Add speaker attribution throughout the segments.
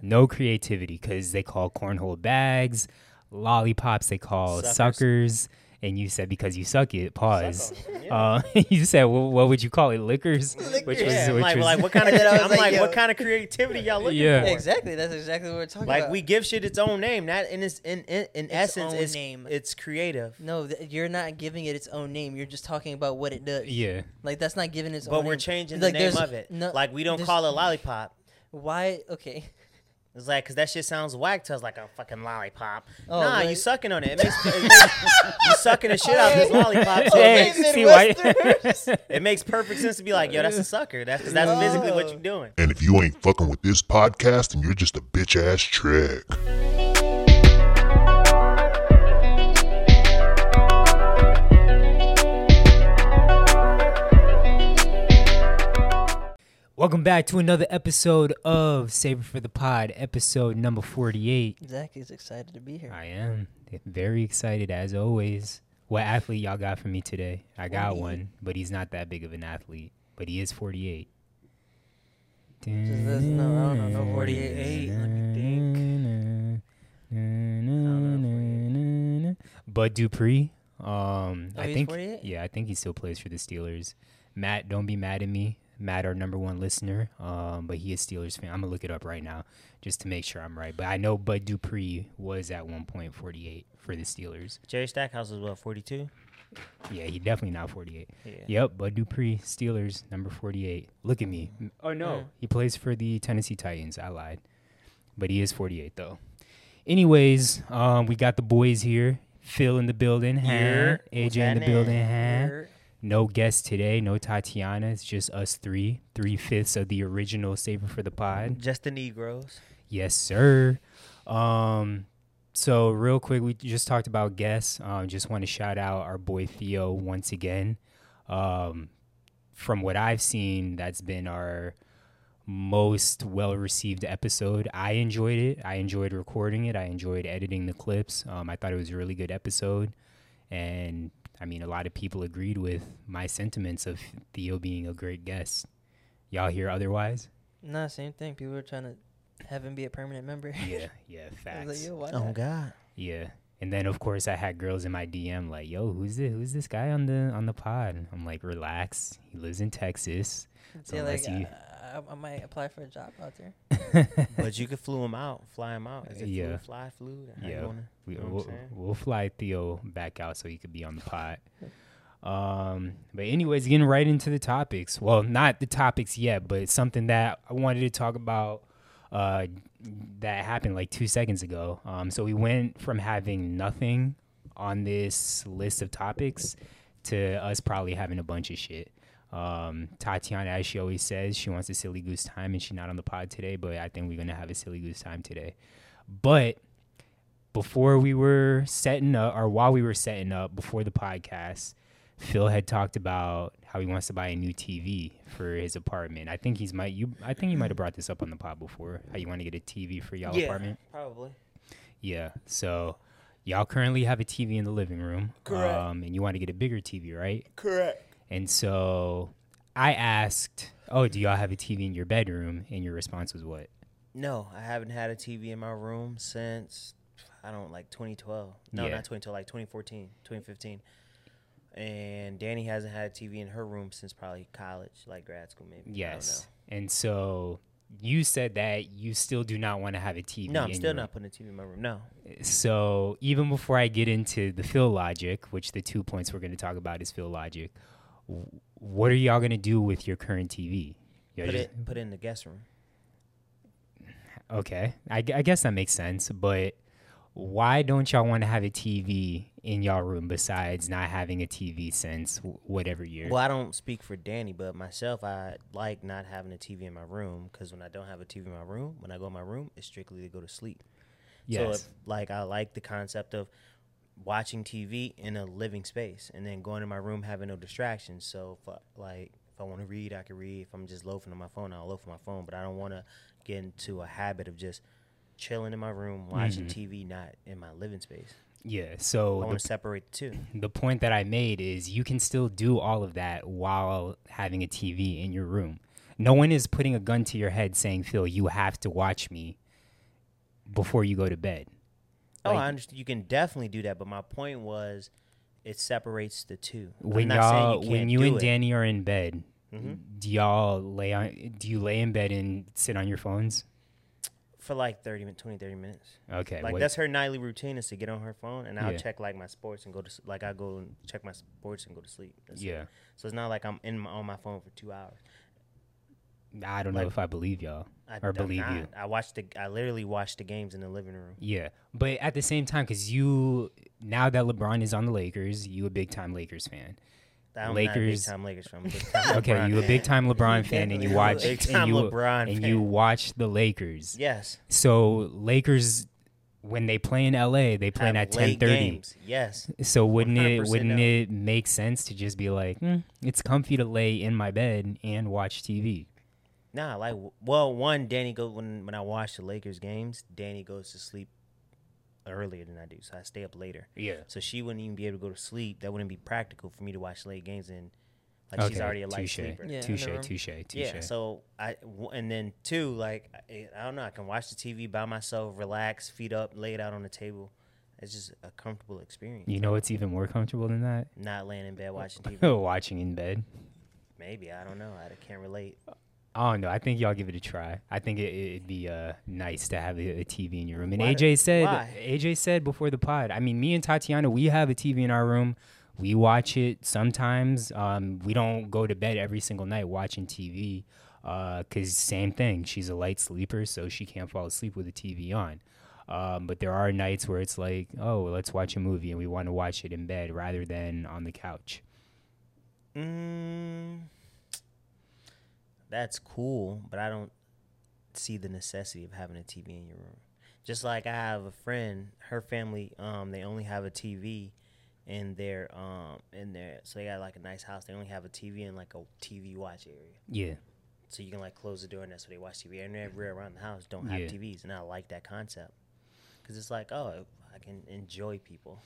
Speaker 1: No creativity because they call cornhole bags, lollipops they call suckers.
Speaker 2: Suckers.
Speaker 1: and you said because you suck it. Pause.
Speaker 2: Suck on.
Speaker 1: Uh, you said well, what would you call it? Liquors, which was
Speaker 2: Yeah, I'm
Speaker 1: which
Speaker 2: like,
Speaker 1: was
Speaker 2: like, what kind of
Speaker 3: I was
Speaker 2: I'm
Speaker 3: like,
Speaker 2: like,
Speaker 3: yo.
Speaker 2: what kind of creativity y'all looking
Speaker 1: Yeah.
Speaker 2: for?
Speaker 3: Exactly. That's exactly what we're talking
Speaker 2: Like
Speaker 3: about.
Speaker 2: we give shit its own name. That in its in in, in essence
Speaker 3: own
Speaker 2: it's
Speaker 3: name.
Speaker 2: it's creative.
Speaker 3: No, th- you're not giving it its own name. You're just talking about what it does.
Speaker 1: yeah.
Speaker 3: Like that's not giving its own.
Speaker 2: But we're
Speaker 3: name.
Speaker 2: changing
Speaker 3: Like,
Speaker 2: the name
Speaker 3: there's
Speaker 2: of it.
Speaker 3: no-
Speaker 2: like we don't
Speaker 3: there's-
Speaker 2: call it lollipop.
Speaker 3: Why? Okay.
Speaker 2: It's like, cause that shit sounds whack to us, like a fucking lollipop.
Speaker 3: Oh,
Speaker 2: nah,
Speaker 3: like-
Speaker 2: you sucking on it. it, makes, it makes- you sucking the shit out of this lollipop. So
Speaker 3: Hey,
Speaker 2: it, makes,
Speaker 3: see
Speaker 2: it makes perfect sense to be like, yo, that's a sucker. That's because that's physically
Speaker 3: Oh.
Speaker 2: what you're doing.
Speaker 4: And if you ain't fucking with this podcast, then you're just a bitch ass trick.
Speaker 1: Welcome back to another episode of Saber for the Pod, episode number forty-eight.
Speaker 3: Zach is excited to be here.
Speaker 1: I am very excited as always. What athlete y'all got for me today? I got
Speaker 3: 48.
Speaker 1: one, but he's not that big of an athlete, but he is 48.
Speaker 3: Just this- no, I don't know. No 48.
Speaker 1: Let me think. Bud Dupree. Um,
Speaker 3: Oh,
Speaker 1: I
Speaker 3: he's
Speaker 1: think
Speaker 3: 48?
Speaker 1: yeah, I think he still plays for the Steelers. Matt, don't be mad at me. Matt, our number one listener, um, but he is Steelers fan. I'm gonna look it up right now just to make sure I'm right. But I know Bud Dupree was at one point 48 for the Steelers.
Speaker 2: Jerry Stackhouse is what 42.
Speaker 1: Yeah, he definitely not 48.
Speaker 2: Yeah.
Speaker 1: Yep, Bud Dupree, Steelers, number 48. Look at me. Oh, no. He plays for the Tennessee Titans. I lied. But he is 48, though. Anyways, um, we got the boys here. Phil in the building. huh?
Speaker 2: Yeah. What's
Speaker 1: AJ in the
Speaker 2: happening?
Speaker 1: building. huh?
Speaker 3: Er,
Speaker 1: No guest today. No Tatiana. It's just us three. Three fifths of the original Saber for the Pod.
Speaker 2: Just the Negroes.
Speaker 1: Yes, sir. Um, so real quick, we just talked about guests. Um, just want to shout out our boy Theo once again. Um, from what I've seen, that's been our most well received episode. I enjoyed it. I enjoyed recording it. I enjoyed editing the clips. Um, I thought it was a really good episode, and I mean, a lot of people agreed with my sentiments of Theo being a great guest. Y'all hear otherwise?
Speaker 3: nah, same thing. People were trying to have him be a permanent member.
Speaker 1: Yeah, yeah,
Speaker 3: I
Speaker 1: facts.
Speaker 3: was like, yo, why not?
Speaker 2: Oh, God.
Speaker 1: Yeah. And then of course I had girls in my DM like, "Yo, who's this? Who's this guy on the on the pod?" And I'm like, "Relax. He lives in Texas." So
Speaker 3: Yeah, like,
Speaker 1: unless you
Speaker 3: I, I- I might apply for a job out there.
Speaker 2: But you could flew him out, fly him out. Is it
Speaker 1: Yeah.
Speaker 2: flew, fly, flew? How you
Speaker 1: Yeah.
Speaker 2: wanna-
Speaker 1: we,
Speaker 2: you know what I'm
Speaker 1: we'll,
Speaker 2: saying?
Speaker 1: we'll fly Theo back out so he could be on the pod. Um, but anyways, getting right into the topics. Well, not the topics yet, but it's something that I wanted to talk about uh, that happened like two seconds ago. Um, so we went from having nothing on this list of topics to us probably having a bunch of shit. Um, Tatiana, as she always says, she wants a silly goose time, and she's not on the pod today. But I think we're gonna have a silly goose time today. But before we were setting up or while we were setting up before the podcast phil had talked about how he wants to buy a new tv for his apartment i think he's might you i think you might have brought this up on the pod before how you want to get a tv for y'all
Speaker 2: Yeah,
Speaker 1: apartment
Speaker 2: probably.
Speaker 1: yeah so y'all currently have a tv in the living room
Speaker 2: Correct.
Speaker 1: um, and you want to get a bigger tv right
Speaker 2: Correct.
Speaker 1: and so i asked oh do y'all have a tv in your bedroom and your response was what
Speaker 2: No, I haven't had a TV in my room since I don't like 2012. No,
Speaker 1: Yeah.
Speaker 2: not 2012, like 2014, 2015. And Danny hasn't had a TV in her room since probably college, like grad school maybe. I don't
Speaker 1: yes and so you said that you still do not want to have a tv
Speaker 2: know. No,
Speaker 1: in
Speaker 2: I'm still
Speaker 1: your
Speaker 2: not putting a TV in my room. No.
Speaker 1: So even before I get into the Phil logic, which the two points we're going to talk about is Phil logic, w- what are y'all going to do with your current TV? Y'all
Speaker 2: Put
Speaker 1: just-
Speaker 2: it put it in the guest room.
Speaker 1: okay, I, gu- I guess that makes sense. But why don't y'all want to have a TV in y'all room besides not having a TV since w- whatever year?
Speaker 2: Well, I don't speak for Danny, but myself, I like not having a TV in my room because when I don't have a TV in my room, when I go in my room, it's strictly to go to sleep. So,
Speaker 1: Yes.
Speaker 2: if, like, I like the concept of watching TV in a living space and then going to my room having no distractions. So, if I, like, if I want to read, I can read. If I'm just loafing on my phone, I'll loaf on my phone. But I don't want to get into a habit of just chilling in my room, watching TV, not in my living space.
Speaker 1: yeah. So Mm-hmm.
Speaker 2: I
Speaker 1: the
Speaker 2: want to separate the two.
Speaker 1: the point that I made is you can still do all of that while having a TV in your room. No one is putting a gun to your head saying, Phil, you have to watch me before you go to bed.
Speaker 2: Oh,
Speaker 1: Like-
Speaker 2: I understand. You can definitely do that, but my point was, it separates the two. I'm
Speaker 1: When
Speaker 2: not saying
Speaker 1: y'all, when
Speaker 2: can't
Speaker 1: you
Speaker 2: do
Speaker 1: and
Speaker 2: it.
Speaker 1: Danny are in bed,
Speaker 2: Mhm.
Speaker 1: do y'all lay on? Do you lay in bed and sit on your phones?
Speaker 2: for like 30 minutes, 20, 30 minutes.
Speaker 1: Okay,
Speaker 2: Like
Speaker 1: what-
Speaker 2: that's her nightly routine is to get on her phone and I'll
Speaker 1: Yeah.
Speaker 2: check like my sports and go to s- like I go and check my sports and go to sleep. That's it.
Speaker 1: yeah.
Speaker 2: So it's not like I'm in my, on my phone for two hours.
Speaker 1: I don't know
Speaker 2: Like-
Speaker 1: if I believe y'all
Speaker 2: I
Speaker 1: or
Speaker 2: do
Speaker 1: believe
Speaker 2: not.
Speaker 1: you.
Speaker 2: I watched the. I literally watched the games in the living room.
Speaker 1: Yeah, but at the same time, because you now that LeBron is on the Lakers, you a big time Lakers fan.
Speaker 2: I'm
Speaker 1: Lakers-
Speaker 2: Not a big time Lakers fan. I'm a big time
Speaker 1: Okay,
Speaker 2: LeBron
Speaker 1: you a
Speaker 2: fan.
Speaker 1: big time LeBron fan, and you
Speaker 2: definitely
Speaker 1: watch
Speaker 2: a big
Speaker 1: and
Speaker 2: time
Speaker 1: you
Speaker 2: LeBron
Speaker 1: and you
Speaker 2: fan.
Speaker 1: watch the Lakers.
Speaker 2: Yes.
Speaker 1: So Lakers, when they play in LA, they play
Speaker 2: Have
Speaker 1: at ten
Speaker 2: late
Speaker 1: thirty.
Speaker 2: games. Yes.
Speaker 1: So wouldn't it
Speaker 2: 100%
Speaker 1: wouldn't
Speaker 2: no.
Speaker 1: it make sense to just be like, "Hmm, it's comfy to lay in my bed and watch TV?
Speaker 2: Nah. Like well, one Danny go when when I watch the Lakers games, Danny goes to sleep earlier than I do, so I stay up later.
Speaker 1: Yeah.
Speaker 2: So she wouldn't even be able to go to sleep. That wouldn't be practical for me to watch late games and like she's already a light
Speaker 1: touche,
Speaker 2: sleeper.
Speaker 3: Yeah, in the
Speaker 1: Touche,
Speaker 3: room.
Speaker 1: touche, touche.
Speaker 2: Yeah, so I w- and then two, like I, I don't know, I can watch the TV by myself, relax, feet up, laid out on the table. It's just a comfortable experience.
Speaker 1: you know what's even more comfortable than that?
Speaker 2: Not laying in bed watching TV.
Speaker 1: Watching in bed.
Speaker 2: Maybe I don't know. I can't relate.
Speaker 1: I don't know. I think y'all give it a try. I think it, it'd be uh, nice to have a, a TV in your room. And
Speaker 2: Why do-
Speaker 1: AJ said,
Speaker 2: why?
Speaker 1: AJ said before the pod. I mean, me and Tatiana, we have a TV in our room. We watch it sometimes. Um, we don't go to bed every single night watching TV. Uh, cause same thing. She's a light sleeper, so she can't fall asleep with the TV on. Um, but there are nights where it's like, oh, let's watch a movie, and we want to watch it in bed rather than on the couch.
Speaker 2: Mm, that's cool, but I don't see the necessity of having a TV in your room. Just like I have a friend, her family, um, they only have a TV in their um in their so they got like a nice house. They only have a TV in like a TV watch area.
Speaker 1: Yeah.
Speaker 2: So you can like close the door and that's where they watch TV. And everywhere around the house don't have
Speaker 1: Yeah.
Speaker 2: TVs, and I like that concept because it's like oh I can enjoy people.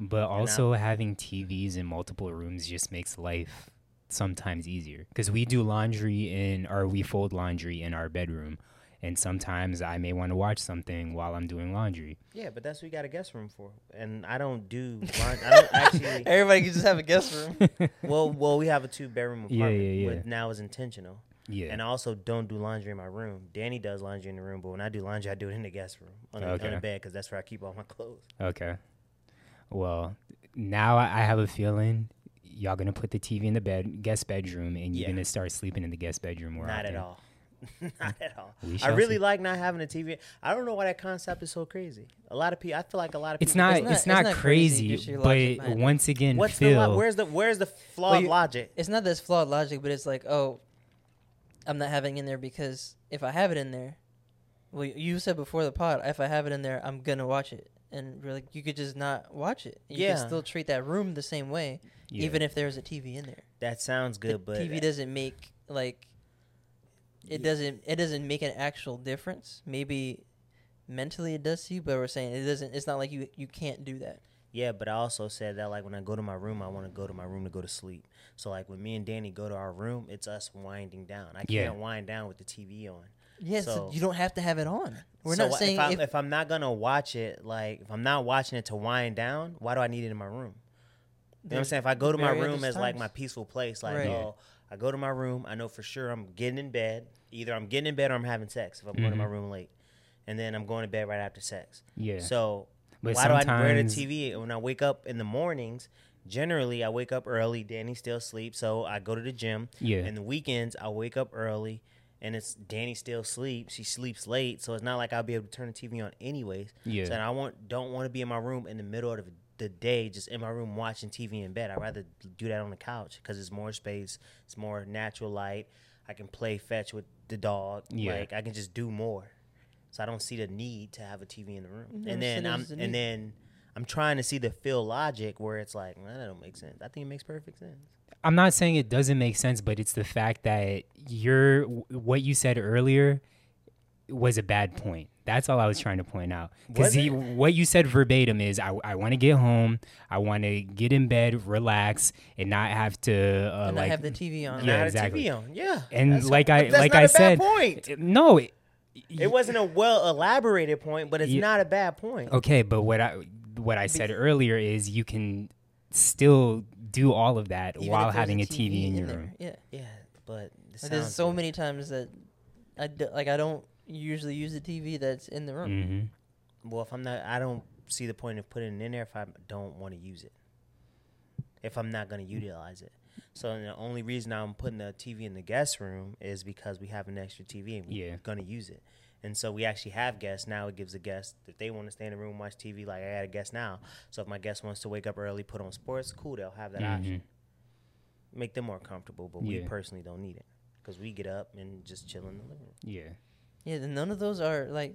Speaker 1: But
Speaker 2: know?
Speaker 1: also having TVs in multiple rooms just makes life sometimes easier because we do laundry in or we fold laundry in our bedroom, and sometimes I may want to watch something while I'm doing laundry.
Speaker 2: Yeah, but that's what you got a guest room for, and I don't do laun- I don't actually.
Speaker 3: Everybody can just have a guest room.
Speaker 2: well, well, we have a two bedroom
Speaker 1: Yeah,
Speaker 2: apartment.
Speaker 1: yeah,
Speaker 2: which
Speaker 1: yeah.
Speaker 2: now is intentional,
Speaker 1: Yeah,
Speaker 2: and I also don't do laundry in my room. Danny does laundry in the room, but when I do laundry, I do it in the guest room on, the on
Speaker 1: Okay.
Speaker 2: the bed because that's where I keep all my clothes.
Speaker 1: Okay. Well, now I I have a feeling y'all gonna put the TV in the bed guest bedroom, and you're
Speaker 2: Yeah.
Speaker 1: gonna start sleeping in the guest bedroom. More
Speaker 2: not
Speaker 1: often.
Speaker 2: at all. not at all.
Speaker 1: We
Speaker 2: I
Speaker 1: shall
Speaker 2: really
Speaker 1: see.
Speaker 2: like not having a TV. I don't know why that concept is so crazy. A lot of people, I feel like a lot of people.
Speaker 1: It's not. It's
Speaker 3: It's
Speaker 1: not,
Speaker 3: not- it's not crazy,
Speaker 1: crazy,
Speaker 3: just your logic
Speaker 1: but
Speaker 3: behind it.
Speaker 1: once again,
Speaker 2: What's the
Speaker 1: Phil.
Speaker 2: lo- where's the where's the flawed
Speaker 3: you-
Speaker 2: logic?
Speaker 3: it's not this flawed logic, but it's like, oh, I'm not having it in there because if I have it in there, well, you said before the pod, if I have it in there, I'm gonna watch it, and really, you could just not watch it. You
Speaker 2: Yeah.
Speaker 3: can still treat that room the same way,
Speaker 1: Yeah.
Speaker 3: even if there's a TV in there.
Speaker 2: That sounds
Speaker 3: The
Speaker 2: good, but
Speaker 3: TV doesn't make like it doesn't it doesn't make an actual difference. Maybe mentally it does to you, but we're saying it doesn't. It's not like you you can't do that.
Speaker 2: Yeah, but I also said that like when I go to my room, I want to go to my room to go to sleep. So like when me and Danny go to our room, it's us winding down. I can't
Speaker 1: Yeah.
Speaker 2: wind down with the TV on.
Speaker 3: Yes,
Speaker 2: So-
Speaker 3: you don't have to have it on. We're
Speaker 2: So
Speaker 3: not
Speaker 2: if,
Speaker 3: saying
Speaker 2: I,
Speaker 3: if,
Speaker 2: if I'm not gonna watch it, like if I'm not watching it to wind down, why do I need it in my room? You know what I'm
Speaker 3: There's
Speaker 2: saying? If I go to my
Speaker 3: various
Speaker 2: room as like
Speaker 3: times.
Speaker 2: my peaceful place, like
Speaker 3: Right. Yeah.
Speaker 2: oh, I go to my room, I know for sure I'm getting in bed. Either I'm getting in bed or I'm having sex. If I'm going to my room late, and then I'm going to bed right after sex.
Speaker 1: Yeah.
Speaker 2: So
Speaker 1: But
Speaker 2: why do I wear the
Speaker 1: sometimes-
Speaker 2: TV when I wake up in the mornings? Generally, I wake up early. Danny still sleeps, so I go to the gym.
Speaker 1: Yeah.
Speaker 2: And the weekends, I wake up early, and it's Danny still sleeps. She sleeps late, so it's not like I'll be able to turn the TV on anyways.
Speaker 1: Yeah.
Speaker 2: So and I want don't want to be in my room in the middle of the day, just in my room watching TV in bed. I'd rather do that on the couch because it's more space, it's more natural light. I can play fetch with the dog.
Speaker 1: Yeah.
Speaker 2: Like I can just do more. So I don't see the need to have a TV in the room.
Speaker 3: Never
Speaker 2: and then
Speaker 3: said it
Speaker 2: I'm
Speaker 3: was a
Speaker 2: and
Speaker 3: need.
Speaker 2: then I'm trying to see the Phil logic where it's like, nah, that don't make sense. I think it makes perfect sense.
Speaker 1: I'm not saying it doesn't make sense, but it's the fact that your what you said earlier was a bad point. That's all I was trying to point out. Because
Speaker 2: Was it?
Speaker 1: what you said verbatim is, I, I want to get home, I want to get in bed, relax, and not have to uh,
Speaker 3: and
Speaker 1: like
Speaker 3: I have the TV on.
Speaker 1: Yeah,
Speaker 2: Not a
Speaker 1: exactly.
Speaker 2: TV on. Yeah.
Speaker 1: And
Speaker 2: That's-
Speaker 1: like I
Speaker 2: that's
Speaker 1: like
Speaker 2: not
Speaker 1: I
Speaker 2: a bad
Speaker 1: said,
Speaker 2: point.
Speaker 1: no,
Speaker 2: It wasn't a well elaborated point, but it's
Speaker 1: Yeah. Oh.
Speaker 2: not a bad point.
Speaker 1: Okay, but what I what I said earlier is you can still do all of that
Speaker 3: Even
Speaker 1: while
Speaker 3: if there's
Speaker 1: having a TV, in your
Speaker 3: there,
Speaker 1: room.
Speaker 3: Yeah.
Speaker 2: Yeah, but the
Speaker 3: Like, there's
Speaker 2: sound's
Speaker 3: so
Speaker 2: good.
Speaker 3: many times that I d- like I don't usually use the TV that's in the room.
Speaker 1: hmm
Speaker 2: Well, if I'm not, I don't see the point of putting it in there if I don't want to use it. If I'm not going to utilize it. So the only reason I'm putting the TV in the guest room is because we have an extra TV and we're
Speaker 1: Yeah.
Speaker 2: going to use it. And so we actually have guests now. It gives the guests if they want to stay in the room and watch TV. Like I had a guest now, so if my guest wants to wake up early, put on sports, cool, they'll have that option. Make them more comfortable, but we
Speaker 1: Mm-hmm. Yeah.
Speaker 2: personally don't need it because we get up and just chill in the living room.
Speaker 1: Yeah.
Speaker 3: Yeah, then none of those are like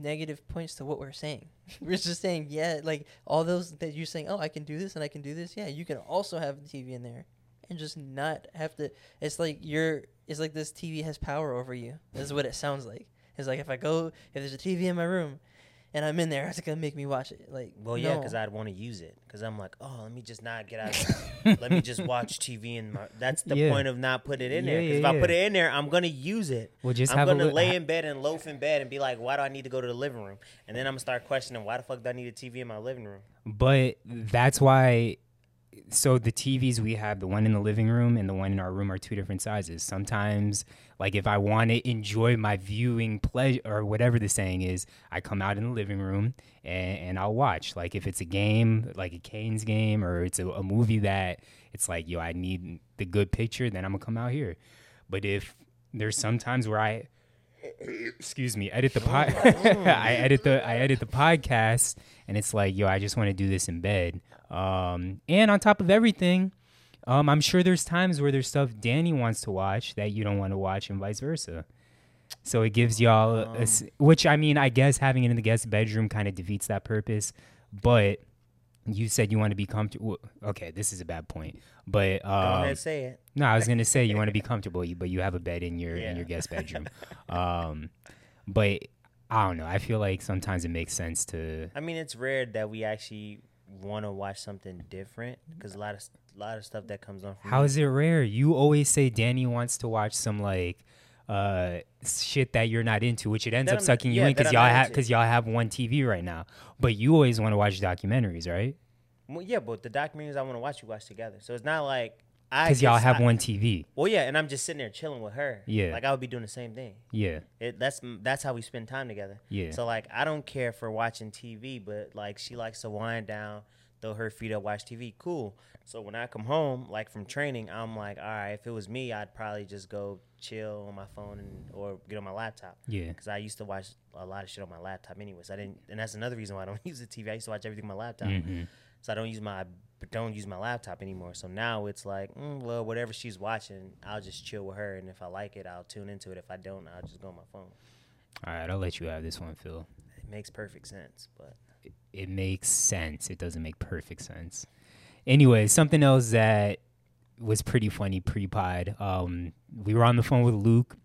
Speaker 3: negative points to what we're saying. we're just saying, yeah, like all those that you're saying, oh, I can do this and I can do this. Yeah, you can also have the TV in there and just not have to. It's like you're. It's like this TV has power over you. That's what it sounds like. It's like if I go, if there's a TV in my room, and I'm in there, it's gonna make me watch it. Like,
Speaker 2: Well, yeah,
Speaker 3: no.
Speaker 2: because I'd want to use it. Because I'm like, oh, let me just not get out. Of let me just watch TV and my. That's the
Speaker 1: Yeah.
Speaker 2: point of not putting it in there.
Speaker 1: Yeah,
Speaker 2: Because if
Speaker 1: yeah,
Speaker 2: I put
Speaker 1: yeah.
Speaker 2: it in there, I'm gonna use it.
Speaker 1: Well, just
Speaker 2: I'm
Speaker 1: have a
Speaker 2: gonna
Speaker 1: look-
Speaker 2: lay
Speaker 1: ha-
Speaker 2: in bed and loaf in bed and be like, why do I need to go to the living room? And then I'm gonna start questioning why the fuck do I need a TV in my living room?
Speaker 1: But that's why. So the TVs we have, the one in the living room and the one in our room, are two different sizes. Sometimes, like if I want to enjoy my viewing pleasure or whatever the saying is, I come out in the living room and, and I'll watch. Like if it's a game, like a Canes game, or it's a, a movie that it's like, yo, I need the good picture, then I'm gonna come out here. But if there's sometimes where I excuse me, edit
Speaker 2: Oh
Speaker 1: the pod. I edit the I edit the podcast, and it's like, yo, I just want to do this in bed. Um, and on top of everything, um, I'm sure there's times where there's stuff Danny wants to watch that you don't want to watch, and vice versa. So it gives y'all, a- a
Speaker 2: Um.
Speaker 1: s- which I mean, I guess having it in the guest bedroom kind of defeats that purpose, but. You said you want to be comfortable. Okay, this is a bad point, but
Speaker 2: Go
Speaker 1: um,
Speaker 2: ahead, say it.
Speaker 1: no, I was gonna say you want to be comfortable, you- but you have a bed in your
Speaker 2: Yeah.
Speaker 1: in your guest bedroom. um, but I don't know. I feel like sometimes it makes sense to.
Speaker 2: I mean, it's rare that we actually want to watch something different because a lot of a lot of stuff that comes on. From
Speaker 1: How is it rare? You always say Danny wants to watch some like uh shit that you're not into, which it ends
Speaker 2: That
Speaker 1: up
Speaker 2: I'm-
Speaker 1: sucking you in
Speaker 2: yeah, that
Speaker 1: because
Speaker 2: I'm
Speaker 1: y'all
Speaker 2: not
Speaker 1: have
Speaker 2: into.
Speaker 1: because y'all have one TV right now. But you always want to watch documentaries, right?
Speaker 2: Well, yeah, but the documentaries I want to watch, we watch together. So it's not like I
Speaker 1: Because y'all
Speaker 2: just-
Speaker 1: have
Speaker 2: I-
Speaker 1: one TV.
Speaker 2: Well, yeah, and I'm just sitting there chilling with her.
Speaker 1: Yeah.
Speaker 2: like I would be doing the same thing.
Speaker 1: Yeah,
Speaker 2: It, that's that's how we spend time together.
Speaker 1: Yeah.
Speaker 2: So like, I don't care for watching TV, but like, she likes to wind down, throw her feet up, watch TV. Cool. So when I come home, like from training, I'm like, all right, if it was me, I'd probably just go chill on my phone and or get on my laptop.
Speaker 1: Yeah.
Speaker 2: Because I used to watch a lot of shit on my laptop, anyways. I didn't, and that's another reason why I don't use the TV. I used to watch everything on my laptop. So I don't use my don't use my laptop anymore. So now it's like, mm, well, whatever she's watching, I'll just chill with her, and if I like it, I'll tune into it. If I don't, I'll just go on my phone.
Speaker 1: all right. I'll let you have this one, Phil.
Speaker 2: It makes perfect sense, but
Speaker 1: it makes sense. It doesn't make perfect sense. Anyway, something else that was pretty funny pre pod. Um, we were on the phone with Luke,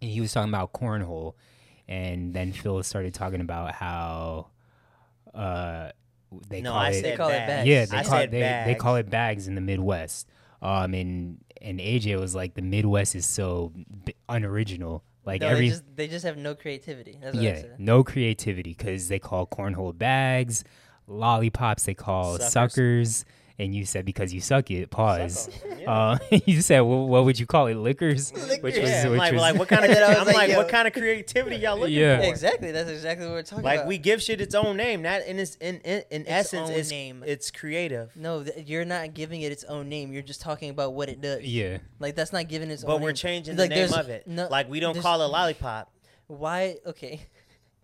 Speaker 1: and he was talking about cornhole, and then Phil started talking about how uh, they
Speaker 2: no,
Speaker 1: call
Speaker 2: I
Speaker 1: it
Speaker 2: said
Speaker 3: call it
Speaker 2: bags.
Speaker 1: yeah they
Speaker 2: I
Speaker 1: call it
Speaker 2: said
Speaker 1: they, they
Speaker 2: bags.
Speaker 1: call it bags in the Midwest. Um, and and AJ was like the Midwest is so b- unoriginal. Like
Speaker 3: No,
Speaker 1: every
Speaker 3: they just they just have no creativity. That's what I
Speaker 1: yeah,
Speaker 3: said.
Speaker 1: no creativity because they call cornhole bags, lollipops they call
Speaker 2: Suckers.
Speaker 1: suckers. and you said because you suck it. Pause.
Speaker 2: Suck on
Speaker 1: Uh,
Speaker 2: it,
Speaker 1: you said well, what would you call it? Liquors, which was
Speaker 2: yeah, I'm
Speaker 1: which
Speaker 2: like,
Speaker 1: was
Speaker 2: like, what kind of
Speaker 3: And I was
Speaker 2: I'm
Speaker 3: like,
Speaker 2: like, what
Speaker 3: yo.
Speaker 2: kind of creativity y'all looking
Speaker 1: Yeah.
Speaker 2: for?
Speaker 1: Or-
Speaker 3: Exactly. That's exactly what we're talking
Speaker 2: Like
Speaker 3: about.
Speaker 2: we give shit its own name. That in its in in, in essence,
Speaker 3: own
Speaker 2: it's
Speaker 3: name.
Speaker 2: it's creative.
Speaker 3: No, th- you're not giving it its own name. You're just talking about what it does.
Speaker 1: yeah.
Speaker 3: Like that's not giving its own.
Speaker 2: But we're
Speaker 3: name.
Speaker 2: changing
Speaker 3: Like,
Speaker 2: the name
Speaker 3: there's-
Speaker 2: of it.
Speaker 3: No,
Speaker 2: like we don't
Speaker 3: there's-
Speaker 2: call it lollipop.
Speaker 3: Why? Okay.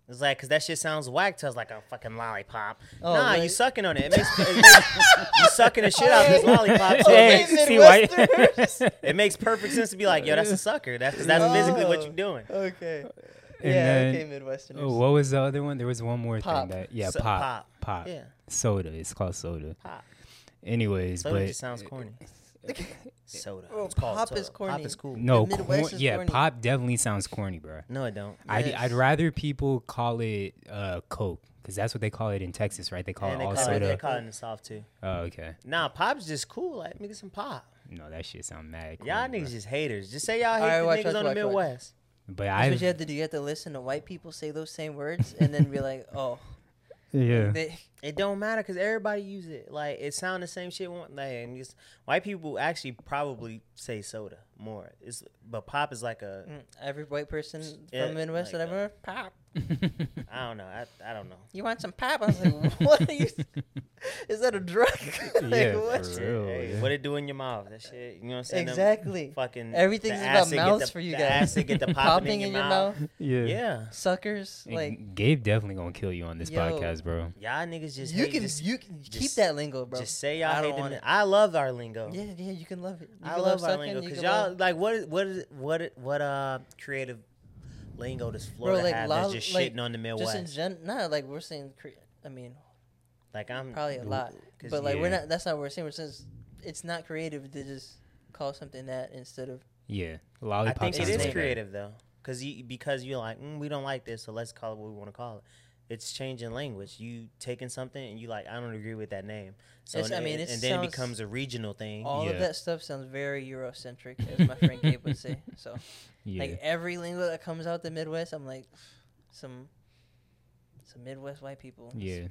Speaker 2: It's like, cause that shit sounds whack to us, like a fucking lollipop.
Speaker 3: Oh,
Speaker 2: nah,
Speaker 3: wait.
Speaker 2: you sucking on it. it, makes, it makes- you sucking the shit out of this
Speaker 3: Oh,
Speaker 2: lollipop. So
Speaker 1: Hey,
Speaker 2: it, makes,
Speaker 1: see why-
Speaker 2: it makes perfect sense to be like, yo, that's a sucker. That's cause that's basically what
Speaker 3: Oh.
Speaker 2: you're doing.
Speaker 3: Okay.
Speaker 1: And
Speaker 3: yeah.
Speaker 1: then-
Speaker 3: okay, Midwesterners.
Speaker 1: Oh, what was the other one? There was one more
Speaker 3: Pop.
Speaker 1: thing that yeah,
Speaker 2: So-
Speaker 1: pop, pop,
Speaker 2: pop. Yeah,
Speaker 1: soda. It's called soda.
Speaker 2: pop.
Speaker 1: Anyways,
Speaker 2: Soda
Speaker 1: but
Speaker 2: just sounds corny. soda.
Speaker 3: Well,
Speaker 2: it's called
Speaker 3: Oh, pop
Speaker 2: soda.
Speaker 3: is
Speaker 2: Pop
Speaker 3: corny.
Speaker 2: is cool.
Speaker 1: no,
Speaker 3: The
Speaker 1: cor-
Speaker 3: Midwest is
Speaker 1: yeah,
Speaker 3: corny.
Speaker 1: pop definitely sounds corny, bro.
Speaker 2: no, it don't.
Speaker 1: I'd,
Speaker 3: Yes.
Speaker 1: I'd rather people call it uh, Coke because that's what they call it in Texas, right? They call
Speaker 2: and
Speaker 1: it
Speaker 2: they
Speaker 1: all
Speaker 2: call, it, they
Speaker 1: soda.
Speaker 2: call it in the south too.
Speaker 1: oh, okay.
Speaker 2: Nah, pop's just cool. Like, let me get some pop.
Speaker 1: No, that shit sound mad.
Speaker 2: Y'all
Speaker 1: corny,
Speaker 2: niggas
Speaker 1: bruh.
Speaker 2: just haters. Just say y'all
Speaker 3: All right,
Speaker 2: hate
Speaker 3: watch,
Speaker 2: the niggas
Speaker 3: watch,
Speaker 2: on the
Speaker 3: watch, watch.
Speaker 2: Midwest.
Speaker 1: But
Speaker 3: That's
Speaker 1: I
Speaker 3: what you have to do. You have to listen to white people say those same words and then be like, oh,
Speaker 1: yeah
Speaker 3: they,
Speaker 2: It don't matter because everybody use it. Like it sound the same shit. One like, and just white people actually probably say soda more. It's but pop is like a
Speaker 3: mm, every white person from
Speaker 2: Yeah,
Speaker 3: the Midwest
Speaker 2: like
Speaker 3: that I've ever pop.
Speaker 2: I don't know. I, I don't know.
Speaker 3: You want some pop? I was like, what are you? Is that a drug? like,
Speaker 1: Yeah,
Speaker 3: what?
Speaker 1: for
Speaker 2: Shit,
Speaker 1: real,
Speaker 2: hey,
Speaker 1: yeah.
Speaker 2: What it do in your mouth? That shit. You know what I'm saying? Them
Speaker 3: Exactly.
Speaker 2: Fucking
Speaker 3: Everything's
Speaker 2: the
Speaker 3: about
Speaker 2: acid get
Speaker 3: mouths
Speaker 2: the-
Speaker 3: for you
Speaker 2: the
Speaker 3: guys.
Speaker 2: Acid get the popping, in your, mouth.
Speaker 1: yeah
Speaker 2: Yeah.
Speaker 3: Suckers,
Speaker 1: And
Speaker 3: like
Speaker 1: Gabe definitely gonna kill you on this
Speaker 3: Yo.
Speaker 1: podcast, bro.
Speaker 2: Y'all niggas just
Speaker 3: you
Speaker 2: hate-
Speaker 3: can
Speaker 2: just,
Speaker 3: you can keep
Speaker 2: just-
Speaker 3: that lingo, bro.
Speaker 2: just say y'all
Speaker 3: I
Speaker 2: hate
Speaker 3: don't
Speaker 2: them.
Speaker 3: want it.
Speaker 2: I love our lingo.
Speaker 3: Yeah, yeah, you can love it. You
Speaker 2: I
Speaker 3: can
Speaker 2: love, our
Speaker 3: sucking,
Speaker 2: lingo
Speaker 3: you
Speaker 2: because
Speaker 3: can
Speaker 2: y'all
Speaker 3: love-
Speaker 2: like what is- what is what it- what uh creative lingo does Florida
Speaker 3: like,
Speaker 2: have
Speaker 3: lol-
Speaker 2: that's just
Speaker 3: like,
Speaker 2: shitting on the
Speaker 3: just
Speaker 2: Midwest?
Speaker 3: in gen, nah, like we're saying, cre- I mean,
Speaker 2: like I'm
Speaker 3: probably a
Speaker 1: Mm,
Speaker 3: lot,
Speaker 2: 'cause
Speaker 3: but like we're
Speaker 1: yeah.
Speaker 3: not. That's not what we're saying. We're saying it's- it's not creative to just call something that instead of
Speaker 1: Yeah,
Speaker 2: I
Speaker 1: lollipop.
Speaker 2: think it
Speaker 1: sounds
Speaker 2: is
Speaker 1: way better.
Speaker 2: creative though, because you because you're like mm, we don't like this, so let's call it what we want to call it. It's changing language. You taking something and you like I don't agree with that name. So
Speaker 3: It's-
Speaker 2: and,
Speaker 3: I mean,
Speaker 2: and,
Speaker 3: it
Speaker 2: then it
Speaker 3: sounds-
Speaker 2: becomes a regional thing.
Speaker 3: all
Speaker 1: Yeah.
Speaker 3: of that stuff. Sounds very Eurocentric, as my friend Gabe would say. So
Speaker 1: Yeah,
Speaker 3: like every lingo that comes out the Midwest, I'm like some some Midwest white people. is
Speaker 1: yeah.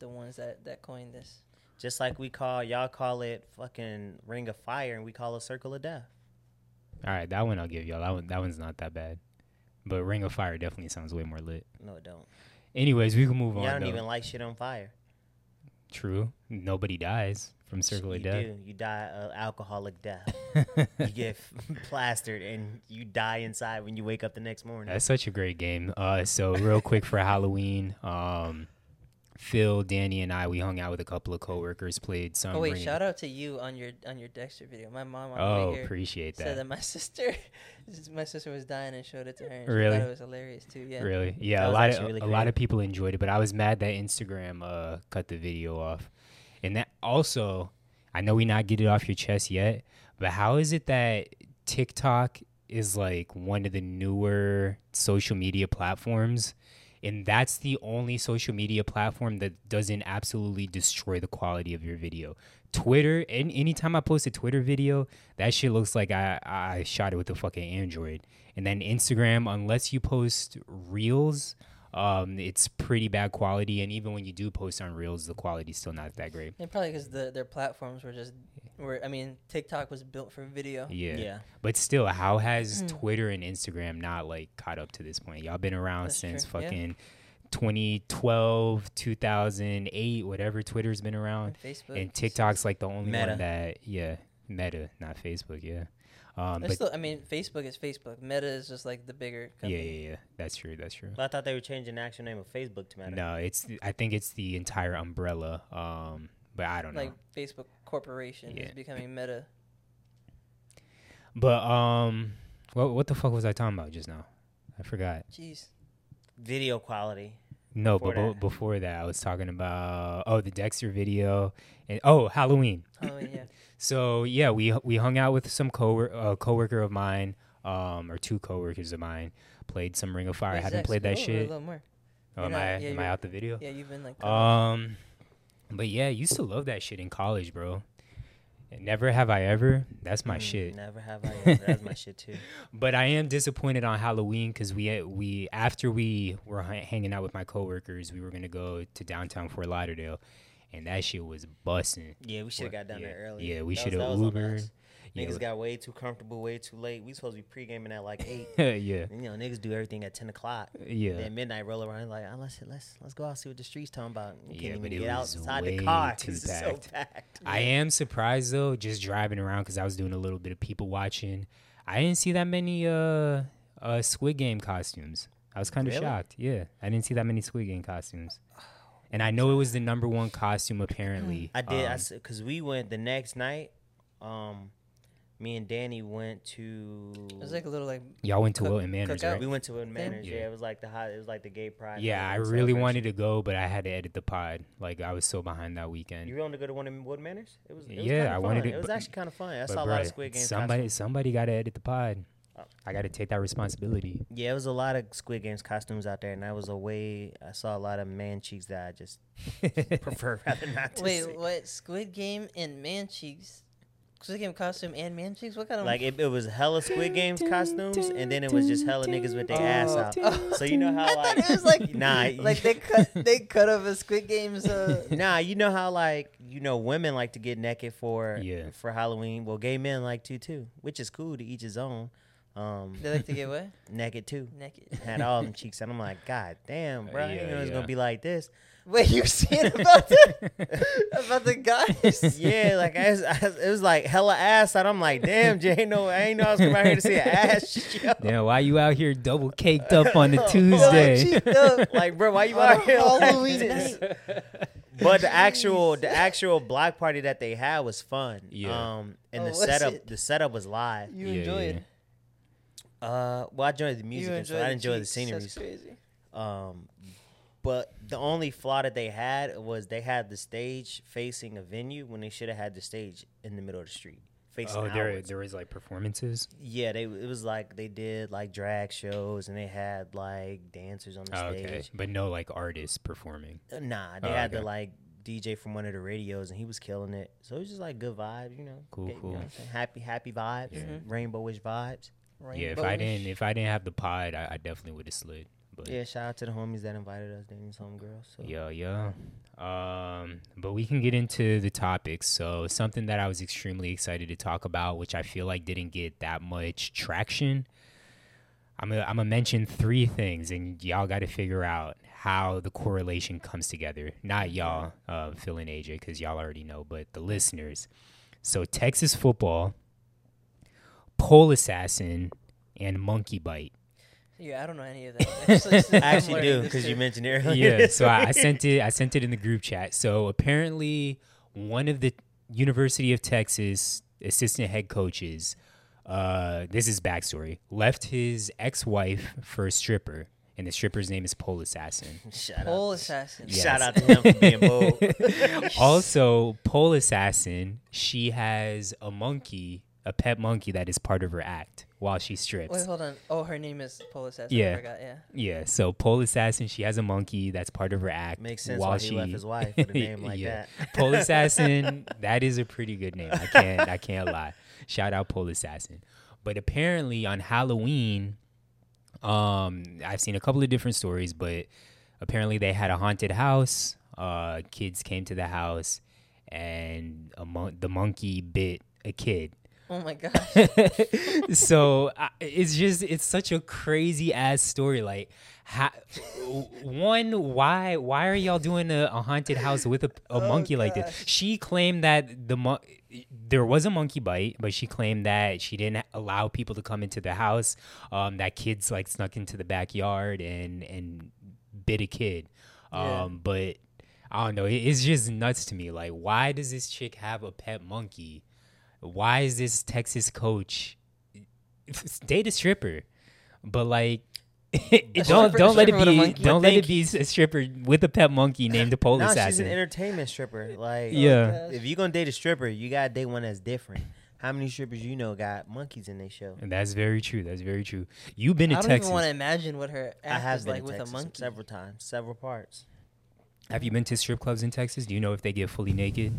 Speaker 3: the ones that that coined this.
Speaker 2: Just like we call y'all call it fucking ring of fire, and we call it circle of death.
Speaker 1: All right, that one I'll give y'all. That one, that one's not that bad. But Ring of Fire definitely sounds way more lit.
Speaker 2: No, it don't.
Speaker 1: Anyways, we can move
Speaker 2: Y'all
Speaker 1: on.
Speaker 2: don't
Speaker 1: Though.
Speaker 2: even light shit on fire.
Speaker 1: True, nobody dies from Circle
Speaker 2: you
Speaker 1: of Death.
Speaker 2: Do. You die an alcoholic death. you get plastered and you die inside when you wake up the next morning.
Speaker 1: That's such a great game. Uh, so real quick for Halloween, um, Phil, Danny, and I we hung out with a couple of coworkers, played some.
Speaker 3: Oh wait,
Speaker 1: Ring-
Speaker 3: shout out to you on your on your Dexter video. My mom on the
Speaker 1: Oh,
Speaker 3: way here
Speaker 1: appreciate
Speaker 3: said
Speaker 1: that.
Speaker 3: that my sister my sister was dying and showed it to her. And
Speaker 1: Really?
Speaker 3: She thought it was hilarious too. Yeah.
Speaker 1: Really, yeah. A
Speaker 2: That was
Speaker 1: lot of
Speaker 2: actually really
Speaker 1: a lot of
Speaker 2: creative.
Speaker 1: people enjoyed it, but I was mad that Instagram uh, cut the video off. And that also, I know we not get it off your chest yet, but how is it that TikTok is like one of the newer social media platforms, and that's the only social media platform that doesn't absolutely destroy the quality of your video. Twitter, and anytime I post a Twitter video, that shit looks like I, I shot it with a fucking Android. And then Instagram, unless you post reels, um, it's pretty bad quality. And even when you do post on reels, the quality's still not that great.
Speaker 3: And probably because the, their platforms were just were I mean TikTok was built for video.
Speaker 1: Yeah.
Speaker 2: yeah.
Speaker 1: But still, how has Twitter and Instagram not like caught up to this point? Y'all been around
Speaker 3: That's
Speaker 1: since
Speaker 3: true, yeah.
Speaker 1: fucking 2012, 2008, whatever Twitter's been around.
Speaker 3: And Facebook
Speaker 1: and TikTok's like the only
Speaker 2: Meta.
Speaker 1: one that yeah, Meta, not Facebook, yeah. Um,
Speaker 3: It's
Speaker 1: but
Speaker 3: still, I mean, Facebook is Facebook. Meta is just like the bigger
Speaker 1: yeah,
Speaker 3: company.
Speaker 1: yeah, yeah, that's true, that's true.
Speaker 2: But I thought they were changing the actual name of Facebook to matter.
Speaker 1: No, it's the- I think it's the entire umbrella. Um, but I don't
Speaker 3: Like
Speaker 1: know.
Speaker 3: Facebook Corporation
Speaker 1: Yeah.
Speaker 3: is becoming Meta.
Speaker 1: But um, what what the fuck was I talking about just now? I forgot.
Speaker 3: Jeez.
Speaker 2: Video quality.
Speaker 1: No,
Speaker 2: Before
Speaker 1: but bo-
Speaker 2: that.
Speaker 1: before that, I was talking about oh the Dexter video and oh Halloween.
Speaker 3: Oh yeah.
Speaker 1: So yeah, we we hung out with some co uh, coworker of mine, um, or two coworkers of mine. Played some Ring of Fire.
Speaker 3: Wait,
Speaker 1: haven't
Speaker 3: Zax,
Speaker 1: played that
Speaker 3: go over A
Speaker 1: shit.
Speaker 3: little more.
Speaker 1: Oh,
Speaker 3: You're
Speaker 1: am
Speaker 3: not-
Speaker 1: I
Speaker 3: yeah,
Speaker 1: am I
Speaker 3: you're-
Speaker 1: out the video?
Speaker 3: Yeah, you've been like.
Speaker 1: Um, but yeah, used to love that shit in college, bro. Never have I ever. That's my
Speaker 2: Mm,
Speaker 1: shit.
Speaker 2: Never have I ever. That's my shit too.
Speaker 1: But I am disappointed on Halloween because we uh, we after we were ha- hanging out with my coworkers, we were gonna go to downtown Fort Lauderdale, and that shit was busting.
Speaker 2: Yeah, we should have got down
Speaker 1: yeah,
Speaker 2: there earlier.
Speaker 1: Yeah, we
Speaker 2: That
Speaker 1: should
Speaker 2: was- that
Speaker 1: have
Speaker 2: was on
Speaker 1: Ubered.
Speaker 2: us.
Speaker 1: Yeah,
Speaker 2: Niggas got way too comfortable, way too late. We supposed to be pre-gaming at like eight.
Speaker 1: yeah,
Speaker 2: And, you know, niggas do everything at ten o'clock.
Speaker 1: yeah.
Speaker 2: Then midnight roll around like, oh, let's let's let's go out see what the streets talking about. You
Speaker 1: Yeah,
Speaker 2: can't
Speaker 1: but
Speaker 2: even
Speaker 1: it
Speaker 2: get
Speaker 1: was
Speaker 2: outside
Speaker 1: way
Speaker 2: the car
Speaker 1: too
Speaker 2: because it's so packed.
Speaker 1: I am surprised though, just driving around because I was doing a little bit of people watching. I didn't see that many uh, uh Squid Game costumes. I was kind of
Speaker 2: Really?
Speaker 1: shocked. Yeah, I didn't see that many Squid Game costumes. And I know it was the number one costume apparently.
Speaker 2: I did.
Speaker 1: Um,
Speaker 2: I said because we went the next night. Um, me and Danny went to.
Speaker 3: It was like a little like.
Speaker 1: y'all went to
Speaker 3: cook-
Speaker 1: Wilton Manors,
Speaker 3: cookout?
Speaker 1: right?
Speaker 2: we went to Wood Manors. Yeah.
Speaker 1: Yeah.
Speaker 2: it was like the hot. It was like the gay pride.
Speaker 1: Yeah,
Speaker 2: night
Speaker 1: I really
Speaker 2: celebration.
Speaker 1: wanted to go, but I had to edit the pod. Like I was so behind that weekend.
Speaker 2: You really wanted to go to one in Wood Manors? It was. It was
Speaker 1: Yeah,
Speaker 2: kinda
Speaker 1: I wanted
Speaker 2: fun.
Speaker 1: it,
Speaker 2: It was
Speaker 1: but-
Speaker 2: actually kind of fun. I
Speaker 1: But
Speaker 2: saw a lot
Speaker 1: bruh,
Speaker 2: of Squid Game.
Speaker 1: Somebody,
Speaker 2: Costumes.
Speaker 1: somebody got to edit the pod.
Speaker 2: Oh.
Speaker 1: I got to take that responsibility.
Speaker 2: Yeah, it was a lot of Squid Games costumes out there, and I was away. I saw a lot of man cheeks that I just prefer rather not to
Speaker 3: Wait,
Speaker 2: see.
Speaker 3: what? Squid Game and Man Cheeks Squid Game costume and man cheeks. What kind of
Speaker 2: Like it, it was hella Squid Games costumes, and then it was just hella niggas with their ass
Speaker 3: Oh.
Speaker 2: out. So you know how
Speaker 3: I
Speaker 2: like
Speaker 3: thought it was like
Speaker 2: nah,
Speaker 3: like they cut they cut off a Squid Game's. Uh,
Speaker 2: nah, you know how like you know women like to get naked for
Speaker 1: Yeah.
Speaker 2: for Halloween. Well, gay men like to too, which is cool to each his own. Um,
Speaker 3: they like to get what
Speaker 2: naked too.
Speaker 3: naked.
Speaker 2: Had all them cheeks, and I'm like, God damn,
Speaker 1: Uh,
Speaker 2: bro,
Speaker 1: yeah,
Speaker 2: you know it's
Speaker 1: yeah.
Speaker 2: gonna be like this.
Speaker 3: Wait, you saying about the about the guys?
Speaker 2: Yeah, like I was, I was- it was like hella ass out. I'm like, damn, Jay, no, I ain't know I was coming out here to see an ass show.
Speaker 1: Damn, why you out here double caked up on
Speaker 2: Oh,
Speaker 1: a Tuesday?
Speaker 3: Like, cheeked up.
Speaker 2: Like, bro, why you
Speaker 3: On
Speaker 2: out
Speaker 3: a
Speaker 2: here like
Speaker 3: Halloween
Speaker 2: this? But the actual the actual block party that they had was fun.
Speaker 1: Yeah.
Speaker 2: Um, and
Speaker 3: Oh,
Speaker 2: the
Speaker 3: was
Speaker 2: setup
Speaker 3: it?
Speaker 2: the setup was live.
Speaker 3: You
Speaker 1: Yeah,
Speaker 3: enjoyed.
Speaker 1: yeah.
Speaker 2: Uh, well, I enjoyed the music,
Speaker 3: You
Speaker 2: and so I enjoyed the
Speaker 3: cheeks. That's
Speaker 2: sceneries.
Speaker 3: crazy.
Speaker 2: Um, but the only flaw that they had was they had the stage facing a venue when they should have had the stage in the middle of the street facing.
Speaker 1: Oh, there,
Speaker 2: outwards.
Speaker 1: there is like performances.
Speaker 2: Yeah, they it was like they did like drag shows and they had like dancers on the
Speaker 1: Oh,
Speaker 2: stage.
Speaker 1: okay, but no like artists performing.
Speaker 2: Uh, Nah, they
Speaker 1: Oh,
Speaker 2: had
Speaker 1: okay.
Speaker 2: the like DJ from one of the radios, and he was killing it. So it was just like good vibes, you know.
Speaker 1: Cool,
Speaker 2: gay- you know
Speaker 1: cool.
Speaker 2: what I'm saying? happy, happy vibes, rainbowish vibes.
Speaker 1: yeah, if I
Speaker 3: Rainbowish.
Speaker 1: didn't, if I didn't have the pod, I, I definitely would have slid. But
Speaker 2: Yeah, shout out to the homies that invited us, Danny's homegirls. So
Speaker 1: Yeah, yeah. Um, but we can get into the topics. So something that I was extremely excited to talk about, which I feel like didn't get that much traction. I'm gonna, I'm gonna mention three things, and y'all got to figure out how the correlation comes together. Not y'all, uh, Phil and AJ, because y'all already know, but the listeners. So Texas football, pole assassin, and monkey bite.
Speaker 3: Yeah, I don't know any of that. I just listened to
Speaker 2: I actually
Speaker 3: somebody
Speaker 2: do
Speaker 3: this
Speaker 2: because you
Speaker 3: too.
Speaker 2: mentioned it earlier.
Speaker 1: yeah, so I, I sent it. I sent it in the group chat. So apparently, one of the University of Texas assistant head coaches, uh, this is backstory, left his ex-wife for a stripper, and the stripper's name is Pole Assassin.
Speaker 2: shout out,
Speaker 3: Pole assassin.
Speaker 1: Yeah.
Speaker 2: shout
Speaker 1: Yes.
Speaker 2: out to him for being bold.
Speaker 1: also, Pole Assassin, she has a monkey, a pet monkey that is part of her act while she strips.
Speaker 3: Wait, hold on. Oh, her name is Pole assassin. I
Speaker 1: Yeah.
Speaker 3: forgot. Yeah.
Speaker 1: yeah, so Pole Assassin, she has a monkey that's part of her act.
Speaker 2: Makes sense
Speaker 1: while
Speaker 2: why
Speaker 1: she
Speaker 2: he left his wife with a name like that.
Speaker 1: Pole Assassin, that is a pretty good name. I can't I can't lie. Shout out Pole Assassin. But apparently on Halloween, um, I've seen a couple of different stories, but apparently they had a haunted house. Uh, kids came to the house, and a mon- the monkey bit a kid.
Speaker 3: Oh my gosh.
Speaker 1: so I, it's just it's such a crazy ass story. Like, ha, one why why are y'all doing a, a haunted house with a, a monkey like this? She claimed that the mon- there was a monkey bite, but she claimed that she didn't allow people to come into the house. Um, that kids like snuck into the backyard and and bit a kid. Um,
Speaker 3: Yeah.
Speaker 1: but I don't know. It, it's just nuts to me. Like, why does this chick have a pet monkey? Why is this Texas coach date a stripper? But like, don't
Speaker 3: stripper-
Speaker 1: don't let it
Speaker 3: stripper with a
Speaker 1: be
Speaker 3: monkey?
Speaker 1: don't let
Speaker 2: Thank
Speaker 1: it be a stripper with a pet monkey named a pole
Speaker 2: Now she's an
Speaker 1: assassin.
Speaker 2: entertainment stripper. Like,
Speaker 1: Yeah.
Speaker 2: if you're gonna date a stripper, you gotta date one that's different. How many strippers you know got monkeys in their show?
Speaker 1: And that's very true. That's very true. You've been
Speaker 3: I
Speaker 1: to
Speaker 3: don't
Speaker 1: Texas.
Speaker 3: even want to imagine what her
Speaker 2: I
Speaker 3: act
Speaker 2: have
Speaker 3: is
Speaker 2: been
Speaker 3: like
Speaker 2: to
Speaker 3: with
Speaker 2: Texas
Speaker 3: a monkey.
Speaker 2: several times, several parts.
Speaker 1: Have you been to strip clubs in Texas? Do you know if they get fully naked?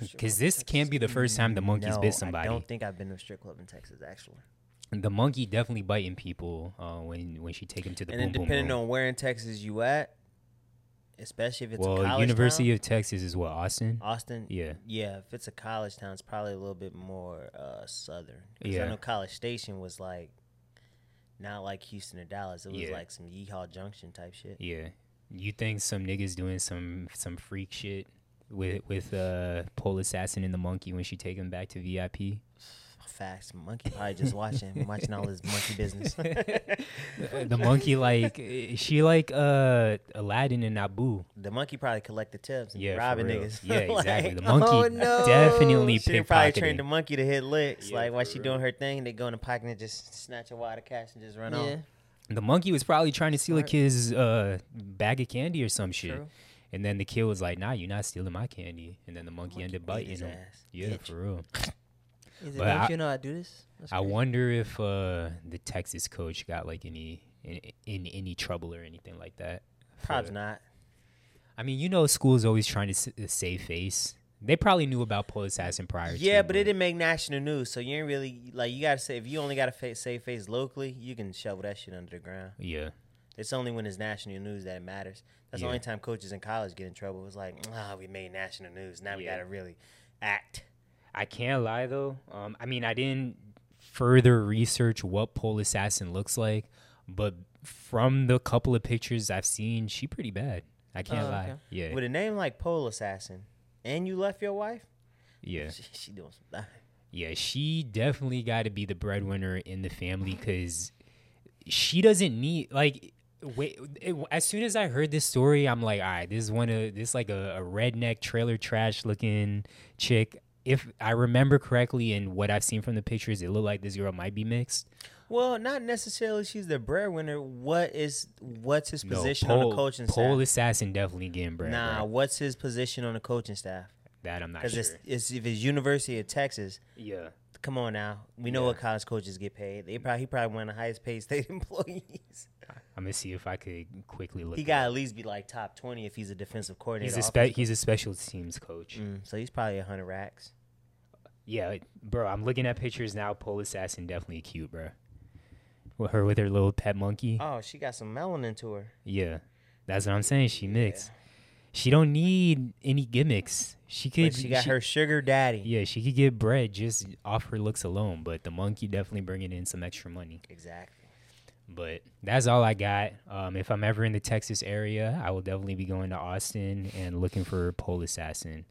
Speaker 1: Because this can't be the first time the monkey's
Speaker 2: no,
Speaker 1: bit somebody.
Speaker 2: I don't think I've been to a strip club in Texas actually.
Speaker 1: the monkey definitely biting people uh, when when she take him to the
Speaker 2: and then
Speaker 1: boom boom
Speaker 2: depending
Speaker 1: room.
Speaker 2: on where in Texas you at, especially if it's a
Speaker 1: well,
Speaker 2: college
Speaker 1: University
Speaker 2: town,
Speaker 1: of Texas is what Austin.
Speaker 2: Austin.
Speaker 1: Yeah.
Speaker 2: yeah. If it's a college town, it's probably a little bit more uh, southern. 'Cause
Speaker 1: Yeah.
Speaker 2: I know College Station was like not like Houston or Dallas. It was
Speaker 1: Yeah.
Speaker 2: like some Yeehaw Junction type shit.
Speaker 1: Yeah, you think some niggas doing some some freak shit with with uh, pole assassin and the monkey when she take him back to VIP?
Speaker 2: Facts. Monkey probably just watching, watching all this monkey business.
Speaker 1: Uh, the monkey like eh, she like uh Aladdin and Abu.
Speaker 2: the monkey probably collected tips and
Speaker 1: Yeah, for
Speaker 2: robbing
Speaker 1: real.
Speaker 2: niggas.
Speaker 1: Yeah,
Speaker 2: Like,
Speaker 1: exactly. The
Speaker 3: Oh,
Speaker 1: monkey
Speaker 3: no.
Speaker 1: definitely
Speaker 2: She done probably
Speaker 1: pickpocketing.
Speaker 2: trained the monkey to hit licks.
Speaker 1: Yeah,
Speaker 2: like while
Speaker 1: for
Speaker 2: she
Speaker 1: real.
Speaker 2: doing her thing, they go in the pocket and just snatch a wad of cash and just run
Speaker 3: Yeah.
Speaker 2: off.
Speaker 1: The monkey was probably trying to steal a
Speaker 3: Smart.
Speaker 1: kid's uh, bag of candy or some shit.
Speaker 3: True.
Speaker 1: And then the kid was like, "Nah, you're not stealing my candy." And then the monkey,
Speaker 2: Monkey
Speaker 1: ended
Speaker 2: beat
Speaker 1: biting
Speaker 2: his
Speaker 1: him.
Speaker 2: ass.
Speaker 1: Yeah,
Speaker 2: Bitch.
Speaker 1: for real.
Speaker 3: Is it,
Speaker 1: But
Speaker 3: don't
Speaker 1: I-
Speaker 3: you know I do this? That's
Speaker 1: I
Speaker 3: crazy.
Speaker 1: wonder if uh, the Texas coach got like any in, in any trouble or anything like that.
Speaker 2: Probably
Speaker 1: For-
Speaker 2: not.
Speaker 1: I mean, you know, school's always trying to s- uh, save face. They probably knew about Pole Assassin prior.
Speaker 2: Yeah,
Speaker 1: to,
Speaker 2: but it didn't make national news, so you ain't really like you gotta say if you only gotta fa- save face locally, you can shovel that shit under the ground.
Speaker 1: Yeah,
Speaker 2: It's only when it's national news that it matters. That's
Speaker 1: Yeah.
Speaker 2: the only time coaches in college get in trouble. It's like, ah, we made national news. Now we
Speaker 1: Yeah.
Speaker 2: gotta really act.
Speaker 1: I can't lie though. Um, I mean, I didn't further research what Pole Assassin looks like, but from the couple of pictures I've seen, she pretty bad. I can't
Speaker 3: Oh,
Speaker 1: lie.
Speaker 3: okay.
Speaker 1: Yeah,
Speaker 2: With a name like Pole Assassin, and you left your wife,
Speaker 1: yeah.
Speaker 2: she, she doing some.
Speaker 1: Yeah, she definitely got to be the breadwinner in the family because she doesn't need like. Wait, it, as soon as I heard this story, I'm like, all right, this is one of this like a, a redneck trailer trash looking chick. If I remember correctly, and what I've seen from the pictures, it looked like this girl might be mixed.
Speaker 2: Well, not necessarily. She's the breadwinner. What is what's his
Speaker 1: No,
Speaker 2: position on
Speaker 1: pole-
Speaker 2: the coaching
Speaker 1: pole
Speaker 2: staff?
Speaker 1: assassin definitely getting bread.
Speaker 2: nah,
Speaker 1: Nah,
Speaker 2: what's his position on the coaching staff?
Speaker 1: that I'm not
Speaker 2: Because
Speaker 1: sure.
Speaker 2: it's, it's if it's University of Texas.
Speaker 1: Yeah,
Speaker 2: Come on now, we know what college coaches get paid. They probably he probably one of the highest paid state employees.
Speaker 1: I'm gonna see if I could quickly look.
Speaker 2: He
Speaker 1: it
Speaker 2: got
Speaker 1: up.
Speaker 2: at least be like top twenty if he's a defensive coordinator.
Speaker 1: He's a
Speaker 2: offensive-
Speaker 1: spe- he's a special teams coach.
Speaker 2: Mm, so he's probably a hundred racks.
Speaker 1: Yeah, like, bro, I'm looking at pictures now. Pole assassin definitely cute, bro. With her with her little pet monkey.
Speaker 2: Oh, she got some melanin to her.
Speaker 1: Yeah, that's what I'm saying. She mixed. She don't need any gimmicks. She could.
Speaker 2: But she got her sugar daddy.
Speaker 1: Yeah, she could get bread just off her looks alone. But the monkey definitely bringing in some extra money.
Speaker 2: Exactly.
Speaker 1: But that's all I got. Um, if I'm ever in the Texas area, I will definitely be going to Austin and looking for Pole Assassin.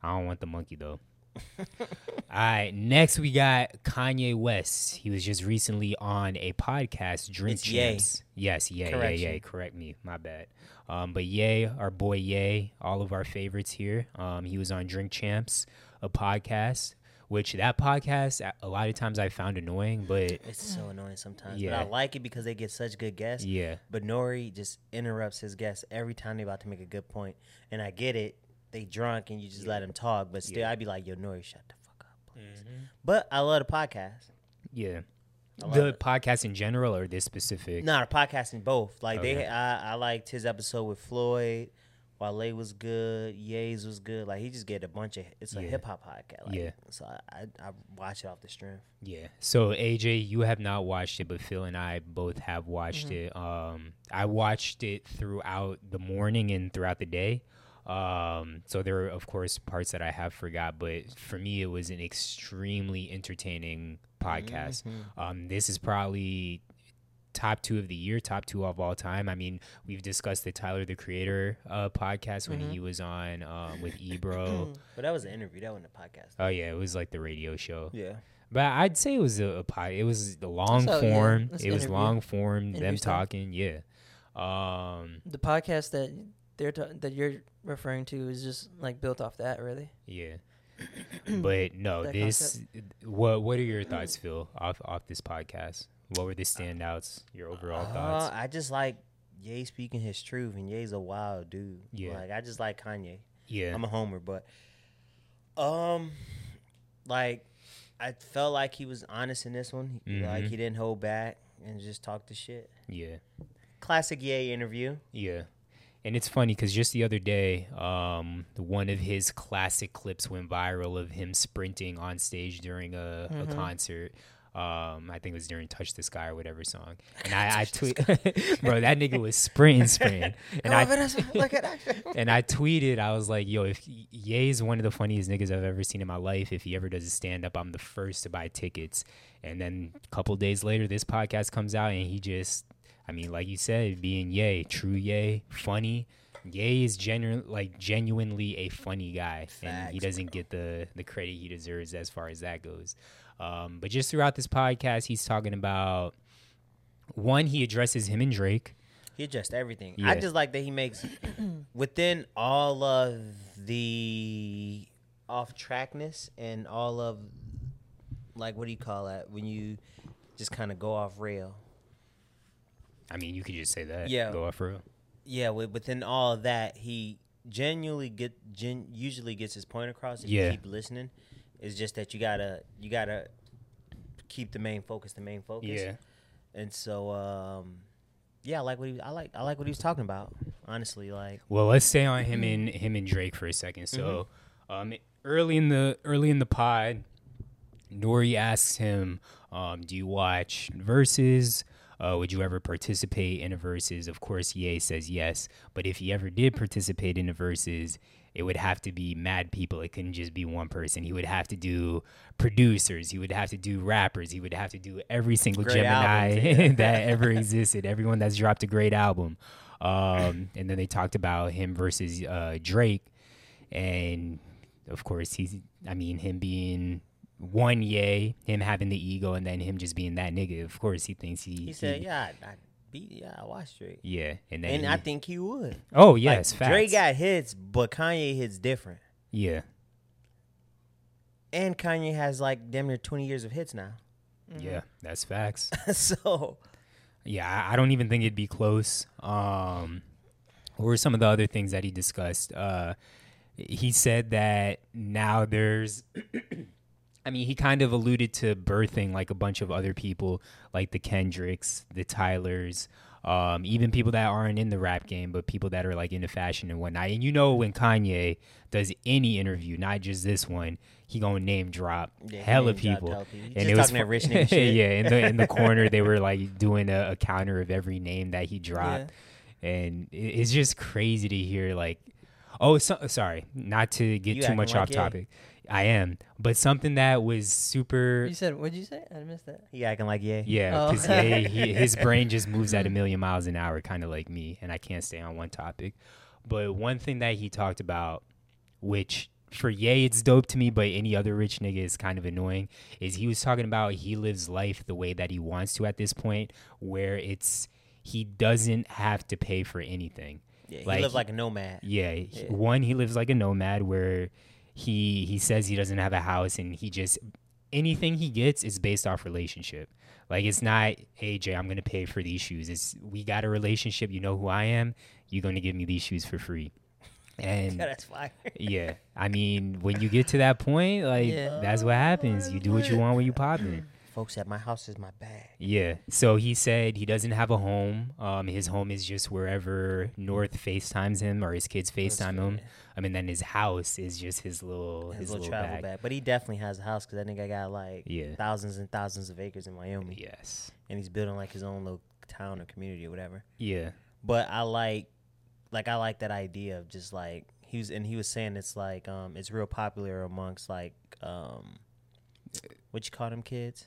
Speaker 1: I don't want the monkey though. all right, next we got Kanye West. He was just recently on a podcast, Drink
Speaker 2: It's Ye.
Speaker 1: Champs. Yes, yay, yay,
Speaker 2: Correction.
Speaker 1: yay. Correct me, my bad. Um, but yay, our boy yay, all of our favorites here. Um, he was on Drink Champs, a podcast. Which that podcast, a- a lot of times I found annoying, but
Speaker 2: It's so annoying sometimes.
Speaker 1: Yeah.
Speaker 2: But I like it because they get such good guests.
Speaker 1: yeah,
Speaker 2: But Nori just interrupts his guests every time they about to make a good point. And I get it. They drunk and you just let them talk. But still,
Speaker 1: Yeah.
Speaker 2: I'd be like, yo, Nori, shut the fuck up, please. But I love the podcast.
Speaker 1: Yeah.
Speaker 2: I love
Speaker 1: The
Speaker 2: it. podcast
Speaker 1: podcast in general or this specific?
Speaker 2: Nah, the podcast and both. Like,
Speaker 1: Okay.
Speaker 2: they, I, I liked his episode with Floyd. Wale was good. Ye's was good. Like, he just get a bunch of, it's a
Speaker 1: Yeah.
Speaker 2: hip hop podcast. Like,
Speaker 1: Yeah.
Speaker 2: So I, I, I watch it off the strength.
Speaker 1: Yeah. So AJ, you have not watched it, but Phil and I both have watched it. Um, I watched it throughout the morning and throughout the day. Um, so there are of course parts that I have forgot, but for me it was an extremely entertaining podcast. Um, this is probably top two of the year, top two of all time. I mean, we've discussed the Tyler the Creator uh, podcast when he was on um, with
Speaker 2: Hmm.
Speaker 1: Ebro.
Speaker 2: But that was an interview. That wasn't a podcast.
Speaker 1: Oh yeah, it was like the radio show.
Speaker 2: Yeah.
Speaker 1: But I'd say it was a, a pod. It was the long
Speaker 3: So, yeah,
Speaker 1: form.
Speaker 3: that's
Speaker 1: it was
Speaker 3: interview-
Speaker 1: long form. Them
Speaker 3: interview style.
Speaker 1: talking. Yeah. Um.
Speaker 3: The podcast that they're ta- that you're referring to is just like built off that, really.
Speaker 1: Yeah. but no,
Speaker 3: That
Speaker 1: this. What What are your thoughts, Phil? Off Off this podcast. What were the standouts? Your overall
Speaker 2: Uh,
Speaker 1: thoughts?
Speaker 2: I just like Ye speaking his truth, and Ye's a wild dude.
Speaker 1: Yeah.
Speaker 2: Like I just like Kanye.
Speaker 1: Yeah.
Speaker 2: I'm a homer, but um, like I felt like he was honest in this one. He- Like
Speaker 1: Mhm.
Speaker 2: he didn't hold back and just talked the shit.
Speaker 1: yeah.
Speaker 2: Classic Ye interview.
Speaker 1: Yeah. And it's funny because just the other day, um, one of his classic clips went viral of him sprinting on stage during a, a concert. Um, I think it was during "Touch the Sky" or whatever song, and I, I tweet, bro, that nigga was sprinting, sprinting, and I
Speaker 2: look at that.
Speaker 1: and I tweeted, I was like, yo, if Ye is one of the funniest niggas I've ever seen in my life, if he ever does a stand up, I'm the first to buy tickets. And then a couple days later, this podcast comes out and he just, I mean, like you said, being Ye, true Ye, funny. Ye is genuine, like genuinely a funny guy, and he
Speaker 2: Facts,
Speaker 1: doesn't get the the credit he deserves as far as that goes. Um, but just throughout this podcast, he's talking about one. He addresses him and Drake.
Speaker 2: He addressed everything. I
Speaker 1: Yeah.
Speaker 2: just like that he makes within all of the off trackness and all of like what do you call that when you just kind of go off rail.
Speaker 1: I mean, you could just say that.
Speaker 2: Yeah.
Speaker 1: go off for real.
Speaker 2: Yeah, wi- within all of that, he genuinely get gen, usually gets his point across if
Speaker 1: Yeah.
Speaker 2: you keep listening. It's just that you gotta you gotta keep the main focus, the main focus.
Speaker 1: Yeah.
Speaker 2: And so, um, yeah, I like what he I like I like what he was talking about. Honestly, like
Speaker 1: Well, let's stay on him and him and Drake for a second. So, Um, early in the early in the pod, Nori asks him, um, "Do you watch verses? Uh, would you ever participate in a verses?" Of course, Ye says yes, but if he ever did participate in a verses, it would have to be mad people. It couldn't just be one person. He would have to do producers. He would have to do rappers. He would have to do every single
Speaker 2: Great
Speaker 1: Gemini
Speaker 2: albums, yeah.
Speaker 1: that ever existed. Everyone that's dropped a great album. Um, and then they talked about him versus uh, Drake, and of course he's. I mean, him being one yay, him having the ego, and then him just being that nigga. Of course, he thinks he.
Speaker 2: He said, "Yeah, I, I beat, yeah, I watched Drake,
Speaker 1: Yeah, and then.
Speaker 2: and
Speaker 1: he-
Speaker 2: I think he would."
Speaker 1: oh yes,
Speaker 2: like,
Speaker 1: facts.
Speaker 2: Drake got hits, but Kanye hits different,
Speaker 1: yeah,
Speaker 2: and Kanye has like damn near twenty years of hits now. Mm-hmm.
Speaker 1: yeah, that's facts.
Speaker 2: so
Speaker 1: Yeah, I- I don't even think it'd be close. Um, what were some of the other things that he discussed? Uh, he said that now there's, I mean, he kind of alluded to birthing like a bunch of other people, like the Kendricks, the Tylers, um, even people that aren't in the rap game, but people that are like into fashion and whatnot. And you know, when Kanye does any interview, not just this one, he gonna name drop
Speaker 2: Yeah, he
Speaker 1: hella
Speaker 2: name dropped
Speaker 1: people.
Speaker 2: hella people. He just talking that rich nigga
Speaker 1: fu-
Speaker 2: shit.
Speaker 1: yeah, in the in the corner they were like doing a, a counter of every name that he dropped, and it, it's just crazy to hear like, oh, so, sorry, not to get
Speaker 2: You
Speaker 1: too
Speaker 2: acting
Speaker 1: much
Speaker 2: like
Speaker 1: off
Speaker 2: Ye.
Speaker 1: topic, I am, but something that was super.
Speaker 3: You said what'd you say? I missed that.
Speaker 2: he acting like yeah,
Speaker 1: Yeah,
Speaker 3: Oh.
Speaker 1: because he, his brain just moves at a million miles an hour, kind of like me, and I can't stay on one topic. But one thing that he talked about, which for Ye, it's dope to me, but any other rich nigga is kind of annoying, is he was talking about he lives life the way that he wants to at this point, where it's he doesn't have to pay for anything.
Speaker 2: yeah he
Speaker 1: Like-
Speaker 2: lived like a nomad.
Speaker 1: Yeah, he- one he lives like a nomad where he he says he doesn't have a house and he just anything he gets is based off relationship. Like it's not AJ, I'm gonna pay for these shoes. It's we got a relationship. You know who I am. You're gonna give me these shoes for free. And
Speaker 2: Yeah, that's fire.
Speaker 1: yeah, I mean, when you get to that point, like
Speaker 3: Yeah.
Speaker 1: that's what happens. You do what you want when you popping.
Speaker 2: Folks at my house is my bag.
Speaker 1: Yeah. So he said he doesn't have a home. Um, his home is just wherever North FaceTimes him or his kids FaceTime him. I mean, then his house is just his little
Speaker 2: His,
Speaker 1: his,
Speaker 2: little, travel bag. but he definitely has a house because that nigga got like
Speaker 1: Yeah.
Speaker 2: thousands and thousands of acres in Wyoming,
Speaker 1: Yes.
Speaker 2: and he's building like his own little town or community or whatever.
Speaker 1: Yeah.
Speaker 2: but I like like I like that idea of just like he was and he was saying it's like um it's real popular amongst like um what you call them kids?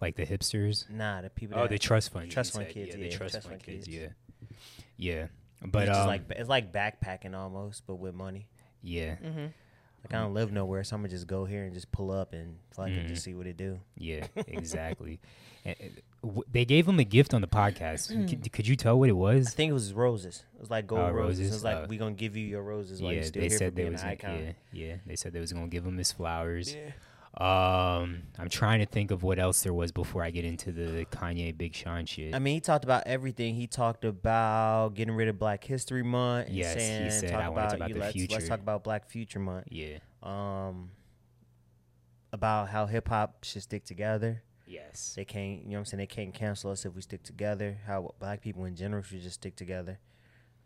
Speaker 1: Like the hipsters.
Speaker 2: Nah, the people.
Speaker 1: Oh,
Speaker 2: that-
Speaker 1: the trust fund.
Speaker 2: trust
Speaker 1: you
Speaker 2: fund
Speaker 1: said.
Speaker 2: kids,
Speaker 1: Yeah, the
Speaker 2: yeah,
Speaker 1: trust,
Speaker 2: trust
Speaker 1: fund
Speaker 2: fund
Speaker 1: kids. Yeah.
Speaker 2: kids.
Speaker 1: Yeah.
Speaker 2: it's
Speaker 1: But
Speaker 2: just
Speaker 1: um,
Speaker 2: like it's like backpacking almost, but with money.
Speaker 1: yeah,
Speaker 3: Mm-hmm.
Speaker 2: Like I don't live nowhere, so I'm gonna just go here and just pull up and fucking
Speaker 1: Mm-hmm.
Speaker 2: just see what it do.
Speaker 1: yeah, exactly. and, uh, w- they gave him a gift on the podcast. could, could you tell what it
Speaker 2: I
Speaker 1: was?
Speaker 2: think it was roses. It was like gold
Speaker 1: Oh,
Speaker 2: roses. It
Speaker 1: roses,
Speaker 2: was like
Speaker 1: oh.
Speaker 2: we gonna give you your roses while
Speaker 1: yeah,
Speaker 2: you're still
Speaker 1: they
Speaker 2: here
Speaker 1: said
Speaker 2: for
Speaker 1: they
Speaker 2: being
Speaker 1: was
Speaker 2: an icon.
Speaker 1: yeah, yeah, they said they was gonna give him his flowers. Um, I'm trying to think of what else there was before I get into the Kanye Big Sean shit.
Speaker 2: I mean, he talked about everything. He talked about getting rid of Black History Month. And
Speaker 1: Yes, he
Speaker 2: saying,
Speaker 1: said,
Speaker 2: talk
Speaker 1: "I wanna talk about
Speaker 2: you-
Speaker 1: the
Speaker 2: let's,
Speaker 1: future."
Speaker 2: Let's talk about Black Future Month.
Speaker 1: yeah.
Speaker 2: Um, about how hip hop should stick together.
Speaker 1: Yes.
Speaker 2: They can't, you know, what I'm saying they can't cancel us if we stick together. How Black people in general should just stick together.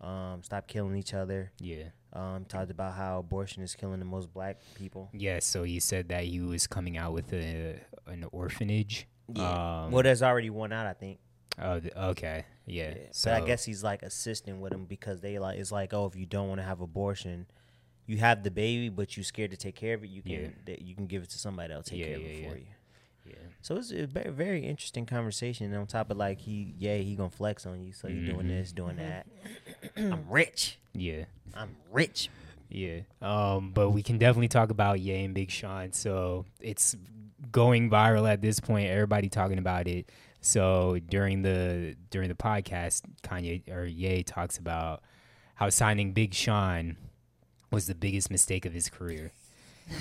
Speaker 2: Um, stop killing each other.
Speaker 1: Yeah.
Speaker 2: Um, talked about how abortion is killing the most Black people.
Speaker 1: Yeah. So he said that he was coming out with a an orphanage. Um,
Speaker 2: well, there's already one out, I think.
Speaker 1: oh, th- okay. Yeah. So
Speaker 2: So I guess he's like assisting with them because they like it's like oh if you don't want to have abortion, you have the baby but you scared to take care of it. You can
Speaker 1: Yeah.
Speaker 2: that you can give it to somebody that'll take
Speaker 1: Yeah,
Speaker 2: care of
Speaker 1: yeah,
Speaker 2: it
Speaker 1: yeah.
Speaker 2: for you.
Speaker 1: Yeah.
Speaker 2: So it's a very, very interesting conversation. And on top of like he yeah he gonna flex on you so you
Speaker 1: Mm-hmm.
Speaker 2: doing this doing that. I'm rich.
Speaker 1: Yeah.
Speaker 2: I'm rich.
Speaker 1: Yeah. Um, but we can definitely talk about Ye and Big Sean. So it's going viral at this point. Everybody talking about it. So during the during the podcast, Kanye or Ye talks about how signing Big Sean was the biggest mistake of his career.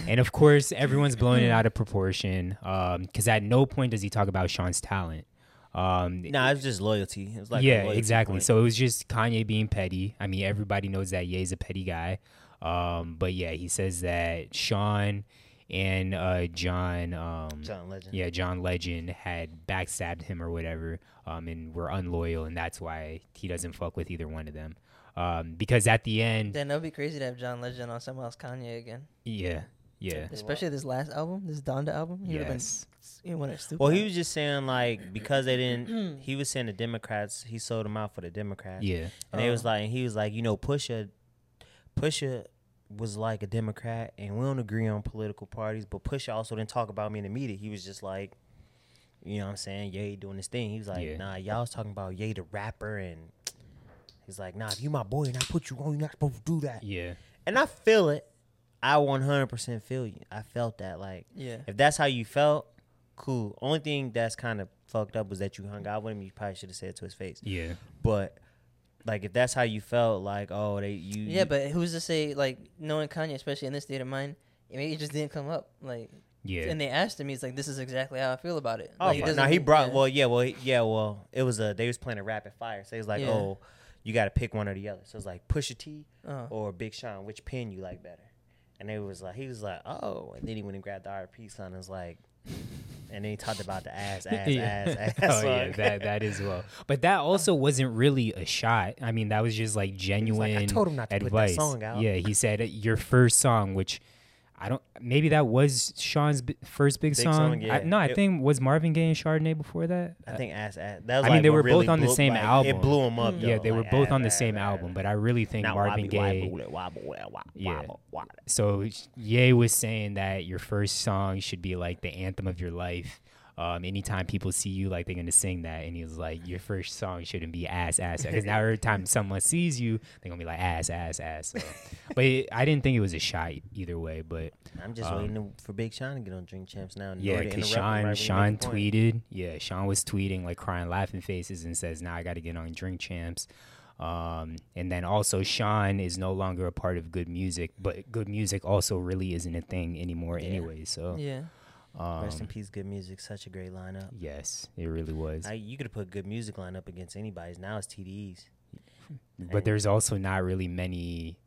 Speaker 1: And of course, everyone's blowing it out of proportion because at no point does he talk about Sean's talent. Um,
Speaker 2: No, nah, it's just loyalty. It was like a
Speaker 1: yeah,
Speaker 2: loyalty
Speaker 1: exactly.
Speaker 2: point.
Speaker 1: So it was just Kanye being petty. I mean, everybody knows that Ye's a petty guy. Um, but yeah, he says that Sean and uh, John. Um,
Speaker 2: John Legend.
Speaker 1: yeah, John Legend had backstabbed him or whatever, um, and were unloyal, and that's why he doesn't fuck with either one of them. Um, because at the end,
Speaker 3: Then that'd be crazy to have John Legend on someone else Kanye again.
Speaker 1: yeah, yeah,
Speaker 3: Especially this last album, this Donda album. He would've
Speaker 1: yes,
Speaker 3: been, he would've stooped
Speaker 2: Well,
Speaker 3: down.
Speaker 2: he was just saying like because they didn't. He was saying the Democrats. He sold them out for the Democrats.
Speaker 1: yeah,
Speaker 2: And it
Speaker 1: Uh.
Speaker 2: was like he was like, you know, Pusha, Pusha was like a Democrat, and we don't agree on political parties. But Pusha also didn't talk about me in the media. He was just like, you know, what I'm saying, Ye doing his thing. He was like,
Speaker 1: Yeah.
Speaker 2: nah, y'all was talking about Ye the rapper, and he's like, nah, if you my boy and I put you on, you're not supposed to do that.
Speaker 1: yeah,
Speaker 2: And I feel it. I 100% feel you. I felt that. Like,
Speaker 3: Yeah.
Speaker 2: if that's how you felt, cool. Only thing that's kind of fucked up was that you hung out with him. You probably should have said it to his face.
Speaker 1: yeah,
Speaker 2: But like, if that's how you felt, like, oh, they you
Speaker 3: Yeah, but who's to say like knowing Kanye, especially in this state of mind, maybe it just didn't come up. Like,
Speaker 1: yeah.
Speaker 3: and they asked him, he's like, "This is exactly how I feel about it."
Speaker 2: oh,
Speaker 3: Like, it
Speaker 2: now
Speaker 3: doesn't
Speaker 2: he
Speaker 3: mean-
Speaker 2: brought
Speaker 3: yeah.
Speaker 2: well, yeah, well, he- yeah, well, it was a they was playing a rapid fire, so he was like,
Speaker 3: Yeah.
Speaker 2: oh, you got to pick one or the other. So it's like Pusha T
Speaker 3: Uh-huh.
Speaker 2: or Big Sean, which pen you like better? And they was like, he was like, oh, and then he went and grabbed the RP son and was like. And then he talked about the ass, ass, ass, ass.
Speaker 1: oh yeah,
Speaker 2: song.
Speaker 1: that that is well. But that also wasn't really a shot. I mean, that was just like
Speaker 2: was
Speaker 1: genuine
Speaker 2: like, "I told him not to put that
Speaker 1: advice.
Speaker 2: song out.
Speaker 1: Yeah, he said your first song, which I don't. Maybe that was Sean's b- first big,
Speaker 2: Big
Speaker 1: song.
Speaker 2: song, yeah.
Speaker 1: I, no, I
Speaker 2: It-
Speaker 1: think was Marvin Gaye and Chardonnay before that.
Speaker 2: I think ass, ass. That was
Speaker 1: I mean,
Speaker 2: like
Speaker 1: they
Speaker 2: what
Speaker 1: were both
Speaker 2: really
Speaker 1: on the
Speaker 2: blew-
Speaker 1: same
Speaker 2: like, It
Speaker 1: album.
Speaker 2: blew him up.
Speaker 1: yeah,
Speaker 2: though,
Speaker 1: they were
Speaker 2: like,
Speaker 1: both
Speaker 2: ass,
Speaker 1: on the
Speaker 2: ass,
Speaker 1: same
Speaker 2: ass.
Speaker 1: album, but I really think
Speaker 2: Now,
Speaker 1: Marvin Gaye.
Speaker 2: wobble, wobble, wobble,
Speaker 1: Yeah.
Speaker 2: wobble, wobble.
Speaker 1: So Ye was saying that your first song should be like the anthem of your life. Um, anytime people see you, like they're gonna sing that, and he was like, "Your first song shouldn't be ass ass because now every time someone sees you, they're gonna be like ass ass ass." So. but it, I didn't think it was a shot either way. But
Speaker 2: I'm just
Speaker 1: Um,
Speaker 2: waiting to- for Big Sean to get on Drink Champs now. in
Speaker 1: yeah,
Speaker 2: order to
Speaker 1: because
Speaker 2: interrupt him right
Speaker 1: Sean
Speaker 2: when he
Speaker 1: Sean
Speaker 2: makes a point.
Speaker 1: tweeted, yeah, Sean was tweeting like crying laughing faces and says, "Now I got to get on Drink Champs." Um, and then also Sean is no longer a part of Good Music, but Good Music also really isn't a thing anymore anyway. So um,
Speaker 3: Yeah.
Speaker 2: Rest in peace, good music. Such a great lineup.
Speaker 1: yes, it really was.
Speaker 2: I, you could have put good music lineup against anybody's. Now it's TDE's.
Speaker 1: but there's also not really many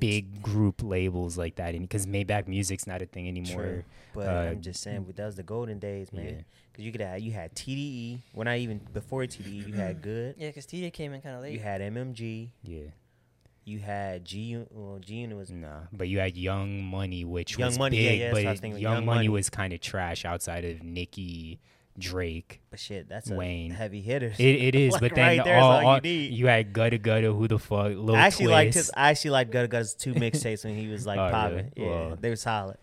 Speaker 1: big group labels like that because Maybach Music's not a thing anymore.
Speaker 2: But
Speaker 1: Uh,
Speaker 2: I'm just saying, but that was the golden days, man.
Speaker 1: yeah.
Speaker 2: Because you could have you had TDE. When I even before TDE, you had Good.
Speaker 3: Yeah, because TJ came in kind of late.
Speaker 2: You had MMG.
Speaker 1: Yeah,
Speaker 2: You had G. Well, G Unit was
Speaker 1: no. But you had Young Money, which
Speaker 2: Young
Speaker 1: was
Speaker 2: Money, yeah,
Speaker 1: big,
Speaker 2: yeah, that's
Speaker 1: but
Speaker 2: what I was thinking,
Speaker 1: Young,
Speaker 2: Young
Speaker 1: Money,
Speaker 2: Money.
Speaker 1: was kind of trash outside of Nicki, Drake.
Speaker 2: But shit, that's a
Speaker 1: Wayne.
Speaker 2: heavy hitters.
Speaker 1: It, it is,
Speaker 2: Like,
Speaker 1: but then
Speaker 2: right there is
Speaker 1: all,
Speaker 2: all you
Speaker 1: all-
Speaker 2: need.
Speaker 1: had Gutta Gutta, who the fuck, Lil
Speaker 2: I actually
Speaker 1: Twist.
Speaker 2: liked his. I actually liked Gutta Gutta's two mixtapes when he was like
Speaker 1: Oh, really?
Speaker 2: popping. Yeah,
Speaker 1: Wow.
Speaker 2: they were solid.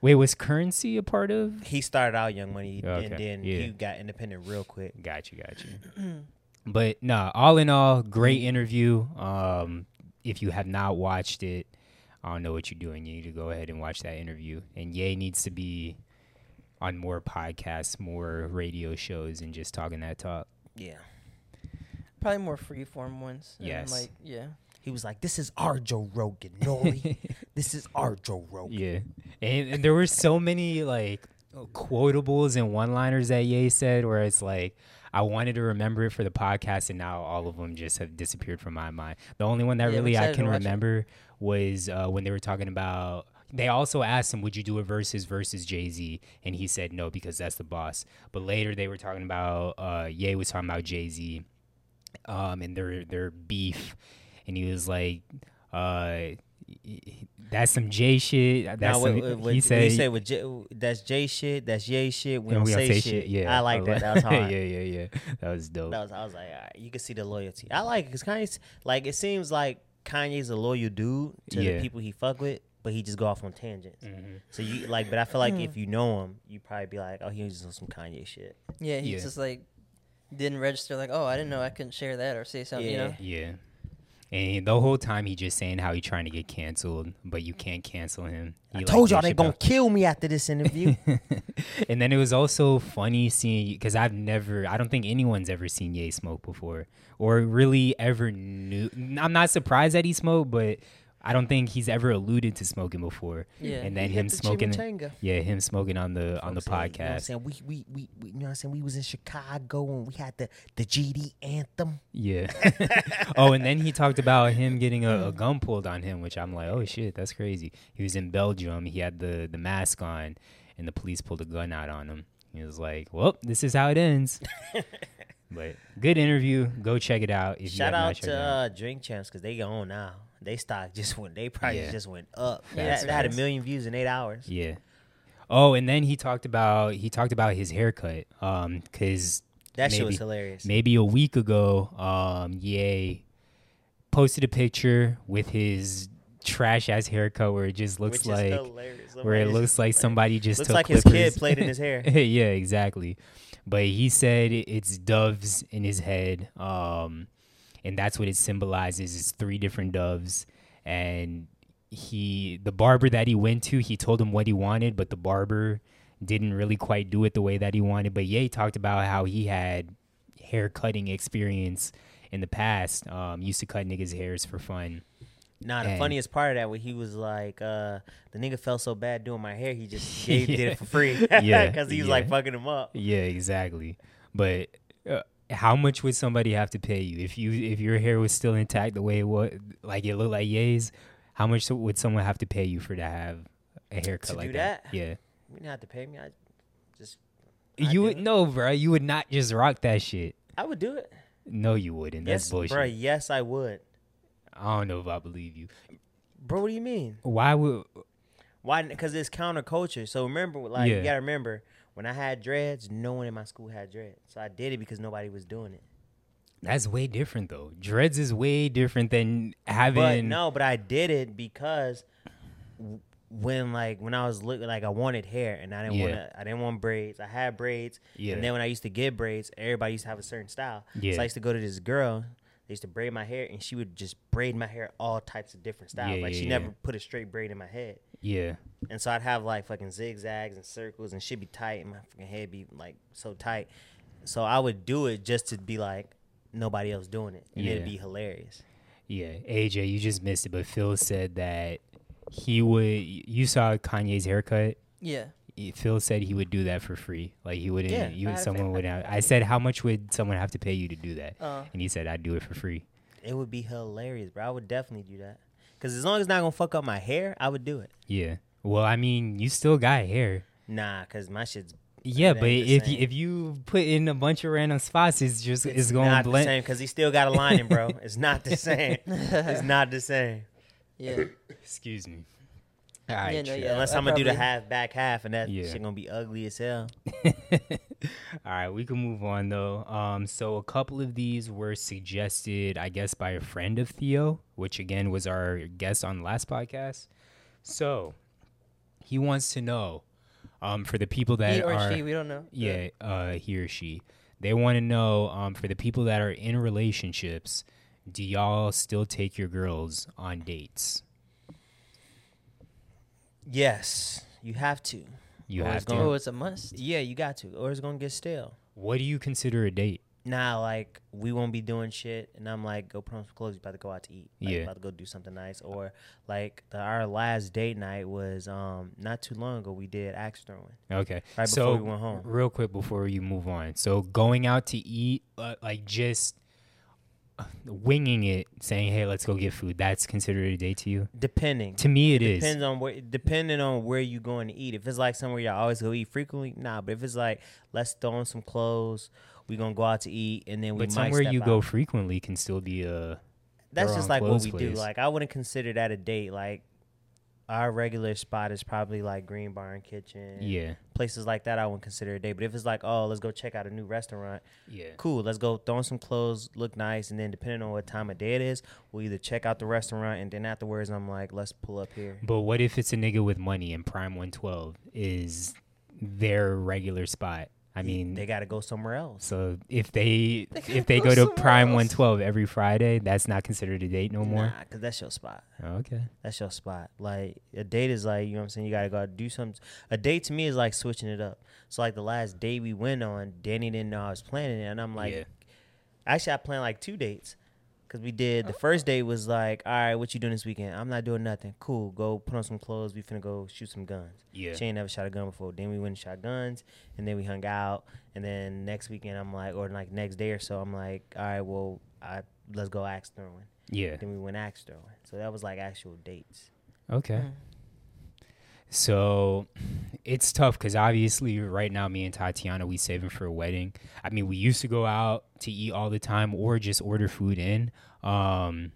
Speaker 1: Wait, was Currency a part of?
Speaker 2: He started out Young Money,
Speaker 1: Okay,
Speaker 2: and then
Speaker 1: yeah.
Speaker 2: he got independent real quick.
Speaker 1: Got you, got you. but nah, all in all, great interview. Um, if you have not watched it, I don't know what you're doing. You need to go ahead and watch that interview. And Ye needs to be on more podcasts, more radio shows, and just talking that talk.
Speaker 2: Yeah,
Speaker 3: Probably more free form ones. and,
Speaker 1: Yes.
Speaker 3: Like yeah.
Speaker 2: he was like, "This is our Joe Rogan, Nori. this is our Joe Rogan."
Speaker 1: Yeah, and, and there were so many like quotables and one-liners that Ye said, where it's like I wanted to remember it for the podcast, and now all of them just have disappeared from my mind. The only one that
Speaker 3: Yeah, I'm
Speaker 1: really I
Speaker 3: excited to
Speaker 1: can
Speaker 3: watch it.
Speaker 1: remember was uh, when they were talking about. They also asked him, "Would you do a versus versus Jay Z?" And he said no because that's the boss. But later they were talking about uh, Ye was talking about Jay Z, um, and their their beef, and he was like, uh, "That's some Jay shit." That's
Speaker 2: Now, what,
Speaker 1: some,
Speaker 2: what, what
Speaker 1: he said.
Speaker 2: he said with J, that's Jay shit, that's Jay shit. We don't say, shit. I like that. That was hard.
Speaker 1: yeah, yeah, yeah. That was dope.
Speaker 2: That was I was like, all right, you can see the loyalty. I like it because Kanye's like it seems like Kanye's a loyal dude to
Speaker 1: Yeah. Mm-hmm.
Speaker 2: the people he fuck with, but he just go off on tangents. So you like, but I feel like if you know him, you probably be like, oh, he was just on some Kanye shit.
Speaker 3: Yeah. He
Speaker 1: Yeah.
Speaker 3: just like didn't register. Like, oh, I didn't know I couldn't share that or say something. You know.
Speaker 1: yeah. And the whole time he just saying how he trying to get canceled, but you can't cancel him. He
Speaker 2: I
Speaker 1: like
Speaker 2: told y'all
Speaker 1: Dave
Speaker 2: they gonna
Speaker 1: Chappelle.
Speaker 2: kill me after this interview.
Speaker 1: And then it was also funny seeing because I've never, I don't think anyone's ever seen Ye smoke before, or really ever knew. I'm not surprised that he smoked, but I don't think he's ever alluded to smoking before.
Speaker 3: Yeah.
Speaker 1: And then him smoking. Yeah, him smoking on the on the
Speaker 2: You know what I'm
Speaker 1: podcast.
Speaker 2: saying? We, we, we, we, you know what I'm saying? We was in Chicago and we had the, the GD anthem.
Speaker 1: Yeah. oh, and then he talked about him getting a, a gun pulled on him, which I'm like, oh shit, that's crazy. He was in Belgium. He had the the mask on, and the police pulled a gun out on him. He was like, well, this is how it ends. but good interview. Go check it out. If
Speaker 2: Shout
Speaker 1: you have not
Speaker 2: out
Speaker 1: checked
Speaker 2: to
Speaker 1: it out.
Speaker 2: uh, Drink Champs because they on now. They stock just went. They prices
Speaker 1: Yeah.
Speaker 2: just went up.
Speaker 1: Facts,
Speaker 2: that, that had a
Speaker 1: facts.
Speaker 2: million views in eight hours.
Speaker 1: Yeah. Oh, and then he talked about he talked about his haircut. Um, cause
Speaker 2: That shit
Speaker 1: maybe-
Speaker 2: was hilarious.
Speaker 1: Maybe a week ago, um, Ye posted a picture with his trash ass haircut where it just looks
Speaker 2: Which
Speaker 1: like
Speaker 2: is hilarious.
Speaker 1: where it
Speaker 2: Somebody
Speaker 1: looks like
Speaker 2: just-
Speaker 1: somebody just
Speaker 2: looks
Speaker 1: took
Speaker 2: like his
Speaker 1: clippers.
Speaker 2: kid played in his hair.
Speaker 1: yeah, exactly. But he said i- it's doves in his head, um, and that's what it symbolizes. Is three different doves, and he the barber that he went to, he told him what he wanted, but the barber didn't really quite do it the way that he wanted. But Ye talked about how he had hair cutting experience in the past. Um, used to cut niggas' hairs for fun.
Speaker 2: Nah, the
Speaker 1: and-
Speaker 2: funniest part of that when he was like, uh, the nigga felt so bad doing my hair, he just gave, did it for free.
Speaker 1: Yeah,
Speaker 2: because he was
Speaker 1: yeah.
Speaker 2: like fucking him up.
Speaker 1: Yeah, exactly. But uh, how much would somebody have to pay you if you if your hair was still intact the way it was, like it looked like Ye's? How much so- would someone have to pay you for to have a haircut
Speaker 2: To
Speaker 1: like
Speaker 2: do that?
Speaker 1: Yeah,
Speaker 2: You didn't have to pay me. I just, I
Speaker 1: you
Speaker 2: do
Speaker 1: would
Speaker 2: it.
Speaker 1: no, bro. You would not just rock that shit.
Speaker 2: I would do it.
Speaker 1: No, you wouldn't.
Speaker 2: Yes,
Speaker 1: That's bullshit.
Speaker 2: bro. Yes, I would.
Speaker 1: I don't know if I believe you.
Speaker 2: Bro, what do you mean?
Speaker 1: Why would?
Speaker 2: Why? Because it's counterculture. So remember, like
Speaker 1: Yeah.
Speaker 2: you gotta remember, when I had dreads, no one in my school had dreads. So I did it because nobody was doing it.
Speaker 1: That's way different though. Dreads is way different than
Speaker 2: But
Speaker 1: having.
Speaker 2: no, but I did it because w- when like when I was looking like I wanted hair and I didn't
Speaker 1: Yeah.
Speaker 2: want to I didn't want braids. I had braids.
Speaker 1: Yeah.
Speaker 2: And then when I used to get braids, everybody used to have a certain style.
Speaker 1: Yeah.
Speaker 2: So I used to go to this girl. They used to braid my hair, and she would just braid my hair all types of different styles.
Speaker 1: Yeah,
Speaker 2: like
Speaker 1: yeah,
Speaker 2: she
Speaker 1: yeah.
Speaker 2: never put a straight braid in my head.
Speaker 1: Yeah.
Speaker 2: And so I'd have like fucking zigzags and circles and shit be tight and my fucking head be like so tight. So I would do it just to be like nobody else doing it. And
Speaker 1: Yeah.
Speaker 2: it'd be hilarious.
Speaker 1: Yeah, AJ, you just missed it, but Phil said that he would. You saw Kanye's haircut.
Speaker 3: Yeah.
Speaker 1: He- Phil said he would do that for free. Like he wouldn't.
Speaker 2: Yeah,
Speaker 1: you
Speaker 2: I-
Speaker 1: would- someone would. Have, I said, "How much would someone have to pay you to do that?"
Speaker 3: Uh.
Speaker 1: and he said, "I'd do it for free."
Speaker 2: It would be hilarious, bro. I would definitely do that. Cause as long as it's not gonna fuck up my hair, I would do it.
Speaker 1: Yeah. Well, I mean, you still got hair.
Speaker 2: Nah, cause my shit's
Speaker 1: Yeah,
Speaker 2: ain't
Speaker 1: but
Speaker 2: the
Speaker 1: if you,
Speaker 2: same.
Speaker 1: if you put in a bunch of random spots, it's just it's, going to
Speaker 2: not the
Speaker 1: blend.
Speaker 2: same. Cause he still got a lining, bro. It's not the same. it's not the same.
Speaker 3: Yeah.
Speaker 1: Excuse me. All right.
Speaker 3: Yeah, no,
Speaker 1: Trey.
Speaker 3: yeah.
Speaker 2: Unless
Speaker 3: I
Speaker 2: I'm gonna do the
Speaker 3: probably-
Speaker 2: half back half, and that
Speaker 1: Yeah.
Speaker 2: shit gonna be ugly as hell.
Speaker 1: All right, we can move on though. Um, so a couple of these were suggested, I guess, by a friend of Theo, which again was our guest on the last podcast. So he wants to know, um, for the people that
Speaker 3: He or
Speaker 1: are
Speaker 3: she, we don't know.
Speaker 1: yeah, uh, he or she, they want to know, um, for the people that are in relationships, do y'all still take your girls on dates?
Speaker 2: Yes, you have to.
Speaker 1: You
Speaker 2: Or
Speaker 1: have
Speaker 2: it's
Speaker 1: to.
Speaker 2: gonna-
Speaker 3: Oh, it's a must.
Speaker 2: Yeah, you got to, or it's gonna get stale.
Speaker 1: What do you consider a date?
Speaker 2: nah, like we won't be doing shit. And I'm like, go put on some clothes. You about to go out to eat. Like,
Speaker 1: Yeah.
Speaker 2: About to go do something nice. Or like the, our last date night was um not too long ago. We did axe throwing.
Speaker 1: Okay.
Speaker 2: Right
Speaker 1: so,
Speaker 2: before we went home.
Speaker 1: Real quick before you move on. So going out to eat, uh, like just winging it, saying, "Hey, let's go get food." That's considered a date to you.
Speaker 2: Depending.
Speaker 1: To me, it is.
Speaker 2: Depends on where, depending on where you going to eat. If it's like somewhere y'all always go eat frequently, nah. But if it's like let's throw on some clothes, we gonna go out to eat, and then we
Speaker 1: But
Speaker 2: might
Speaker 1: somewhere
Speaker 2: step
Speaker 1: you go
Speaker 2: out.
Speaker 1: frequently can still be a.
Speaker 2: That's
Speaker 1: throw on
Speaker 2: just like what
Speaker 1: clothes,
Speaker 2: we do.
Speaker 1: please.
Speaker 2: Like I wouldn't consider that a date. Like our regular spot is probably like Green Barn Kitchen.
Speaker 1: Yeah.
Speaker 2: places like that I wouldn't consider a date. But if it's like, oh, let's go check out a new restaurant,
Speaker 1: Yeah.
Speaker 2: cool, let's go throw on some clothes, look nice, and then depending on what time of day it is, we'll either check out the restaurant and then afterwards I'm like, let's pull up here.
Speaker 1: But what if it's a nigga with money and Prime One Twelve is their regular spot? I mean,
Speaker 2: They gotta go somewhere else.
Speaker 1: so if they
Speaker 3: gotta
Speaker 1: if they
Speaker 3: go
Speaker 1: go to
Speaker 3: somewhere
Speaker 1: Prime
Speaker 3: else.
Speaker 1: One Twelve every Friday, that's not considered a date no more.
Speaker 2: Nah, cause that's your spot.
Speaker 1: Okay.
Speaker 2: That's your spot. Like a date is like, you know what I'm saying? You gotta go out and do something. A date to me is like switching it up. So like the last day we went on, Danny didn't know I was planning it, and I'm like,
Speaker 1: Yeah.
Speaker 2: actually I planned like two dates. Cause we did
Speaker 1: Oh.
Speaker 2: the first day was like, all right, what you doing this weekend? I'm not doing nothing. Cool, go put on some clothes. We finna go shoot some guns.
Speaker 1: Yeah.
Speaker 2: She ain't never shot a gun before. Then we went and shot guns, and then we hung out. And then next weekend, I'm like, or like next day or so, I'm like, all right, well, I let's go axe throwing.
Speaker 1: Yeah.
Speaker 2: Then we went axe throwing. So that was like actual dates.
Speaker 1: Okay.
Speaker 3: Mm.
Speaker 1: So it's tough because obviously right now me and Tatiana we saving for a wedding. I mean we used to go out to eat all the time or just order food in. Um,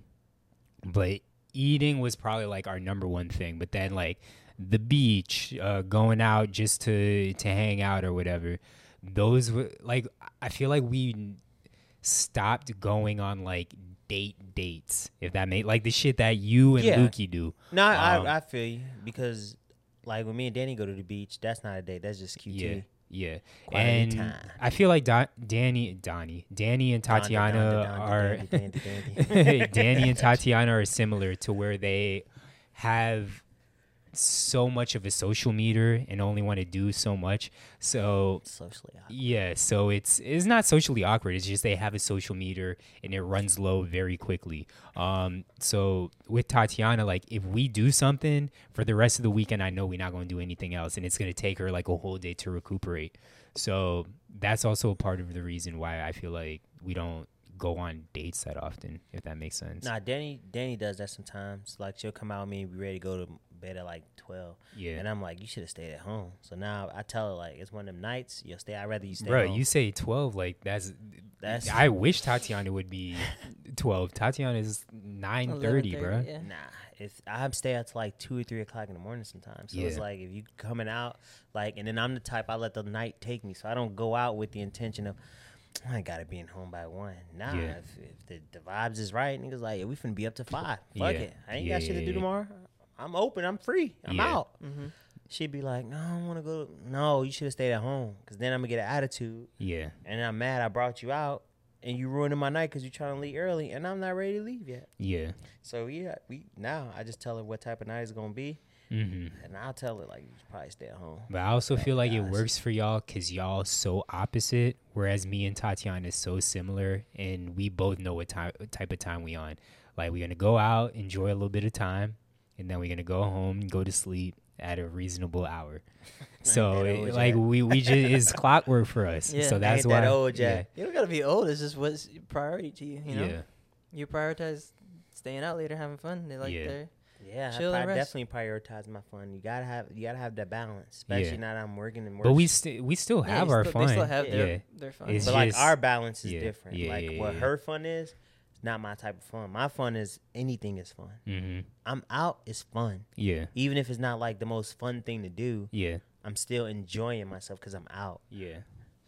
Speaker 1: but eating was probably like our number one thing. But then like the beach, uh, going out just to to hang out or whatever. Those were like I feel like we stopped going on like date dates if that made like the shit that you and
Speaker 2: Yeah.
Speaker 1: Lukey do.
Speaker 2: No, I,
Speaker 1: Um,
Speaker 2: I, I feel you because like when me and Danny go to the beach, that's not a date. That's just QT.
Speaker 1: Yeah, yeah.
Speaker 2: Quality
Speaker 1: and
Speaker 2: time.
Speaker 1: I feel like Don, Danny, Donnie, Danny and
Speaker 2: Donda,
Speaker 1: Tatiana
Speaker 2: donda, donda,
Speaker 1: are
Speaker 2: dandy, dandy, dandy.
Speaker 1: Danny and Tatiana are similar to where they have so much of a social meter and only want to do so much. So
Speaker 2: socially awkward.
Speaker 1: yeah, so it's it's not socially awkward. It's just they have a social meter and it runs low very quickly. Um, so with Tatiana, like if we do something for the rest of the weekend, I know we're not going to do anything else, and it's going to take her like a whole day to recuperate. So that's also a part of the reason why I feel like we don't go on dates that often, if that makes sense.
Speaker 2: Nah, Danny Danny does that sometimes. Like she'll come out with me and be ready to go to bed at like twelve.
Speaker 1: Yeah.
Speaker 2: And I'm like, you should have stayed at home. So now I tell her like it's one of them nights. You'll stay. I'd rather you stay.
Speaker 1: Bro,
Speaker 2: home.
Speaker 1: you say twelve like that's.
Speaker 2: That's-
Speaker 1: I wish Tatiana would be twelve. Tatiana is nine thirty, bro.
Speaker 3: 11:30, yeah.
Speaker 2: Nah, if I'm stay out till like two or three o'clock in the morning sometimes. So it's
Speaker 1: Yeah.
Speaker 2: like if you coming out, like, and then I'm the type I let the night take me, so I don't go out with the intention of I gotta be in home by one. Nah,
Speaker 1: Yeah.
Speaker 2: if, if the, the vibes is right, niggas like yeah, we finna be up to five. Fuck
Speaker 1: Yeah.
Speaker 2: it, I ain't
Speaker 1: Yeah,
Speaker 2: got shit
Speaker 1: yeah,
Speaker 2: to do
Speaker 1: yeah.
Speaker 2: tomorrow. I'm open. I'm free. I'm
Speaker 1: Yeah.
Speaker 2: out. She'd be like, no, I don't want to go. No, you should have stayed at home, cause then I'm gonna get an attitude,
Speaker 1: Yeah.
Speaker 2: and I'm mad I brought you out, and you ruining my night, cause you trying to leave early, and I'm not ready to leave yet.
Speaker 1: Yeah.
Speaker 2: So yeah, we now I just tell her what type of night it's gonna be,
Speaker 1: hmm
Speaker 2: and I'll tell her like you should probably stay at home.
Speaker 1: But I also feel like it
Speaker 2: gosh.
Speaker 1: works for y'all because y'all so opposite, whereas me and Tatiana is so similar, and we both know what time, type of time we on. Like we're gonna go out, enjoy a little bit of time, and then we're gonna go home and go to sleep at a reasonable hour. So
Speaker 2: that
Speaker 1: it-
Speaker 2: old
Speaker 1: like
Speaker 2: jet.
Speaker 1: we we just it's clockwork for us.
Speaker 3: Yeah.
Speaker 1: so that's
Speaker 2: Ain't
Speaker 1: why
Speaker 2: that old Jack.
Speaker 3: You don't gotta be old. It's just what's priority to you. You
Speaker 1: Yeah,
Speaker 3: know,
Speaker 1: yeah,
Speaker 3: you prioritize staying out later, having fun. They like
Speaker 1: Yeah.
Speaker 3: their
Speaker 2: Yeah, I,
Speaker 3: Chill and
Speaker 2: pri-
Speaker 3: rest.
Speaker 2: definitely prioritize my fun. You gotta have you gotta have that balance, especially
Speaker 1: Yeah.
Speaker 2: now that I'm working and working.
Speaker 1: but we still we still have
Speaker 3: yeah,
Speaker 1: our
Speaker 3: they still,
Speaker 1: fun.
Speaker 3: They still have their
Speaker 1: yeah,
Speaker 3: their fun.
Speaker 1: It's
Speaker 2: but like
Speaker 1: just-
Speaker 2: our balance is
Speaker 1: yeah,
Speaker 2: different.
Speaker 1: yeah,
Speaker 2: like
Speaker 1: yeah,
Speaker 2: what
Speaker 1: yeah.
Speaker 2: her fun is, it's not my type of fun. My fun is anything is fun.
Speaker 1: hmm
Speaker 2: I'm out is fun,
Speaker 1: yeah,
Speaker 2: even if it's not like the most fun thing to do.
Speaker 1: yeah,
Speaker 2: I'm still enjoying myself because I'm out.
Speaker 1: yeah.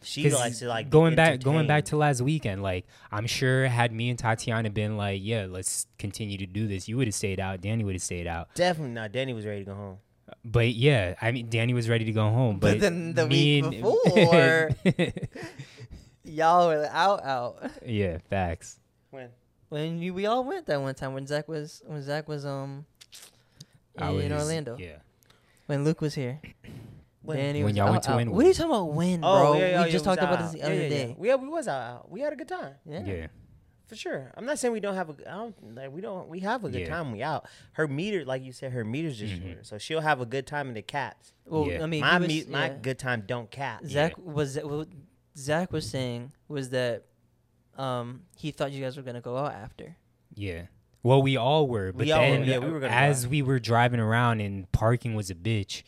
Speaker 2: She
Speaker 1: 'Cause
Speaker 2: likes to like
Speaker 1: going back going back
Speaker 2: entertain.
Speaker 1: to last weekend like i'm sure had me and tatiana been like yeah let's continue to do this you would have stayed out danny would have stayed out
Speaker 2: definitely not. Danny was ready to go home.
Speaker 1: but yeah i mean danny was ready to go home but,
Speaker 3: But then the
Speaker 1: me and-
Speaker 3: week before- Y'all were out out.
Speaker 1: yeah facts
Speaker 2: When
Speaker 3: When you, we all went that one time when Zach was when Zach was um
Speaker 1: I
Speaker 3: in
Speaker 1: was-
Speaker 3: Orlando
Speaker 1: yeah
Speaker 3: when Luke was here.
Speaker 2: When?
Speaker 3: Danny
Speaker 1: When
Speaker 3: was
Speaker 1: y'all
Speaker 3: out,
Speaker 1: went to
Speaker 3: out.
Speaker 1: Inwood.
Speaker 3: What are you talking about? When,
Speaker 2: Oh,
Speaker 3: bro? we just
Speaker 2: we was
Speaker 3: talked about
Speaker 2: out.
Speaker 3: this the other
Speaker 2: yeah, yeah,
Speaker 3: day.
Speaker 2: Yeah. We, we was out, out. We had a good time
Speaker 3: Yeah.
Speaker 1: yeah,
Speaker 2: for sure. I'm not saying we don't have a. g- I don't like we don't. We have a good
Speaker 1: Yeah.
Speaker 2: time. We out. Her meter, like you said, her meter's just shorter, so she'll have a good time in the caps.
Speaker 3: Well,
Speaker 1: Yeah.
Speaker 3: Mm-hmm. I mean,
Speaker 2: my
Speaker 3: he was-
Speaker 2: me- my
Speaker 3: yeah.
Speaker 2: good time don't cap.
Speaker 3: Zach was what Zach was saying was that um he thought you guys were gonna go out after.
Speaker 1: yeah well we all were but
Speaker 2: We all were,
Speaker 1: then
Speaker 2: yeah, we were gonna
Speaker 1: as
Speaker 2: drive.
Speaker 1: we were driving around and parking was a bitch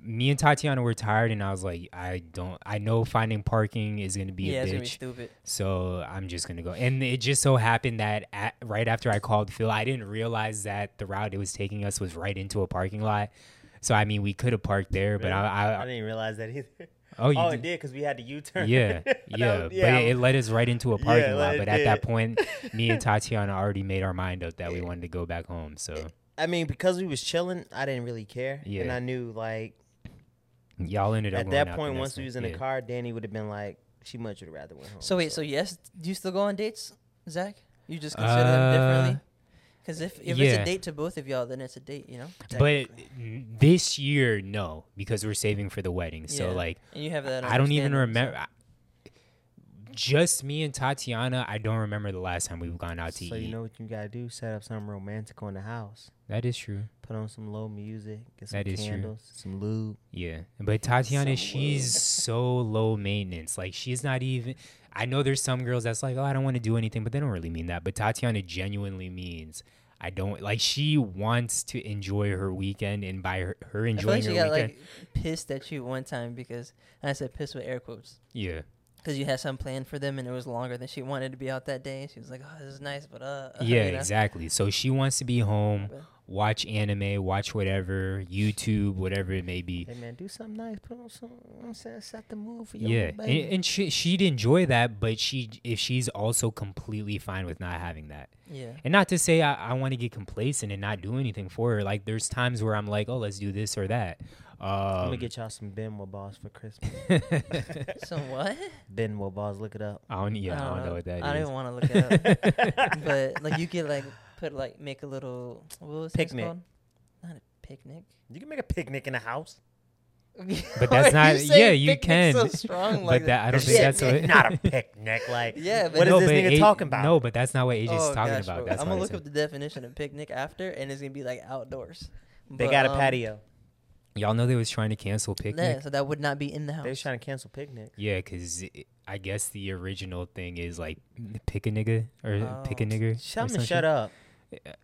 Speaker 1: me and Tatiana were tired, and I was like, "I don't. I know finding parking is gonna be
Speaker 3: yeah,
Speaker 1: a
Speaker 3: it's
Speaker 1: bitch.
Speaker 3: gonna be stupid.
Speaker 1: So I'm just gonna go. And it just so happened that at, right after I called Phil, I didn't realize that the route it was taking us was right into a parking lot. So I mean, we could have parked there, but
Speaker 2: I
Speaker 1: I, I,
Speaker 2: didn't realize that either.
Speaker 1: oh, you
Speaker 2: oh, it
Speaker 1: did.
Speaker 2: did because we had to U-turn.
Speaker 1: Yeah,
Speaker 2: That
Speaker 1: yeah,
Speaker 2: was-
Speaker 1: but
Speaker 2: I
Speaker 1: it, it
Speaker 2: was-
Speaker 1: led us right into a parking
Speaker 2: Yeah,
Speaker 1: lot.
Speaker 2: it
Speaker 1: But at that
Speaker 2: did.
Speaker 1: point, me and Tatiana already made our mind up that we wanted to go back home. So
Speaker 2: I mean, because we was chilling, I didn't really care,
Speaker 1: Yeah.
Speaker 2: and I knew like
Speaker 1: y'all ended up
Speaker 2: at
Speaker 1: going
Speaker 2: that
Speaker 1: out
Speaker 2: point,
Speaker 1: the
Speaker 2: once
Speaker 1: next
Speaker 2: we was in
Speaker 1: night.
Speaker 2: the car, Danny would have been like, she much would have rather went home.
Speaker 3: So wait, so yes, do you still go on dates, Zach? You just consider them differently?
Speaker 1: Uh,
Speaker 3: Because if if it's
Speaker 1: yeah.
Speaker 3: a date to both of y'all, then it's a date, you know.
Speaker 1: But this year, no, because we're saving for the wedding. So
Speaker 3: Yeah.
Speaker 1: like.
Speaker 3: And you have that.
Speaker 1: I don't even
Speaker 3: understanding, so-
Speaker 1: remember. I- just me and Tatiana, I don't remember the last time we've gone out to
Speaker 2: So
Speaker 1: eat.
Speaker 2: you know what you gotta do? Set up something romantic in the house.
Speaker 1: that is true.
Speaker 2: Put on some low music. Get some
Speaker 1: That is true.
Speaker 2: candles. Some lube.
Speaker 1: Yeah, but Tatiana,
Speaker 3: Some
Speaker 1: she's so low maintenance. Like she's not even. I know there's some girls that's like, oh, I don't want to do anything, but they don't really mean that. But Tatiana genuinely means I don't like. She wants to enjoy her weekend, and by her, her
Speaker 3: I feel
Speaker 1: enjoying
Speaker 3: like she
Speaker 1: her
Speaker 3: got
Speaker 1: weekend,
Speaker 3: like pissed at you one time because and I said pissed with air quotes
Speaker 1: yeah,
Speaker 3: because you had some plan for them and it was longer than she wanted to be out that day. She was like, "Oh, this is nice, but uh."
Speaker 1: yeah,
Speaker 3: you know?
Speaker 1: exactly. So she wants to be home,
Speaker 3: But-
Speaker 1: watch anime, watch whatever, YouTube, whatever it may be.
Speaker 2: Hey man, do something nice. Put on some. You know what I'm saying, set the mood for your
Speaker 1: Yeah, and,
Speaker 2: baby.
Speaker 1: and she she'd enjoy that, but she if she's also completely fine with not having that.
Speaker 3: Yeah.
Speaker 1: And not to say I, I want to get complacent and not do anything for her. Like there's times where I'm like, oh, let's do this or that.
Speaker 2: I'm
Speaker 1: Um,
Speaker 2: gonna get y'all some Benwa balls for Christmas.
Speaker 3: So what?
Speaker 2: Benwa balls, look it up.
Speaker 1: I don't, yeah, I don't, know what that is.
Speaker 3: Uh, I didn't want to look it up, but like you could like put like make a little what was this
Speaker 2: Picnic.
Speaker 3: called? Not a picnic.
Speaker 2: You can make a picnic in the house.
Speaker 1: But that's
Speaker 3: Why are
Speaker 1: not-
Speaker 3: you saying
Speaker 1: yeah, you
Speaker 3: picnic
Speaker 1: can.
Speaker 3: So strong
Speaker 1: but
Speaker 3: like
Speaker 1: that, I don't
Speaker 2: It's
Speaker 1: think
Speaker 2: shit,
Speaker 1: that's what.
Speaker 2: it's not a picnic. Like,
Speaker 3: Yeah, but
Speaker 2: what is
Speaker 1: No,
Speaker 2: this
Speaker 1: but
Speaker 2: nigga
Speaker 1: A-
Speaker 2: talking about?
Speaker 1: No, but that's not what AJ's
Speaker 3: Oh,
Speaker 1: talking
Speaker 3: gosh,
Speaker 1: about.
Speaker 3: bro.
Speaker 1: That's
Speaker 3: I'm
Speaker 1: what
Speaker 3: gonna
Speaker 1: I
Speaker 3: look
Speaker 1: said.
Speaker 3: up the definition of picnic after, and it's gonna be like outdoors.
Speaker 2: they
Speaker 3: But,
Speaker 2: got a
Speaker 3: um,
Speaker 2: patio.
Speaker 1: Y'all know they was trying to cancel
Speaker 3: Yeah,
Speaker 1: picnic.
Speaker 3: so that would not be in the house.
Speaker 2: They was trying to cancel picnic.
Speaker 1: Yeah, because I guess the original thing is like pick a nigga or pick a
Speaker 3: Oh.
Speaker 1: nigga.
Speaker 2: Shut,
Speaker 1: or
Speaker 2: up and
Speaker 1: some
Speaker 2: shut
Speaker 1: shit.
Speaker 2: up.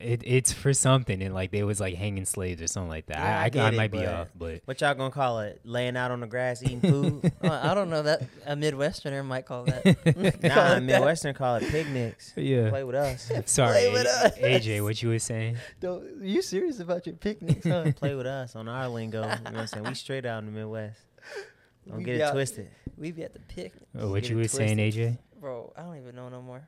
Speaker 1: It, it's for something, and like they was like hanging slaves or something like that.
Speaker 2: Yeah, I
Speaker 1: I, I, I
Speaker 2: get it,
Speaker 1: might be
Speaker 2: but-
Speaker 1: off, but
Speaker 2: What y'all gonna call it? Laying out on the grass eating food?
Speaker 3: Uh, I don't know that a Midwesterner might call that. Call it
Speaker 2: nah,
Speaker 3: that.
Speaker 2: Midwestern call it picnics.
Speaker 1: yeah.
Speaker 2: Play with us.
Speaker 1: Sorry,
Speaker 3: Play with
Speaker 1: A-
Speaker 3: us.
Speaker 1: AJ, what you was saying?
Speaker 3: Don't- you serious about your picnics? Huh?
Speaker 2: Play with us on our lingo. You know what I'm saying? We straight out in the Midwest. Don't
Speaker 3: We
Speaker 2: get
Speaker 3: be
Speaker 2: it
Speaker 3: out-
Speaker 2: twisted.
Speaker 3: We be at the picnic,
Speaker 1: Oh, what
Speaker 2: get
Speaker 1: you
Speaker 2: it
Speaker 1: was saying, AJ?
Speaker 3: bro. I don't even know no more.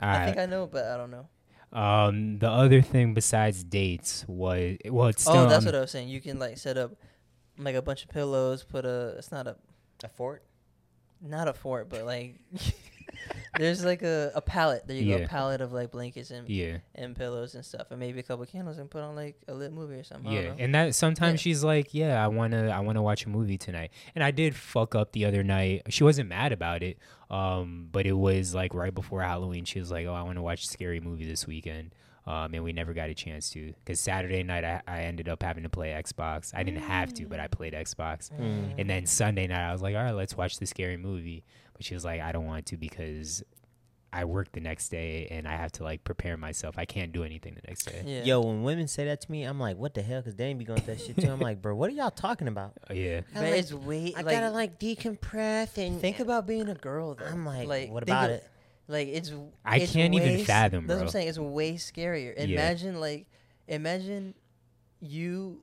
Speaker 1: All
Speaker 3: I
Speaker 1: right.
Speaker 3: think I know, but I don't know.
Speaker 1: um, the other thing besides dates was well, it's still
Speaker 3: oh, that's
Speaker 1: on-
Speaker 3: what I was saying. You can like set up, make a bunch of pillows, put a. It's not a
Speaker 2: A fort?
Speaker 3: not a fort, but like there's like a a pallet. There you go,
Speaker 1: Yeah.
Speaker 3: a pallet of like blankets and
Speaker 1: yeah,
Speaker 3: and pillows and stuff, and maybe a couple candles, and put on like a lit movie or something. I
Speaker 1: yeah,
Speaker 3: don't know.
Speaker 1: and that sometimes she's like, yeah, I wanna, I wanna watch a movie tonight, and I did fuck up the other night. She wasn't mad about it, um, but it was like right before Halloween. She was like, oh, I want to watch a scary movie this weekend. Um, and we never got a chance to because Saturday night I, I ended up having to play Xbox. I didn't have to, but I played Xbox. And
Speaker 3: Mm.
Speaker 1: then Sunday night, I was like, all right, let's watch the scary movie. But she was like, I don't want to because I work the next day and I have to like prepare myself. I can't do anything the next day.
Speaker 3: yeah.
Speaker 2: Yo, when women say that to me, I'm like, what the hell? Because they ain't be going through that shit too. I'm like, bro, what are y'all talking about?
Speaker 1: Uh, Yeah.
Speaker 2: I
Speaker 3: But
Speaker 2: like-
Speaker 3: it's way
Speaker 2: I
Speaker 3: like mm,
Speaker 2: gotta like decompress and
Speaker 3: think about being a girl though.
Speaker 2: I'm like, what
Speaker 3: think
Speaker 2: about
Speaker 3: of-
Speaker 2: it?
Speaker 3: Like it's
Speaker 1: I
Speaker 3: it's
Speaker 1: can't even
Speaker 3: way s-
Speaker 1: fathom,
Speaker 3: That's what
Speaker 1: bro.
Speaker 3: I'm saying. It's way scarier.
Speaker 1: Yeah.
Speaker 3: Imagine like imagine you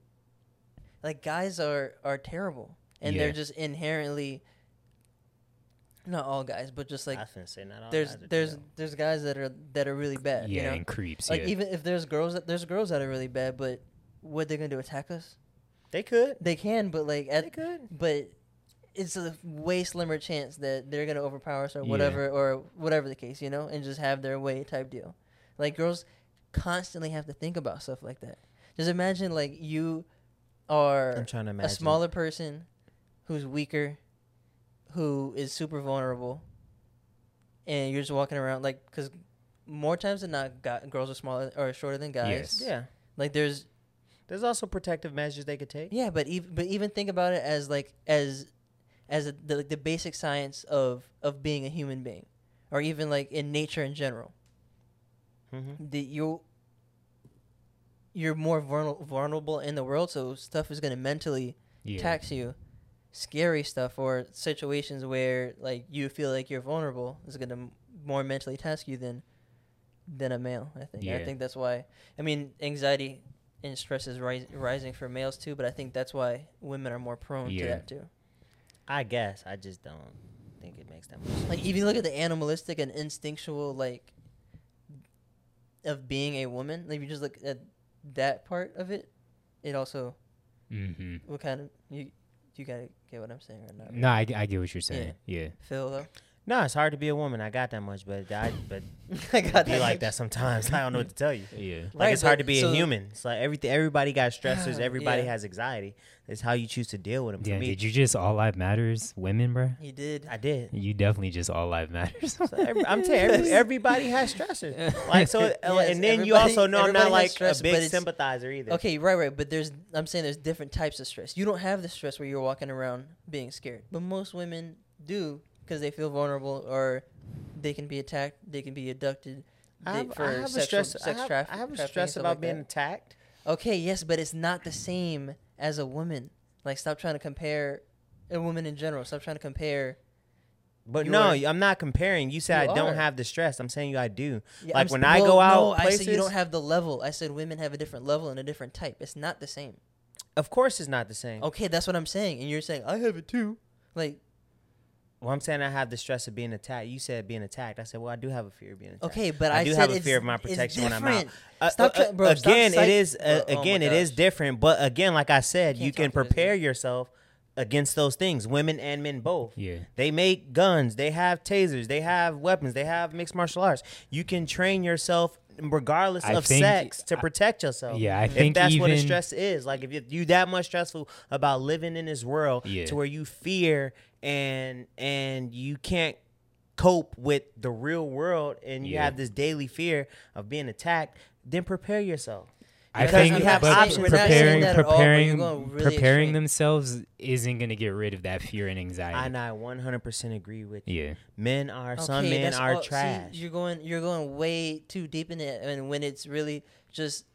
Speaker 3: like guys are are terrible and
Speaker 1: Yeah.
Speaker 3: they're just inherently not all guys, but just like
Speaker 2: I finna say not all
Speaker 3: there's
Speaker 2: guys are
Speaker 3: there's
Speaker 2: terrible.
Speaker 3: there's guys that are that are really
Speaker 1: Yeah.
Speaker 3: bad. you know?
Speaker 1: and creeps.
Speaker 3: like
Speaker 1: yeah.
Speaker 3: even if there's girls that there's girls that are really bad, but what they're gonna do attack us?
Speaker 2: They could.
Speaker 3: They can, but like at
Speaker 2: They could.
Speaker 3: but it's a way slimmer chance that they're gonna overpower us or
Speaker 1: Yeah.
Speaker 3: whatever or whatever the case, you know, and just have their way type deal. Like girls constantly have to think about stuff like that. Just imagine like you
Speaker 2: I'm
Speaker 3: are
Speaker 2: trying to
Speaker 3: a
Speaker 2: imagine.
Speaker 3: smaller person who's weaker, who is super vulnerable, and you're just walking around like because more times than not, gu girls are smaller or shorter than guys.
Speaker 1: Yes.
Speaker 2: Yeah.
Speaker 3: Like there's
Speaker 2: There's also protective measures they could take.
Speaker 3: yeah, but even but even think about it as like as as a, the like the basic science of of being a human being, or even like in nature in general.
Speaker 2: Mm-hmm.
Speaker 3: That you you're more vulner- vulnerable in the world, so stuff is gonna mentally
Speaker 1: yeah.
Speaker 3: tax you. Scary stuff or situations where like you feel like you're vulnerable is gonna m- more mentally task you than than a male. I think. And
Speaker 1: Yeah.
Speaker 3: I think that's why. I mean, anxiety and stress is ris- rising for males too, but I think that's why women are more prone
Speaker 1: Yeah.
Speaker 3: to that too.
Speaker 2: I guess. I just don't think it makes that much sense.
Speaker 3: Like if you look at the animalistic and instinctual like of being a woman, like if you just look at that part of it, it also
Speaker 1: Mm-hmm.
Speaker 3: what kind of you you gotta get what I'm saying or not?
Speaker 1: No, I, I get what you're saying. Yeah.
Speaker 3: Phil though.
Speaker 2: No, it's hard to be a woman. I got that much, but I but
Speaker 3: I got
Speaker 2: be
Speaker 3: that.
Speaker 2: like that sometimes. I don't know what to tell you.
Speaker 1: Yeah.
Speaker 2: Like
Speaker 3: Right,
Speaker 2: it's hard
Speaker 3: but-
Speaker 2: to be
Speaker 3: so-
Speaker 2: a human. It's like everything. Everybody got stressors. Everybody
Speaker 3: Yeah.
Speaker 2: has anxiety. It's how you choose to deal with them. For
Speaker 1: Damn,
Speaker 2: me,
Speaker 1: did you just all life matters women, bruh?
Speaker 3: He did.
Speaker 2: I did.
Speaker 1: You definitely just all life matters.
Speaker 2: So every, I'm telling you, every, everybody has stressors. Like so,
Speaker 3: Yes,
Speaker 2: and then you
Speaker 3: everybody-
Speaker 2: also know I'm not
Speaker 3: everybody
Speaker 2: like
Speaker 3: has stress,
Speaker 2: a
Speaker 3: but
Speaker 2: big
Speaker 3: it's-
Speaker 2: sympathizer either.
Speaker 3: Okay, right, right. But there's, I'm saying there's different types of stress. You don't have the stress where you're walking around being scared, but most women do because they feel vulnerable or they can be attacked, they can be abducted.
Speaker 2: I
Speaker 3: they-
Speaker 2: have,
Speaker 3: for
Speaker 2: I have
Speaker 3: sexual,
Speaker 2: a stress.
Speaker 3: sex
Speaker 2: I have,
Speaker 3: traffic-
Speaker 2: I have a
Speaker 3: trafficking and
Speaker 2: stress
Speaker 3: stuff
Speaker 2: about
Speaker 3: like
Speaker 2: being
Speaker 3: that.
Speaker 2: attacked.
Speaker 3: Okay, yes, but it's not the same as a woman. Like, stop trying to compare a woman in general. Stop trying to compare.
Speaker 2: But
Speaker 3: You
Speaker 2: no,
Speaker 3: are-
Speaker 2: I'm not comparing. You said
Speaker 3: You
Speaker 2: I don't
Speaker 3: are.
Speaker 2: have the stress. I'm saying you I do.
Speaker 3: Yeah,
Speaker 2: like
Speaker 3: I'm s-
Speaker 2: when I
Speaker 3: well,
Speaker 2: go out
Speaker 3: no,
Speaker 2: places,
Speaker 3: I said you don't have the level. I said women have a different level and a different type. It's not the same.
Speaker 2: of course it's not the same.
Speaker 3: Okay, that's what I'm saying, and you're saying I have it too. Like,
Speaker 2: Well, I'm saying I have the stress of being attacked. You said being attacked. I said, well, I do have a fear of being attacked.
Speaker 3: Okay, but I
Speaker 2: do
Speaker 3: said
Speaker 2: have a
Speaker 3: it's-
Speaker 2: fear of my
Speaker 3: it's
Speaker 2: protection when I'm out.
Speaker 3: different.
Speaker 2: Uh,
Speaker 3: Stop
Speaker 2: uh,
Speaker 3: try- bro, stop
Speaker 2: again,
Speaker 3: psych-
Speaker 2: it is uh,
Speaker 3: Bro, oh
Speaker 2: again
Speaker 3: my
Speaker 2: it is
Speaker 3: gosh.
Speaker 2: different. But again, like I said,
Speaker 3: Can't
Speaker 2: you can
Speaker 3: talk to this
Speaker 2: prepare yourself against those things. Women and men both.
Speaker 1: Yeah.
Speaker 2: They make guns. They have tasers. They have weapons. They have mixed martial arts. You can train yourself regardless
Speaker 1: I
Speaker 2: of
Speaker 1: think-
Speaker 2: sex to protect yourself.
Speaker 1: Yeah, I think
Speaker 2: if that's what a
Speaker 1: even-
Speaker 2: stress is. Like if you, you that much stressful about living in this world
Speaker 1: Yeah.
Speaker 2: to where you fear and and you can't cope with the real world and you
Speaker 1: Yeah.
Speaker 2: have this daily fear of being attacked, then prepare yourself.
Speaker 1: I
Speaker 2: Because
Speaker 1: think
Speaker 2: you have
Speaker 1: but
Speaker 2: options. We're not saying
Speaker 1: preparing
Speaker 2: that
Speaker 3: at all, but you're
Speaker 1: preparing
Speaker 3: going really
Speaker 1: preparing
Speaker 3: extreme.
Speaker 1: themselves isn't gonna get rid of that fear and anxiety.
Speaker 2: And I 100% agree with you.
Speaker 1: Yeah.
Speaker 2: Men are some
Speaker 3: okay,
Speaker 2: men
Speaker 3: that's
Speaker 2: are
Speaker 3: all- see,
Speaker 2: trash.
Speaker 3: you're going, you're going way too deep in it, and when it's really just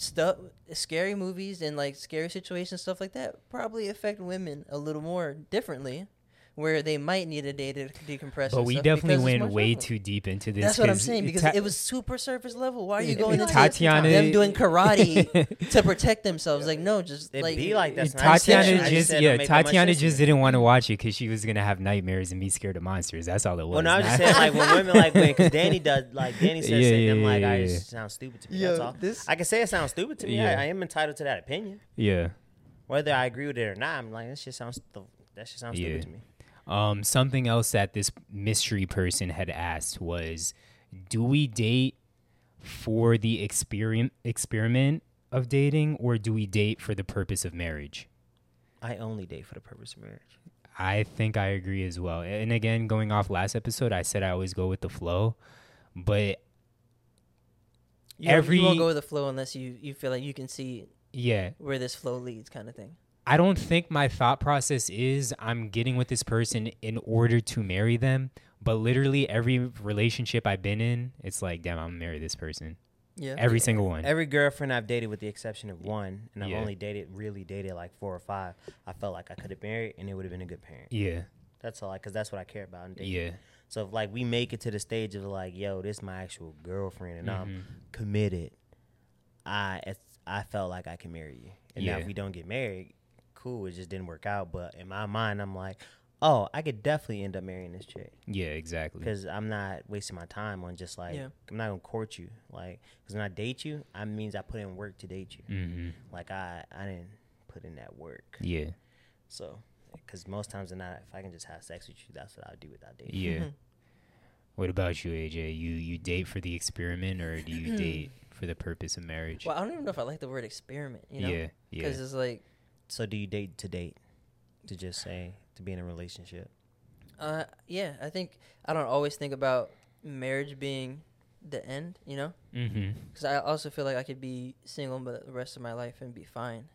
Speaker 3: stuff, scary movies and like scary situations, stuff like that, probably affect women a little more differently, where they might need a day to decompress.
Speaker 1: But
Speaker 3: and
Speaker 1: we
Speaker 3: stuff
Speaker 1: definitely
Speaker 3: because it's
Speaker 1: went
Speaker 3: more
Speaker 1: way
Speaker 3: stressful.
Speaker 1: too deep into this.
Speaker 3: That's what I'm
Speaker 1: 'cause
Speaker 3: saying because
Speaker 1: Ta-
Speaker 3: it was super surface level. Why are you
Speaker 1: Yeah,
Speaker 3: going into
Speaker 1: Tatiana-
Speaker 3: them doing karate to protect themselves? Like no, just
Speaker 2: It'd
Speaker 3: like
Speaker 2: be like that. That's what I just said.
Speaker 1: Tatiana
Speaker 2: I just
Speaker 1: just
Speaker 2: said
Speaker 1: yeah,
Speaker 2: don't make that much
Speaker 1: Tatiana
Speaker 2: sense to
Speaker 1: just
Speaker 2: me.
Speaker 1: didn't want to watch it because she was gonna have nightmares and be scared of monsters. That's all it was.
Speaker 2: Well, no, I was just
Speaker 1: not-
Speaker 2: saying, like, when women, like, when, because Danny does, like, Danny says,
Speaker 1: Yeah,
Speaker 2: shit, them,
Speaker 1: yeah,
Speaker 2: like,
Speaker 1: yeah,
Speaker 2: I
Speaker 1: yeah.
Speaker 2: it sounds stupid to me.
Speaker 3: Yo,
Speaker 2: that's all.
Speaker 3: this-
Speaker 2: I can say it sounds stupid to me.
Speaker 1: Yeah.
Speaker 2: I, I am entitled to that opinion.
Speaker 1: yeah.
Speaker 2: Whether I agree with it or not, I'm like, that shit sounds, stu- that shit sounds
Speaker 1: Yeah.
Speaker 2: stupid to me.
Speaker 1: Um, something else that this mystery person had asked was, "Do we date for the experiment experiment of dating, or do we date for the purpose of marriage?"
Speaker 2: I only date for the purpose of marriage.
Speaker 1: I think I agree as well. And again, going off last episode, I said I always go with the flow, but
Speaker 3: you, every, you
Speaker 1: every-
Speaker 3: won't go with the flow unless you you feel like you can see
Speaker 1: yeah,
Speaker 3: where this flow leads, kind of thing.
Speaker 1: I don't think my thought process is I'm getting with this person in order to marry them. But literally every relationship I've been in, it's like, damn, I'm gonna marry this person.
Speaker 3: Yeah.
Speaker 1: Every single one.
Speaker 2: Every girlfriend I've dated, with the exception of one, and I've
Speaker 1: Yeah.
Speaker 2: only dated, really dated like four or five, I felt like I could have married and it would have been a good parent.
Speaker 1: yeah,
Speaker 2: That's all, because that's what I care about in dating.
Speaker 1: yeah.
Speaker 2: So if like we make it to the stage of like, yo, this my actual girlfriend and
Speaker 1: um,
Speaker 2: I'm
Speaker 1: Mm-hmm.
Speaker 3: Mm-hmm.
Speaker 2: committed, I it's, I felt like I can marry you. And now
Speaker 1: Yeah.
Speaker 2: if we don't get married, cool, it just didn't work out. But in my mind, I'm like, oh, I could definitely end up marrying this chick
Speaker 1: Yeah, exactly.
Speaker 2: because I'm not wasting my time on just like
Speaker 3: Yeah.
Speaker 2: I'm not gonna court you. Like, because when I date you, I means I put in work to date you.
Speaker 1: hmm
Speaker 3: Mm.
Speaker 2: Like I I didn't put in that work.
Speaker 1: Yeah,
Speaker 2: So, because most times than not, if I can just have sex with you, that's what I'll do without dating.
Speaker 1: yeah. what about you, AJ? You you date for the experiment, or do you date for the purpose of marriage?
Speaker 3: Well, I don't even know if I like the word experiment. You know.
Speaker 1: yeah, yeah.
Speaker 3: Because it's like
Speaker 2: So do you date to date? To just say to be in a relationship.
Speaker 3: Uh, yeah, I think I don't always think about marriage being the end, you know,
Speaker 1: Mm-hmm.
Speaker 3: because I also feel like I could be single but the rest of my life and be fine,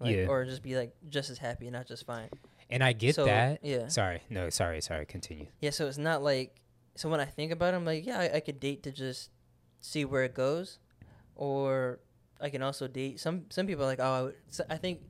Speaker 3: like,
Speaker 1: Yeah.
Speaker 3: or just be like just as happy, not just fine.
Speaker 1: And I get
Speaker 3: So,
Speaker 1: that.
Speaker 3: yeah.
Speaker 1: Sorry. No. Sorry. Sorry. Continue.
Speaker 3: Yeah, so it's not like so when I think about it, I'm like, yeah, I, I could date to just see where it goes, or I can also date some some people are like, oh, I, would, so I think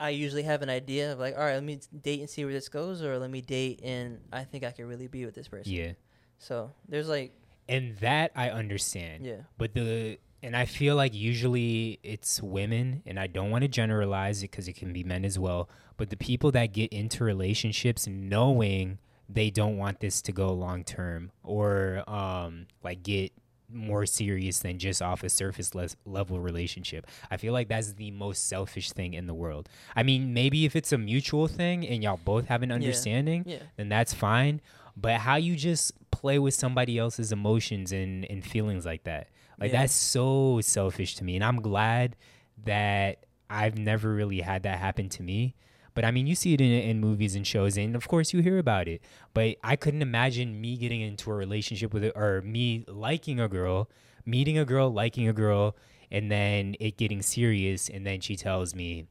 Speaker 3: I usually have an idea of like, all right, let me date and see where this goes, or let me date and I think I could really be with this person.
Speaker 1: Yeah.
Speaker 3: So there's like,
Speaker 1: And that I understand.
Speaker 3: yeah.
Speaker 1: But the and I feel like usually it's women, and I don't want to generalize it because it can be men as well. But the people that get into relationships knowing they don't want this to go long term or um like get more serious than just off a surface le- level relationship. I feel like that's the most selfish thing in the world. I mean, maybe if it's a mutual thing and y'all both have an understanding,
Speaker 3: Yeah.
Speaker 1: then that's fine. But how you just play with somebody else's emotions and, and feelings like that, like
Speaker 3: Yeah.
Speaker 1: that's so selfish to me. And I'm glad that I've never really had that happen to me. But I mean, you see it in, in movies and shows, and of course you hear about it. But I couldn't imagine me getting into a relationship with it or me liking a girl, meeting a girl, liking a girl, and then it getting serious. And then she tells me,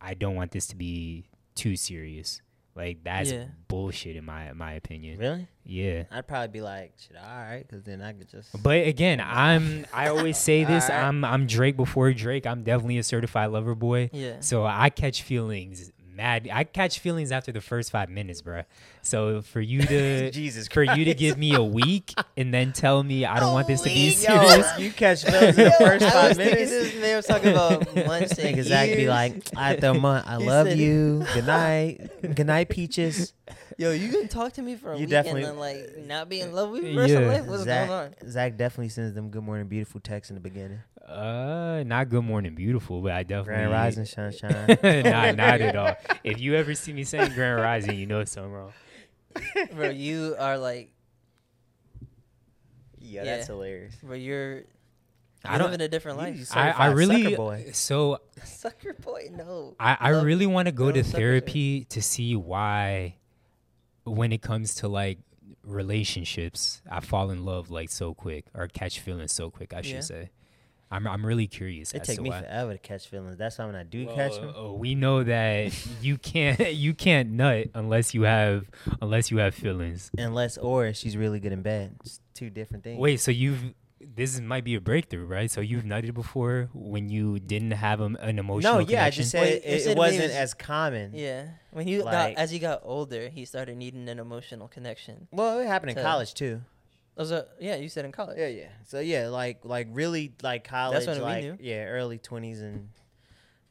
Speaker 1: I don't want this to be too serious. Like, that's
Speaker 3: Yeah.
Speaker 1: bullshit, in my, my opinion.
Speaker 2: Really?
Speaker 1: Yeah.
Speaker 2: I'd probably be like, shit, all right, because then I could just.
Speaker 1: But again, I'm I always say this,
Speaker 2: Alright.
Speaker 1: I'm I'm Drake before Drake. I'm definitely a certified lover boy.
Speaker 3: Yeah.
Speaker 1: So I catch feelings mad I catch feelings after the first 5 minutes, bruh. So for you to
Speaker 2: Jesus
Speaker 1: for you to
Speaker 2: Christ.
Speaker 1: give me a week and then tell me I don't want this to be
Speaker 2: Yo,
Speaker 1: serious.
Speaker 2: you catch feelings in the first
Speaker 3: I
Speaker 2: five
Speaker 3: was thinking
Speaker 2: minutes.
Speaker 3: this man was talking about months and
Speaker 2: Nigga Zach be
Speaker 3: years.
Speaker 2: like, after a month, I
Speaker 3: He
Speaker 2: love
Speaker 3: said-
Speaker 2: you. Good night. Good night, peaches.
Speaker 3: Yo, you can talk to me for a
Speaker 2: You
Speaker 3: week
Speaker 2: definitely-
Speaker 3: and then like not be in love with me for the rest
Speaker 1: Yeah.
Speaker 3: of life. What's
Speaker 2: Zach,
Speaker 3: going on?
Speaker 2: Zach definitely sends them good morning, beautiful texts in the beginning.
Speaker 1: Uh not good morning beautiful, but I definitely
Speaker 2: Grand rising, sunshine.
Speaker 1: not not at all. If you ever see me saying grand rising, you know something wrong.
Speaker 3: Bro, you are like,
Speaker 2: yeah,
Speaker 3: that's
Speaker 2: hilarious.
Speaker 3: bro, you're.
Speaker 1: I
Speaker 3: I
Speaker 1: don't-
Speaker 3: live in a different life.
Speaker 1: I, I
Speaker 2: Certified
Speaker 1: really
Speaker 2: sucker boy.
Speaker 1: so
Speaker 3: Sucker boy, no.
Speaker 1: I, I
Speaker 3: Love-
Speaker 1: really want to go
Speaker 3: love
Speaker 1: to
Speaker 3: suckers, right?
Speaker 1: therapy to see why, when it comes to like relationships, I fall in love like so quick or catch feelings so quick. I should
Speaker 3: Yeah.
Speaker 1: say, I'm I'm really curious.
Speaker 2: It
Speaker 1: as
Speaker 2: take
Speaker 1: to
Speaker 2: me
Speaker 1: why.
Speaker 2: forever to catch feelings. That's why when I do
Speaker 1: Well,
Speaker 2: catch them,
Speaker 1: uh, uh, we know that you can't you can't nut unless you have unless you have feelings.
Speaker 2: unless or she's really good in bed. It's two different things.
Speaker 1: Wait, so you've this is- might be a breakthrough, right? So you've nutted before when you didn't have um, an emotional.
Speaker 2: no, yeah, I
Speaker 1: connection?
Speaker 2: just said
Speaker 3: Wait,
Speaker 2: it,
Speaker 3: you said
Speaker 2: it
Speaker 3: maybe
Speaker 2: wasn't
Speaker 3: it's-
Speaker 2: as common.
Speaker 3: Yeah, when you
Speaker 2: Like-
Speaker 3: got as you got older, he started needing an emotional connection.
Speaker 2: Well, it happened in
Speaker 3: To-
Speaker 2: college too.
Speaker 3: Those are yeah, you said in college.
Speaker 2: Yeah, yeah. So yeah, like like really like college,
Speaker 3: when we
Speaker 2: like
Speaker 3: knew.
Speaker 2: yeah, early twenties and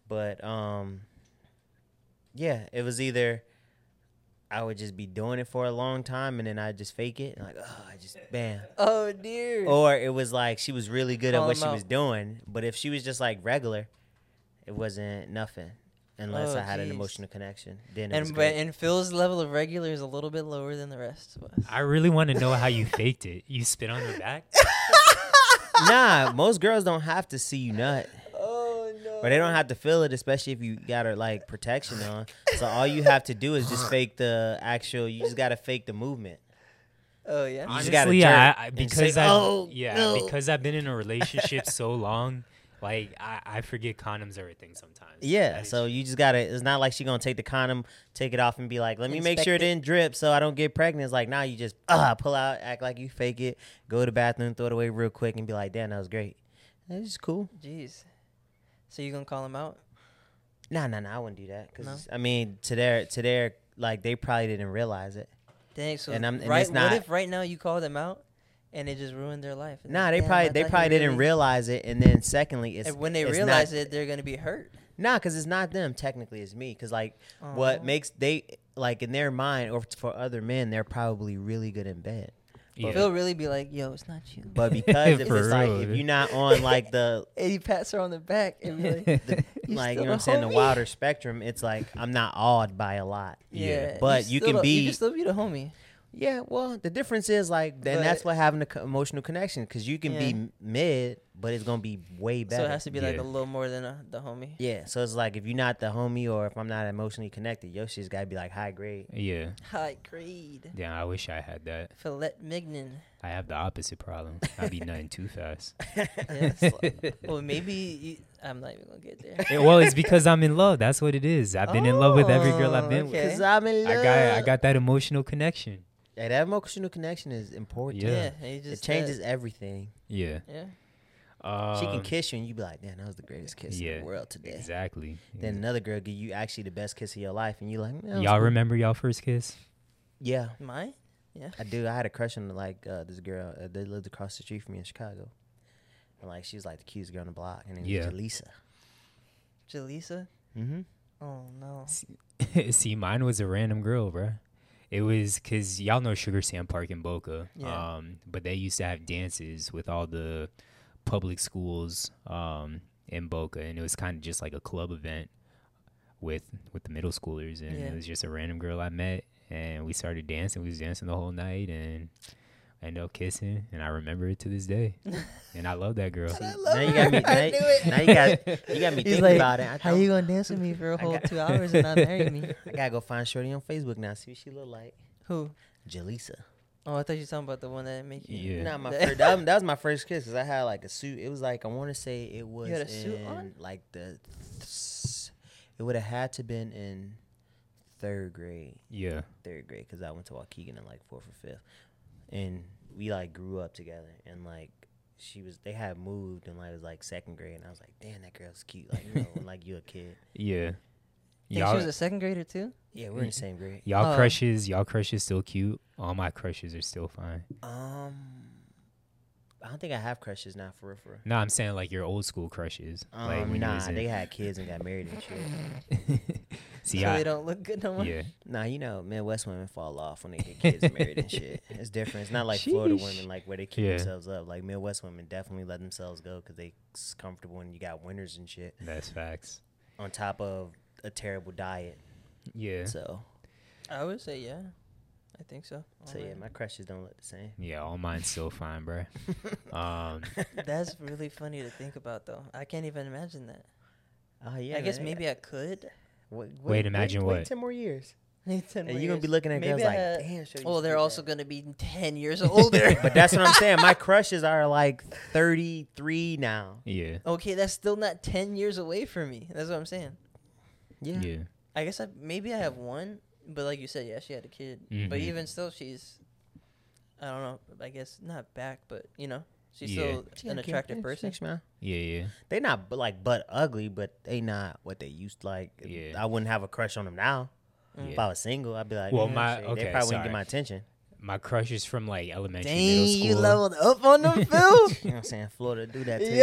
Speaker 2: but um, yeah, it was either I would just be doing it for a long time and then I just fake it and like oh I just bam,
Speaker 3: Oh dear.
Speaker 2: or it was like she was really good at
Speaker 3: Call
Speaker 2: what
Speaker 3: him
Speaker 2: she was
Speaker 3: out.
Speaker 2: doing, but if she was just like regular, it wasn't nothing unless
Speaker 3: Oh,
Speaker 2: I had an
Speaker 3: jeez.
Speaker 2: emotional connection. Then it was
Speaker 3: and but
Speaker 2: great.
Speaker 3: and Phil's level of regular is a little bit lower than the rest of us.
Speaker 1: I really want to know how you faked it. You spit on her back.
Speaker 2: nah, most girls don't have to see you nut.
Speaker 3: Oh no.
Speaker 2: Or they don't have to feel it, especially if you got her like protection on. So all you have to do is just fake the actual. You just gotta fake the movement.
Speaker 3: Oh yeah.
Speaker 2: You just gotta
Speaker 1: Honestly,
Speaker 2: jerk
Speaker 1: I, I
Speaker 2: and
Speaker 1: because
Speaker 2: say,
Speaker 1: I
Speaker 2: "Oh,
Speaker 1: yeah
Speaker 2: no."
Speaker 1: because I've been in a relationship so long, like I, I forget condoms are a thing sometimes.
Speaker 2: Yeah.
Speaker 1: That is
Speaker 2: So you just gotta. It's not like she gonna take the condom, take it off, and be like, "Let me make sure it
Speaker 3: Inspect it.
Speaker 2: didn't drip, so I don't get pregnant." It's like, nah, you just ah pull out, act like you fake it, go to the bathroom, throw it away real quick, and be like, "Damn, that was great." That's just cool.
Speaker 3: Jeez. So you gonna call him out?
Speaker 2: Nah, nah, nah. I wouldn't do that. Cause
Speaker 3: No?
Speaker 2: I mean, to their, to their, like they probably didn't realize it.
Speaker 3: Dang. So
Speaker 2: And I'm- and
Speaker 3: right.
Speaker 2: it's not-
Speaker 3: What if right now you call them out, and it just ruined their life? It's
Speaker 2: Nah,
Speaker 3: like,
Speaker 2: they
Speaker 3: damn,
Speaker 2: probably,
Speaker 3: I
Speaker 2: they
Speaker 3: thought he
Speaker 2: probably didn't
Speaker 3: really-
Speaker 2: realize it. And then secondly, it's
Speaker 3: And when they
Speaker 2: it's not-
Speaker 3: realize it, they're gonna be hurt.
Speaker 2: Nah, because it's not them. Technically, it's me. Because like, what
Speaker 3: Aw.
Speaker 2: makes they like in their mind or for other men, they're probably really good in bed.
Speaker 1: yeah.
Speaker 3: Phil really be like, "Yo, it's not you."
Speaker 2: But because if
Speaker 1: For
Speaker 2: it's like
Speaker 1: real,
Speaker 2: if
Speaker 1: dude.
Speaker 2: you're not on like the
Speaker 3: and he pats her on the back and be like, "You
Speaker 2: like you know
Speaker 3: still
Speaker 2: what
Speaker 3: a
Speaker 2: I'm saying the
Speaker 3: homie."
Speaker 2: wilder spectrum, it's like I'm not awed by a lot.
Speaker 1: Yeah.
Speaker 3: Yeah,
Speaker 2: But you
Speaker 3: still
Speaker 2: can
Speaker 3: the-
Speaker 2: be-
Speaker 3: You can still be the homie.
Speaker 2: Yeah, well, the difference is like then that's
Speaker 3: But-
Speaker 2: what having an emotional connection because you can
Speaker 3: Yeah.
Speaker 2: be m- mid, but it's gonna be way better.
Speaker 3: So it has to be like
Speaker 1: Yeah.
Speaker 3: a little more than a, the homie.
Speaker 2: yeah, so it's like if you're not the homie or if I'm not emotionally connected, your shit's gotta be like high grade.
Speaker 1: yeah,
Speaker 3: High grade.
Speaker 1: yeah. I wish I had that.
Speaker 3: Philette Mignon.
Speaker 1: I have the opposite problem. I'd be nothing too fast.
Speaker 3: Yes. well, maybe you, I'm not even gonna get there.
Speaker 1: Eh, well, it's because I'm in love. That's what it is. I've been in love with every girl I've
Speaker 3: Oh,
Speaker 1: been
Speaker 3: okay.
Speaker 2: Cause I'm in
Speaker 1: with. I
Speaker 2: love.
Speaker 1: got I got that emotional connection.
Speaker 2: Hey, that emotional connection is important.
Speaker 1: Yeah.
Speaker 3: Yeah, he
Speaker 2: It
Speaker 3: just
Speaker 2: changes
Speaker 3: said-
Speaker 2: everything.
Speaker 1: Yeah.
Speaker 3: yeah,
Speaker 1: Um,
Speaker 2: she can kiss you, and you be like, "Damn, that was the greatest kiss in
Speaker 1: yeah,
Speaker 2: the world today."
Speaker 1: Exactly.
Speaker 2: Then another girl give you actually the best kiss of your life, and you like, "That was
Speaker 1: y'all
Speaker 2: cool."
Speaker 1: remember y'all first kiss?
Speaker 2: Yeah,
Speaker 3: mine.
Speaker 2: I do. I had a crush on like uh, this girl uh, that lived across the street from me in Chicago, and like she was like the cutest girl on the block, and then
Speaker 1: Yeah.
Speaker 2: yeah. Lisa.
Speaker 3: Jaleesa.
Speaker 2: Mm-hmm.
Speaker 3: Oh no.
Speaker 1: See, mine was a random girl, bruh. It was because y'all know Sugar Sand Park in Boca,
Speaker 3: Yeah.
Speaker 1: um, but they used to have dances with all the public schools um, in Boca, and it was kind of just like a club event with with the middle schoolers, and
Speaker 3: Yeah.
Speaker 1: it was just a random girl I met, and we started dancing. We was dancing the whole night, and I ended up kissing, and I remember it to this day, and I love that girl.
Speaker 3: I love
Speaker 2: Now you
Speaker 3: it.
Speaker 2: got me. Now,
Speaker 3: I knew it.
Speaker 2: now you got you got me
Speaker 3: He's
Speaker 2: thinking
Speaker 3: like,
Speaker 2: about it. I,
Speaker 3: how
Speaker 2: thought-
Speaker 3: you gonna dance with me for a whole
Speaker 2: got-
Speaker 3: two hours and not marry me?
Speaker 2: I gotta go find Shorty on Facebook now. See what she look like.
Speaker 3: Who?
Speaker 2: Jaleesa.
Speaker 3: Oh, I thought you were talking about the one that make you.
Speaker 1: Yeah.
Speaker 2: Not my first. That, was- that was my first kiss because I had like a suit. It was like I want to say it was
Speaker 3: had a suit
Speaker 2: in,
Speaker 3: on?
Speaker 2: like the. th- it would have had to been in third grade,
Speaker 1: Yeah,
Speaker 2: third grade, because I went to Waukegan in like fourth or fifth, and we like grew up together, and like she was, they had moved, and like it was like second grade, and I was like, damn, that girl's cute, like you know, when, like you a kid.
Speaker 1: yeah.
Speaker 3: Think she was a second grader too.
Speaker 2: Yeah, we're in the same grade.
Speaker 1: Y'all
Speaker 3: Uh,
Speaker 1: crushes, y'all crushes still cute. All my crushes are still fine.
Speaker 2: Um, I don't think I have crushes now for real. For real.
Speaker 1: No, I'm saying like your old school crushes. like
Speaker 2: Um,
Speaker 1: when you
Speaker 2: nah,
Speaker 1: was in-
Speaker 2: they had kids and got married and shit.
Speaker 1: See,
Speaker 3: So
Speaker 1: I,
Speaker 3: they don't look good no more.
Speaker 1: yeah,
Speaker 2: Nah, you know, Midwest women fall off when they get kids and married and shit. It's different. It's not like Florida women, like where they keep
Speaker 1: Yeah.
Speaker 2: themselves up. Like Midwest women definitely let themselves go because they s- comfortable and you got winters and shit
Speaker 1: that's facts.
Speaker 2: on top of a terrible diet.
Speaker 1: Yeah,
Speaker 2: So,
Speaker 3: I would say yeah. I think so.
Speaker 2: so yeah, my crushes don't look the same.
Speaker 1: yeah, all mine's still fine, bro. Um,
Speaker 3: That's really funny to think about though. I can't even imagine that.
Speaker 2: Oh yeah,
Speaker 3: I guess
Speaker 2: man.
Speaker 3: maybe I could.
Speaker 2: Wait,
Speaker 1: imagine
Speaker 2: wait,
Speaker 1: what?
Speaker 2: ten more years,
Speaker 3: Need 10
Speaker 2: and
Speaker 3: more
Speaker 2: you're gonna be
Speaker 3: years.
Speaker 2: looking at
Speaker 3: Maybe
Speaker 2: girls
Speaker 3: I
Speaker 2: like,
Speaker 3: had-
Speaker 2: damn. Sure
Speaker 3: Well, Oh, they're also gonna be ten years older.
Speaker 2: But that's what I'm saying. My crushes are like 33 now.
Speaker 1: yeah,
Speaker 3: okay, that's still not ten years away from me. That's what I'm saying.
Speaker 2: Yeah.
Speaker 1: yeah,
Speaker 3: I guess I maybe I have one, but like you said, yeah, she had a kid. But
Speaker 1: Mhm.
Speaker 3: even still, she's I don't know. I guess not back, but you know, she's
Speaker 1: Yeah.
Speaker 3: still an attractive person.
Speaker 2: man.
Speaker 1: yeah, yeah.
Speaker 2: They not bu- like butt ugly, but they not what they used to like.
Speaker 1: Yeah.
Speaker 2: I wouldn't have a crush on them now. If
Speaker 3: Mm.
Speaker 1: Yeah.
Speaker 2: I was single, I'd be like,
Speaker 1: Well,
Speaker 2: well,
Speaker 1: my-
Speaker 2: they
Speaker 1: okay,
Speaker 2: probably wouldn't
Speaker 1: sorry.
Speaker 2: get my attention.
Speaker 1: My crushes from like elementary,
Speaker 3: Dang,
Speaker 1: middle school.
Speaker 3: you leveled up on them, Phil.
Speaker 2: You know what I'm saying? Florida do that to
Speaker 3: Yo,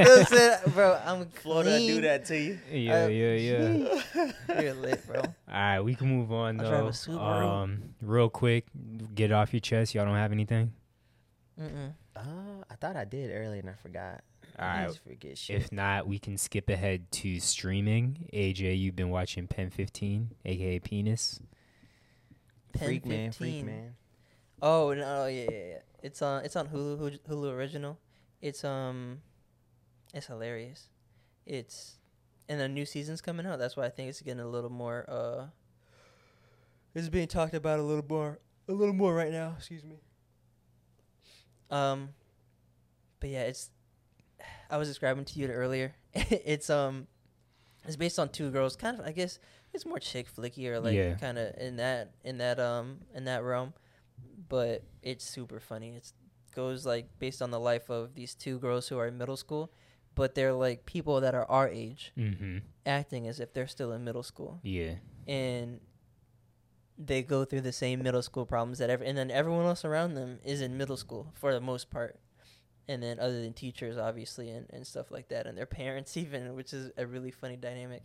Speaker 2: you.
Speaker 3: Phil said, bro, I'm
Speaker 2: Florida do
Speaker 3: clean.
Speaker 2: that to you.
Speaker 1: yeah, yeah, yeah.
Speaker 3: You're lit, bro.
Speaker 1: All right, we can move on
Speaker 3: I'll drive a
Speaker 1: though.
Speaker 3: Subaru.
Speaker 1: Um, real quick, get it off your chest. Y'all don't have anything.
Speaker 3: Mm-mm.
Speaker 2: Uh, I thought I did earlier and I forgot.
Speaker 1: All
Speaker 2: I
Speaker 1: right,
Speaker 2: just forget shit.
Speaker 1: If not, we can skip ahead to streaming. AJ, you've been watching Pen 15, aka Penis.
Speaker 3: Pen
Speaker 2: freak man, freak
Speaker 3: 15.
Speaker 2: man.
Speaker 3: Oh no, yeah, yeah, yeah. It's on. It's on Hulu. Hulu- Hulu original. It's um, it's hilarious. It's and the new season's coming out. That's why I think it's getting a little more. uh It's being talked about a little more, a little more right now. Excuse me. Um, but yeah, it's. I was describing to you earlier. it's um, it's based on two girls. Kind of, I guess it's more chick flicky or like
Speaker 1: Yeah.
Speaker 3: kind of in that in that um in that realm but it's super funny. It's goes like based on the life of these two girls who are in middle school, but they're like people that are our age
Speaker 1: Mm-hmm.
Speaker 3: acting as if they're still in middle school,
Speaker 1: Yeah.
Speaker 3: and they go through the same middle school problems that ever, and then everyone else around them is in middle school for the most part, and then other than teachers obviously and and stuff like that, and their parents even, which is a really funny dynamic,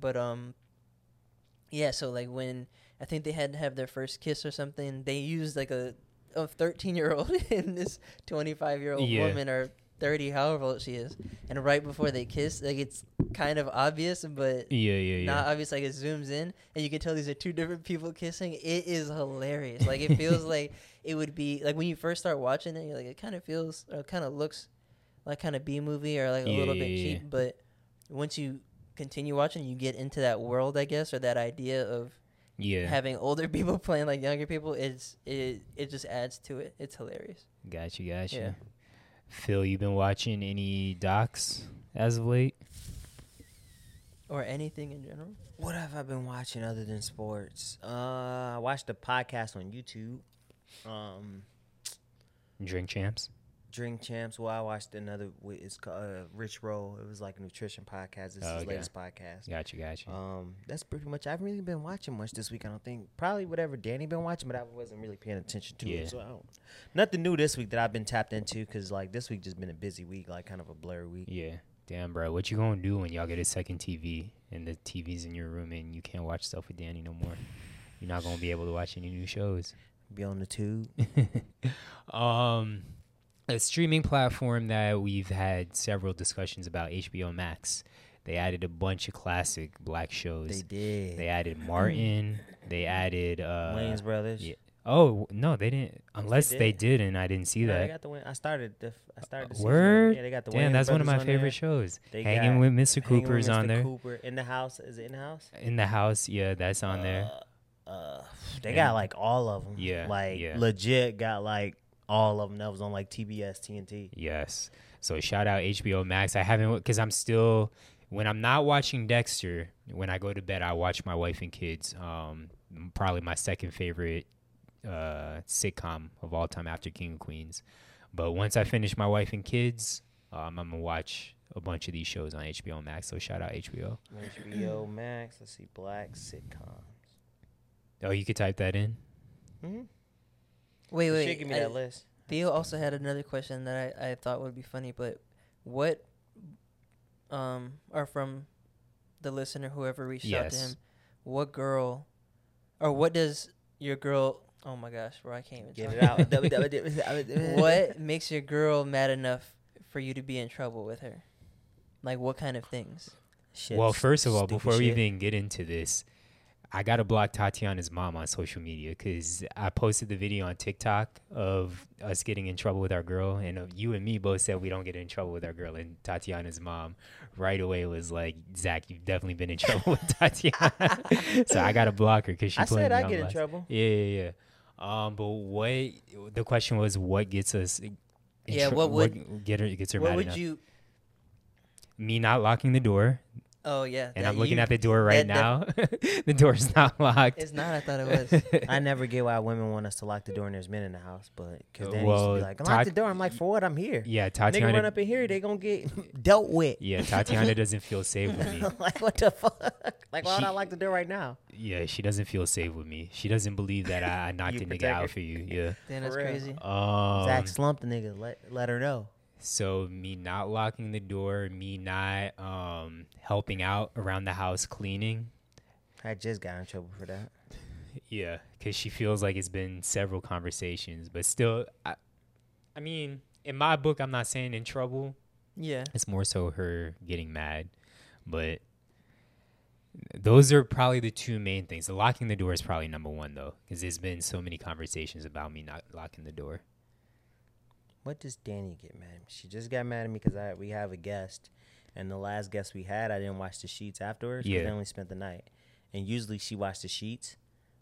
Speaker 3: but um, yeah. So like when I think they had to have their first kiss or something. They used like a a thirteen year old and this twenty five year old
Speaker 1: Yeah.
Speaker 3: woman or thirty, however old she is. And right before they kiss, like it's kind of obvious, but
Speaker 1: Yeah, yeah, yeah.
Speaker 3: not obvious. Like it zooms in, and you can tell these are two different people kissing. It is hilarious. Like it feels like it would be like when you first start watching it, you're like it kind of feels or kind of looks like kind of B movie or like a
Speaker 1: Yeah,
Speaker 3: little
Speaker 1: yeah,
Speaker 3: bit
Speaker 1: yeah.
Speaker 3: cheap. But once you continue watching, you get into that world, I guess, or that idea of
Speaker 1: yeah.
Speaker 3: having older people playing like younger people it's it it just adds to it it's hilarious
Speaker 1: Gotcha, gotcha. Phil, you been watching any docs as of late?
Speaker 3: or anything in general
Speaker 2: What have I been watching other than sports? Uh, I watched a podcast on YouTube. Um,
Speaker 1: Drink Champs.
Speaker 2: Drink Champs. Well, I watched another. wi- It's called uh, Rich Roll. It was like a nutrition podcast. This is
Speaker 1: Oh,
Speaker 2: his
Speaker 1: okay.
Speaker 2: latest podcast.
Speaker 1: Gotcha, gotcha.
Speaker 2: Um, that's pretty much. I haven't really been watching much this week. I don't think probably whatever Danny been watching, but I wasn't really paying attention to
Speaker 1: Yeah.
Speaker 2: it. So I don't, nothing new this week that I've been tapped into because like this week just been a busy week, like kind of a blur week.
Speaker 1: yeah. Damn, bro. What you gonna do when y'all get a second TV and the TV's in your room and you can't watch stuff with Danny no more? You're not gonna be able to watch any new shows.
Speaker 2: Be on the tube.
Speaker 1: Um, a streaming platform that we've had several discussions about, HBO Max. They added a bunch of classic black
Speaker 2: They
Speaker 1: shows.
Speaker 2: did.
Speaker 1: They added Martin. They added uh,
Speaker 2: Wayne's Brothers.
Speaker 1: yeah. Oh no, they didn't. Unless they
Speaker 2: did.
Speaker 1: did, and I didn't see
Speaker 2: No, they
Speaker 1: that.
Speaker 2: got the Wayne. I started the. I started the season on-
Speaker 1: Uh, Word.
Speaker 2: Yeah, they got the
Speaker 1: Damn,
Speaker 2: Wayans
Speaker 1: that's one of
Speaker 2: Brothers
Speaker 1: my
Speaker 2: on
Speaker 1: favorite
Speaker 2: there.
Speaker 1: shows.
Speaker 2: They
Speaker 1: Hanging
Speaker 2: got
Speaker 1: with Mr.
Speaker 2: Hanging with
Speaker 1: Cooper's on
Speaker 2: Mr.
Speaker 1: there.
Speaker 2: Cooper in the house. Is it in the house?
Speaker 1: In the house, yeah, that's on there.
Speaker 2: Uh, uh, they
Speaker 1: And-
Speaker 2: got like all of them.
Speaker 1: Yeah,
Speaker 2: Like
Speaker 1: yeah.
Speaker 2: legit got like all of them that was on like TBS, TNT.
Speaker 1: Yes. So shout out HBO Max. I haven't because I'm still when I'm not watching Dexter. When I go to bed, I watch my wife and kids. Um, probably my second favorite uh, sitcom of all time after King of Queens. But once I finish my wife and kids, um, I'm gonna watch a bunch of these shows on HBO Max. So shout out HBO.
Speaker 2: HBO Max. Let's see, black sitcoms.
Speaker 1: Oh, you could type that in.
Speaker 2: hmm
Speaker 3: Wait,
Speaker 2: You
Speaker 3: wait.
Speaker 2: should give me
Speaker 3: I-
Speaker 2: that list.
Speaker 3: Theo also had another question that I, I thought would be funny, but what um or from the listener whoever reached out to
Speaker 1: Yes.
Speaker 3: him, what girl or what does your girl oh my gosh, bro, I can't even
Speaker 2: Get
Speaker 3: talk.
Speaker 2: it out.
Speaker 3: what makes your girl mad enough for you to be in trouble with her? Like what kind of things?
Speaker 2: Shit,
Speaker 1: well,
Speaker 2: s-
Speaker 1: first of all,
Speaker 2: stupid
Speaker 1: before we
Speaker 2: shit.
Speaker 1: even get into this, I gotta block Tatiana's mom on social media because I posted the video on TikTok of us getting in trouble with our girl, and uh, you and me both said we don't get in trouble with our girl, and Tatiana's mom right away was like, "Zach, you've definitely been in trouble with Tatiana," so I gotta block her because she.
Speaker 2: I
Speaker 1: putting
Speaker 2: said
Speaker 1: me
Speaker 2: I
Speaker 1: on
Speaker 2: get in
Speaker 1: blast.
Speaker 2: trouble.
Speaker 1: Yeah, yeah, yeah. Um, but what the question was, what gets us? in
Speaker 3: Yeah,
Speaker 1: tr-
Speaker 3: what
Speaker 1: get her gets her
Speaker 3: what
Speaker 1: mad
Speaker 3: would
Speaker 1: enough?
Speaker 3: you
Speaker 1: me not locking the door,
Speaker 3: Oh yeah.
Speaker 1: and
Speaker 3: that
Speaker 1: I'm looking
Speaker 3: you-
Speaker 1: at the door right now.
Speaker 3: that
Speaker 1: the door's not locked.
Speaker 3: It's not I thought it was.
Speaker 2: I never get why women want us to lock the door and there's men in the house, but because then used to
Speaker 1: Well,
Speaker 2: be like, lock
Speaker 1: Tat-
Speaker 2: the door. I'm like, for what? I'm here.
Speaker 1: yeah,
Speaker 2: Nigga run
Speaker 1: Tatiana.
Speaker 2: up in here, they gonna get dealt with.
Speaker 1: Yeah, Tatiana doesn't feel safe with me.
Speaker 2: like what the fuck? Like why would I
Speaker 1: She-
Speaker 2: like to do right now?
Speaker 1: Yeah, she doesn't feel safe with me. She doesn't believe that I, I knocked
Speaker 2: You
Speaker 1: a nigga
Speaker 2: protect her.
Speaker 1: out for you.
Speaker 3: Damn,
Speaker 2: For
Speaker 3: that's
Speaker 2: real.
Speaker 3: crazy.
Speaker 1: Yeah. Um,
Speaker 2: Zach slumped the nigga. Let let her know.
Speaker 1: So me not locking the door, me not um, helping out around the house cleaning.
Speaker 2: I just got in trouble for that.
Speaker 1: Yeah, because she feels like it's been several conversations, but still, I, I mean, in my book, I'm not saying in trouble.
Speaker 3: Yeah.
Speaker 1: It's more so her getting mad, but those are probably the two main things. The locking the door is probably number one though, because there's been so many conversations about me not locking the door.
Speaker 2: What does Danny get mad? at me? She just got mad at me because I we have a guest, and the last guest we had, I didn't watch the sheets afterwards. 'cause
Speaker 1: Yeah.
Speaker 2: they only spent the night, and usually she watched the sheets.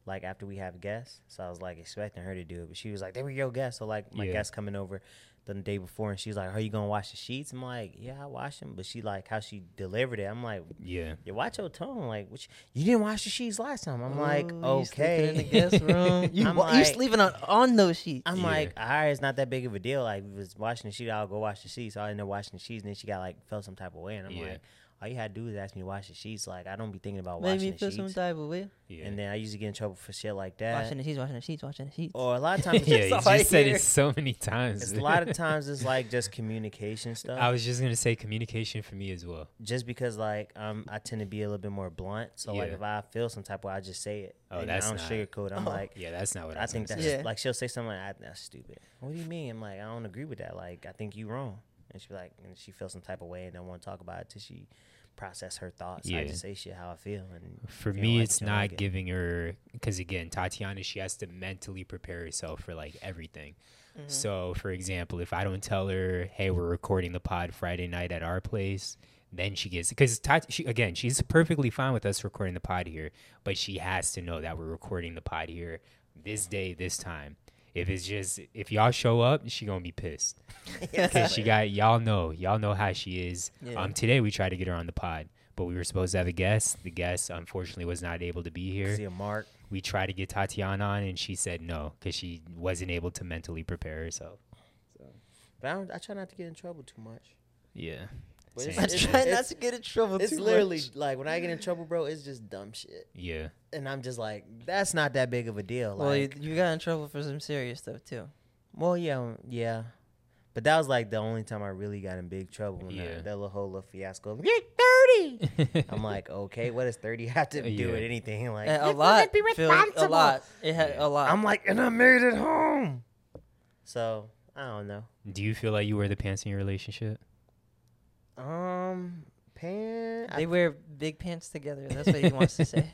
Speaker 2: Like after we have guests, so I was like expecting her to do it, but she was like, "They were your guests." So like my
Speaker 1: Yeah.
Speaker 2: guest coming over the day before, and she was like, "Are you gonna wash the sheets?" I'm like, "Yeah, I wash them," but she like how she delivered it. I'm like,
Speaker 1: Yeah,
Speaker 2: "You watch your tone, like what you, you didn't wash the sheets last time." I'm like,
Speaker 3: Ooh, Oh, you sleeping
Speaker 2: "Okay."
Speaker 3: in the guest room. You,
Speaker 2: I'm
Speaker 3: wa- you
Speaker 2: like-
Speaker 3: sleeping on on those sheets.
Speaker 2: I'm
Speaker 1: Yeah.
Speaker 2: like, all right, it's not that big of a deal. Like, if it's washing the sheet, I'll go wash the sheets. So I ended up washing the sheets, and then she got like felt some type of way, and I'm
Speaker 1: Yeah.
Speaker 2: like, all you had to do is ask me to wash the sheets. Like, I don't be thinking about
Speaker 3: Made
Speaker 2: Oh, washing
Speaker 3: me
Speaker 2: the
Speaker 3: feel
Speaker 2: sheets.
Speaker 3: some type of way.
Speaker 1: yeah.
Speaker 2: And then I used to get in trouble for shit like that.
Speaker 3: Washing the sheets, washing the sheets, washing the sheets.
Speaker 2: or a lot of times,
Speaker 1: yeah,
Speaker 2: it's,
Speaker 1: you
Speaker 3: all
Speaker 1: just
Speaker 3: I
Speaker 1: said
Speaker 3: hear.
Speaker 1: it so many times.
Speaker 2: it's a lot of times it's like just communication stuff.
Speaker 1: I was just gonna say communication for me as well.
Speaker 2: just because like um I tend to be a little bit more blunt. So like
Speaker 1: Yeah.
Speaker 2: if I feel some type of way, I just say it.
Speaker 1: Oh,
Speaker 2: And
Speaker 1: that's
Speaker 2: I don't
Speaker 1: not-
Speaker 2: sugarcoat.
Speaker 3: Oh.
Speaker 2: it. I'm like,
Speaker 1: Yeah, that's not what I,
Speaker 2: I think that's
Speaker 3: Yeah.
Speaker 2: like she'll say something like "Ah, that's stupid. What do you mean? I'm like I don't agree with that. Like I think you wrong. And she be like and she feels some type of way and don't want to talk about it till she process her thoughts. I
Speaker 1: Yeah.
Speaker 2: just say shit how I feel. And
Speaker 1: For
Speaker 2: if you don't
Speaker 1: me,
Speaker 2: like it,
Speaker 1: it's
Speaker 2: you
Speaker 1: not
Speaker 2: don't like it.
Speaker 1: giving her because again, Tatiana, she has to mentally prepare herself for like everything.
Speaker 2: Mm-hmm.
Speaker 1: So, for example, if I don't tell her, "Hey, we're recording the pod Friday night at our place," then she gets because Tat- she again, she's perfectly fine with us recording the pod here, but she has to know that we're recording the pod here this day, this time. If it's just if y'all show up, she gonna be pissed. Cause she got y'all know y'all know how she is.
Speaker 3: Yeah.
Speaker 1: Um, today we tried to get her on the pod, but we were supposed to have a guest. The guest unfortunately was not able to be here.
Speaker 2: see a mark.
Speaker 1: We tried to get Tatiana on, and she said no because she wasn't able to mentally prepare herself.
Speaker 2: But I, don't, I try not to get in trouble too much.
Speaker 1: Yeah,
Speaker 2: But it's-
Speaker 1: Same.
Speaker 3: I
Speaker 2: it's-
Speaker 3: try not to get in trouble
Speaker 2: It's
Speaker 3: too
Speaker 2: literally
Speaker 3: much.
Speaker 2: like when I get in trouble, bro. It's just dumb shit,
Speaker 1: yeah,
Speaker 2: and I'm just like, that's not that big of a deal. Like,
Speaker 3: Well, you, you got in trouble for some serious stuff too.
Speaker 2: Well, yeah, um, yeah. But that was like the only time I really got in big trouble. When uh,
Speaker 1: Yeah.
Speaker 2: that, that little whole little fiasco. You're 30. I'm like, okay, what does 30 have to do
Speaker 1: Yeah.
Speaker 2: with anything? Like,
Speaker 3: And a
Speaker 2: "Let's
Speaker 3: lot.
Speaker 2: be
Speaker 3: Phil, a
Speaker 2: responsible."
Speaker 3: lot. It had
Speaker 1: Yeah.
Speaker 3: a lot.
Speaker 2: I'm like, and I made it home. So I don't know.
Speaker 1: Do you feel like you wear the pants in your relationship?
Speaker 2: Um, pan.
Speaker 3: they
Speaker 2: I,
Speaker 3: wear big pants together. That's what he wants to say.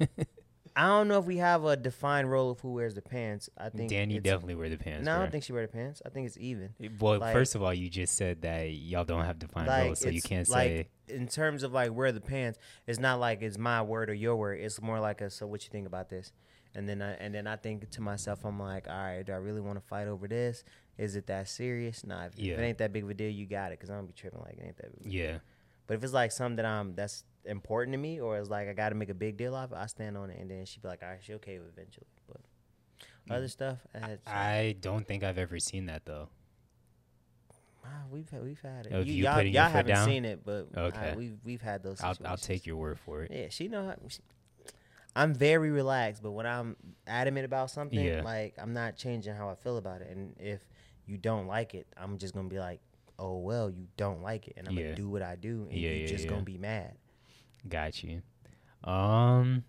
Speaker 2: I don't know if we have a defined role of who wears the pants. I think
Speaker 1: Danny
Speaker 2: it's-
Speaker 1: definitely wear the pants.
Speaker 2: No, I
Speaker 1: bro.
Speaker 2: don't think she wear the pants. I think it's even.
Speaker 1: Well,
Speaker 2: like-
Speaker 1: first of all, you just said that y'all don't have defined
Speaker 2: Like,
Speaker 1: roles, so you
Speaker 2: it's
Speaker 1: can't
Speaker 2: like-
Speaker 1: say.
Speaker 2: In terms of like wear the pants, it's not like it's my word or your word. It's more like a so what you think about this, and then I and then I think to myself, I'm like, all right, do I really want to fight over this? Is it that serious? Nah, if, if
Speaker 1: Yeah.
Speaker 2: it ain't that big of a deal, you got it. Cause I don't be tripping like it ain't that big. of a deal.
Speaker 1: Yeah,
Speaker 2: But if it's like something that I'm that's important to me, or it's like I got to make a big deal off, it, I stand on it, and then she'd be like, "All right, she okay with it eventually." But other stuff, eh, it's-
Speaker 1: I don't think I've ever seen that though.
Speaker 2: ah, we've had, we've had it.
Speaker 1: Of Oh, you
Speaker 2: all
Speaker 1: putting your
Speaker 2: y'all
Speaker 1: foot
Speaker 2: haven't
Speaker 1: down?
Speaker 2: seen it, but I-
Speaker 1: Okay.
Speaker 2: we've we've had those.
Speaker 1: I'll,
Speaker 2: Situations.
Speaker 1: I'll take your word for it.
Speaker 2: Yeah, she know. How, she- I'm very relaxed, but when I'm adamant about something,
Speaker 1: Yeah.
Speaker 2: like I'm not changing how I feel about it. And if you don't like it, I'm just gonna be like, "Oh well, you don't like it," and I'm
Speaker 1: Yeah.
Speaker 2: gonna do what I do, and
Speaker 1: Yeah,
Speaker 2: you're
Speaker 1: yeah,
Speaker 2: just
Speaker 1: yeah.
Speaker 2: gonna be mad.
Speaker 1: Got you. Um,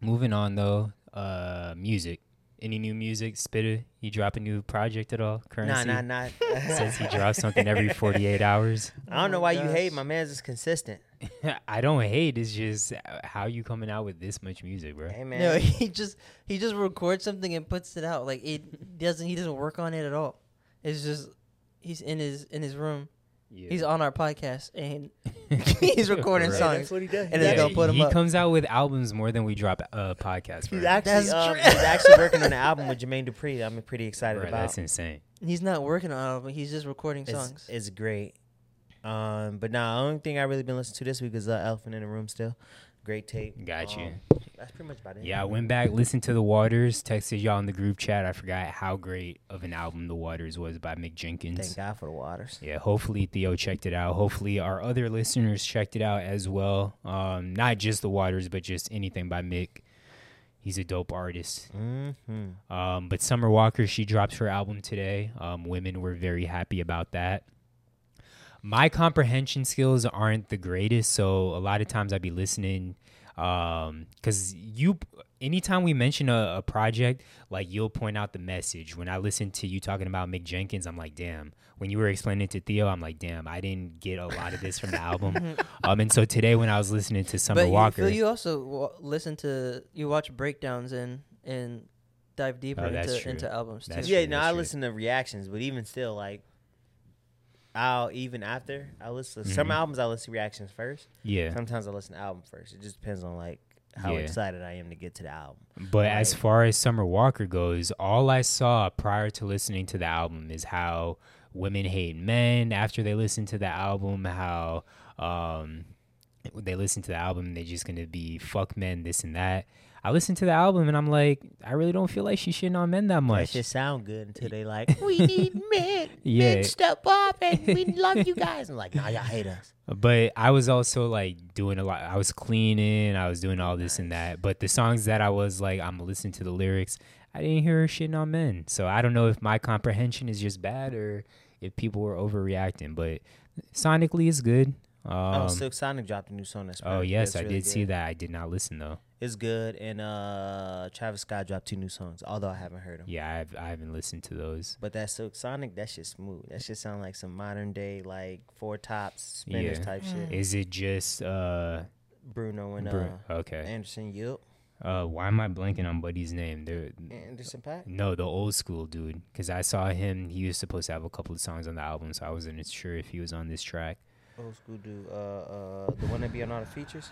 Speaker 1: moving on though. Uh, music. Any new music? Spitter. You drop a new project at all?
Speaker 2: Nah,
Speaker 1: Currency.
Speaker 2: nah, nah.
Speaker 1: Says he drops something every 48 hours.
Speaker 2: I don't
Speaker 3: Oh
Speaker 2: know
Speaker 3: my
Speaker 2: why you hate
Speaker 3: gosh.
Speaker 2: my man's is consistent.
Speaker 1: I don't hate. It's just uh, how you coming out with this much music, bro.
Speaker 2: Hey man.
Speaker 3: no, he just he just records something and puts it out. Like it doesn't. He doesn't work on it at all. It's just he's in his in his room.
Speaker 1: Yeah.
Speaker 3: He's on our podcast and he's recording
Speaker 1: Right.
Speaker 3: songs.
Speaker 2: what he does.
Speaker 3: And it's gonna put him
Speaker 1: he
Speaker 3: up.
Speaker 1: comes out with albums more than we drop uh, podcasts. Bro.
Speaker 2: He's actually,
Speaker 3: That's
Speaker 2: um,
Speaker 3: true.
Speaker 2: he's actually working on an album with Jermaine Dupri that I'm pretty excited
Speaker 1: Bro,
Speaker 2: about.
Speaker 1: that's insane.
Speaker 3: He's not working on album. He's just recording songs.
Speaker 2: It's, it's great. Um, but nah, the only thing I really been listening to this week is uh, Elephant in the Room still. Great tape.
Speaker 1: Got you.
Speaker 2: Um, That's pretty much about it.
Speaker 1: Yeah, I went back, listened to The Waters, texted y'all in the group chat. I forgot how great of an album The Waters was by Mick Jenkins.
Speaker 2: Thank God for the waters.
Speaker 1: Yeah, hopefully Theo checked it out. Hopefully our other listeners checked it out as well. Um, not just The Waters, but just anything by Mick. He's a dope artist.
Speaker 2: Mm-hmm.
Speaker 1: Um, but Summer Walker, she drops her album today. Um, women were very happy about that. My comprehension skills aren't the greatest, so a lot of times I'd be listening because you. Anytime we mention a, a project, like you'll point out the message. When I listen to you talking about Mick Jenkins, I'm like, damn. When you were explaining it to Theo, I'm like, damn, I didn't get a lot of this from the album. um, and so today, when I was listening to Summer
Speaker 3: but you,
Speaker 1: Walker,
Speaker 3: Phil, you also wa listen to you watch breakdowns and and dive deeper
Speaker 1: Oh, that's
Speaker 3: into
Speaker 1: true.
Speaker 3: into albums
Speaker 1: That's
Speaker 3: too.
Speaker 2: Yeah,
Speaker 1: true,
Speaker 2: no,
Speaker 1: that's
Speaker 2: I
Speaker 1: true.
Speaker 2: listen to reactions, but even still, like, I'll even after I listen to some
Speaker 1: Mhm.
Speaker 2: albums, I listen to reactions first.
Speaker 1: yeah.
Speaker 2: Sometimes I listen to album first. It just depends on like how
Speaker 1: Yeah.
Speaker 2: excited I am to get to the album.
Speaker 1: But as
Speaker 2: Right.
Speaker 1: far as Summer Walker goes, all I saw prior to listening to the album is how women hate men after they listen to the album, how um, they listen to the album and they're just going to be fuck men, this and that. I listened to the album and I'm like, I really don't feel like she shitting on men that
Speaker 2: That
Speaker 1: much.
Speaker 2: should sound good until they like we need men.
Speaker 1: Yeah.
Speaker 2: Men step up and we love you guys. I'm like, nah, y'all hate us.
Speaker 1: But I was also like doing a lot. I was cleaning. I was doing all this and that. But the songs that I was like, I'm listening to the lyrics. I didn't hear her shitting on men. So I don't know if my comprehension is just bad or if people were overreacting. But sonically, it's good. Um,
Speaker 2: oh,
Speaker 1: oh,
Speaker 2: Silk Sonic dropped a new song. That's pretty-
Speaker 1: yes,
Speaker 2: that's
Speaker 1: I
Speaker 2: really
Speaker 1: did see
Speaker 2: good.
Speaker 1: that. I did not listen though.
Speaker 2: It's good, and uh, Travis Scott dropped two new songs, although I haven't heard them.
Speaker 1: Yeah, I've, I haven't listened to those.
Speaker 2: But that Silk Sonic, that shit smooth. That shit sound like some modern day like four tops spinners
Speaker 1: Yeah.
Speaker 2: type shit.
Speaker 1: Is it just uh,
Speaker 2: Bruno and uh,
Speaker 1: Bru- okay?
Speaker 2: Anderson Yip,
Speaker 1: Uh, why am I blanking on Buddy's name? There,
Speaker 2: Anderson Pack.
Speaker 1: No, the old school dude. Because I saw him. He was supposed to have a couple of songs on the album, so I wasn't sure if he was on this track.
Speaker 2: Old school dude. Uh, uh, the one that be on all the features,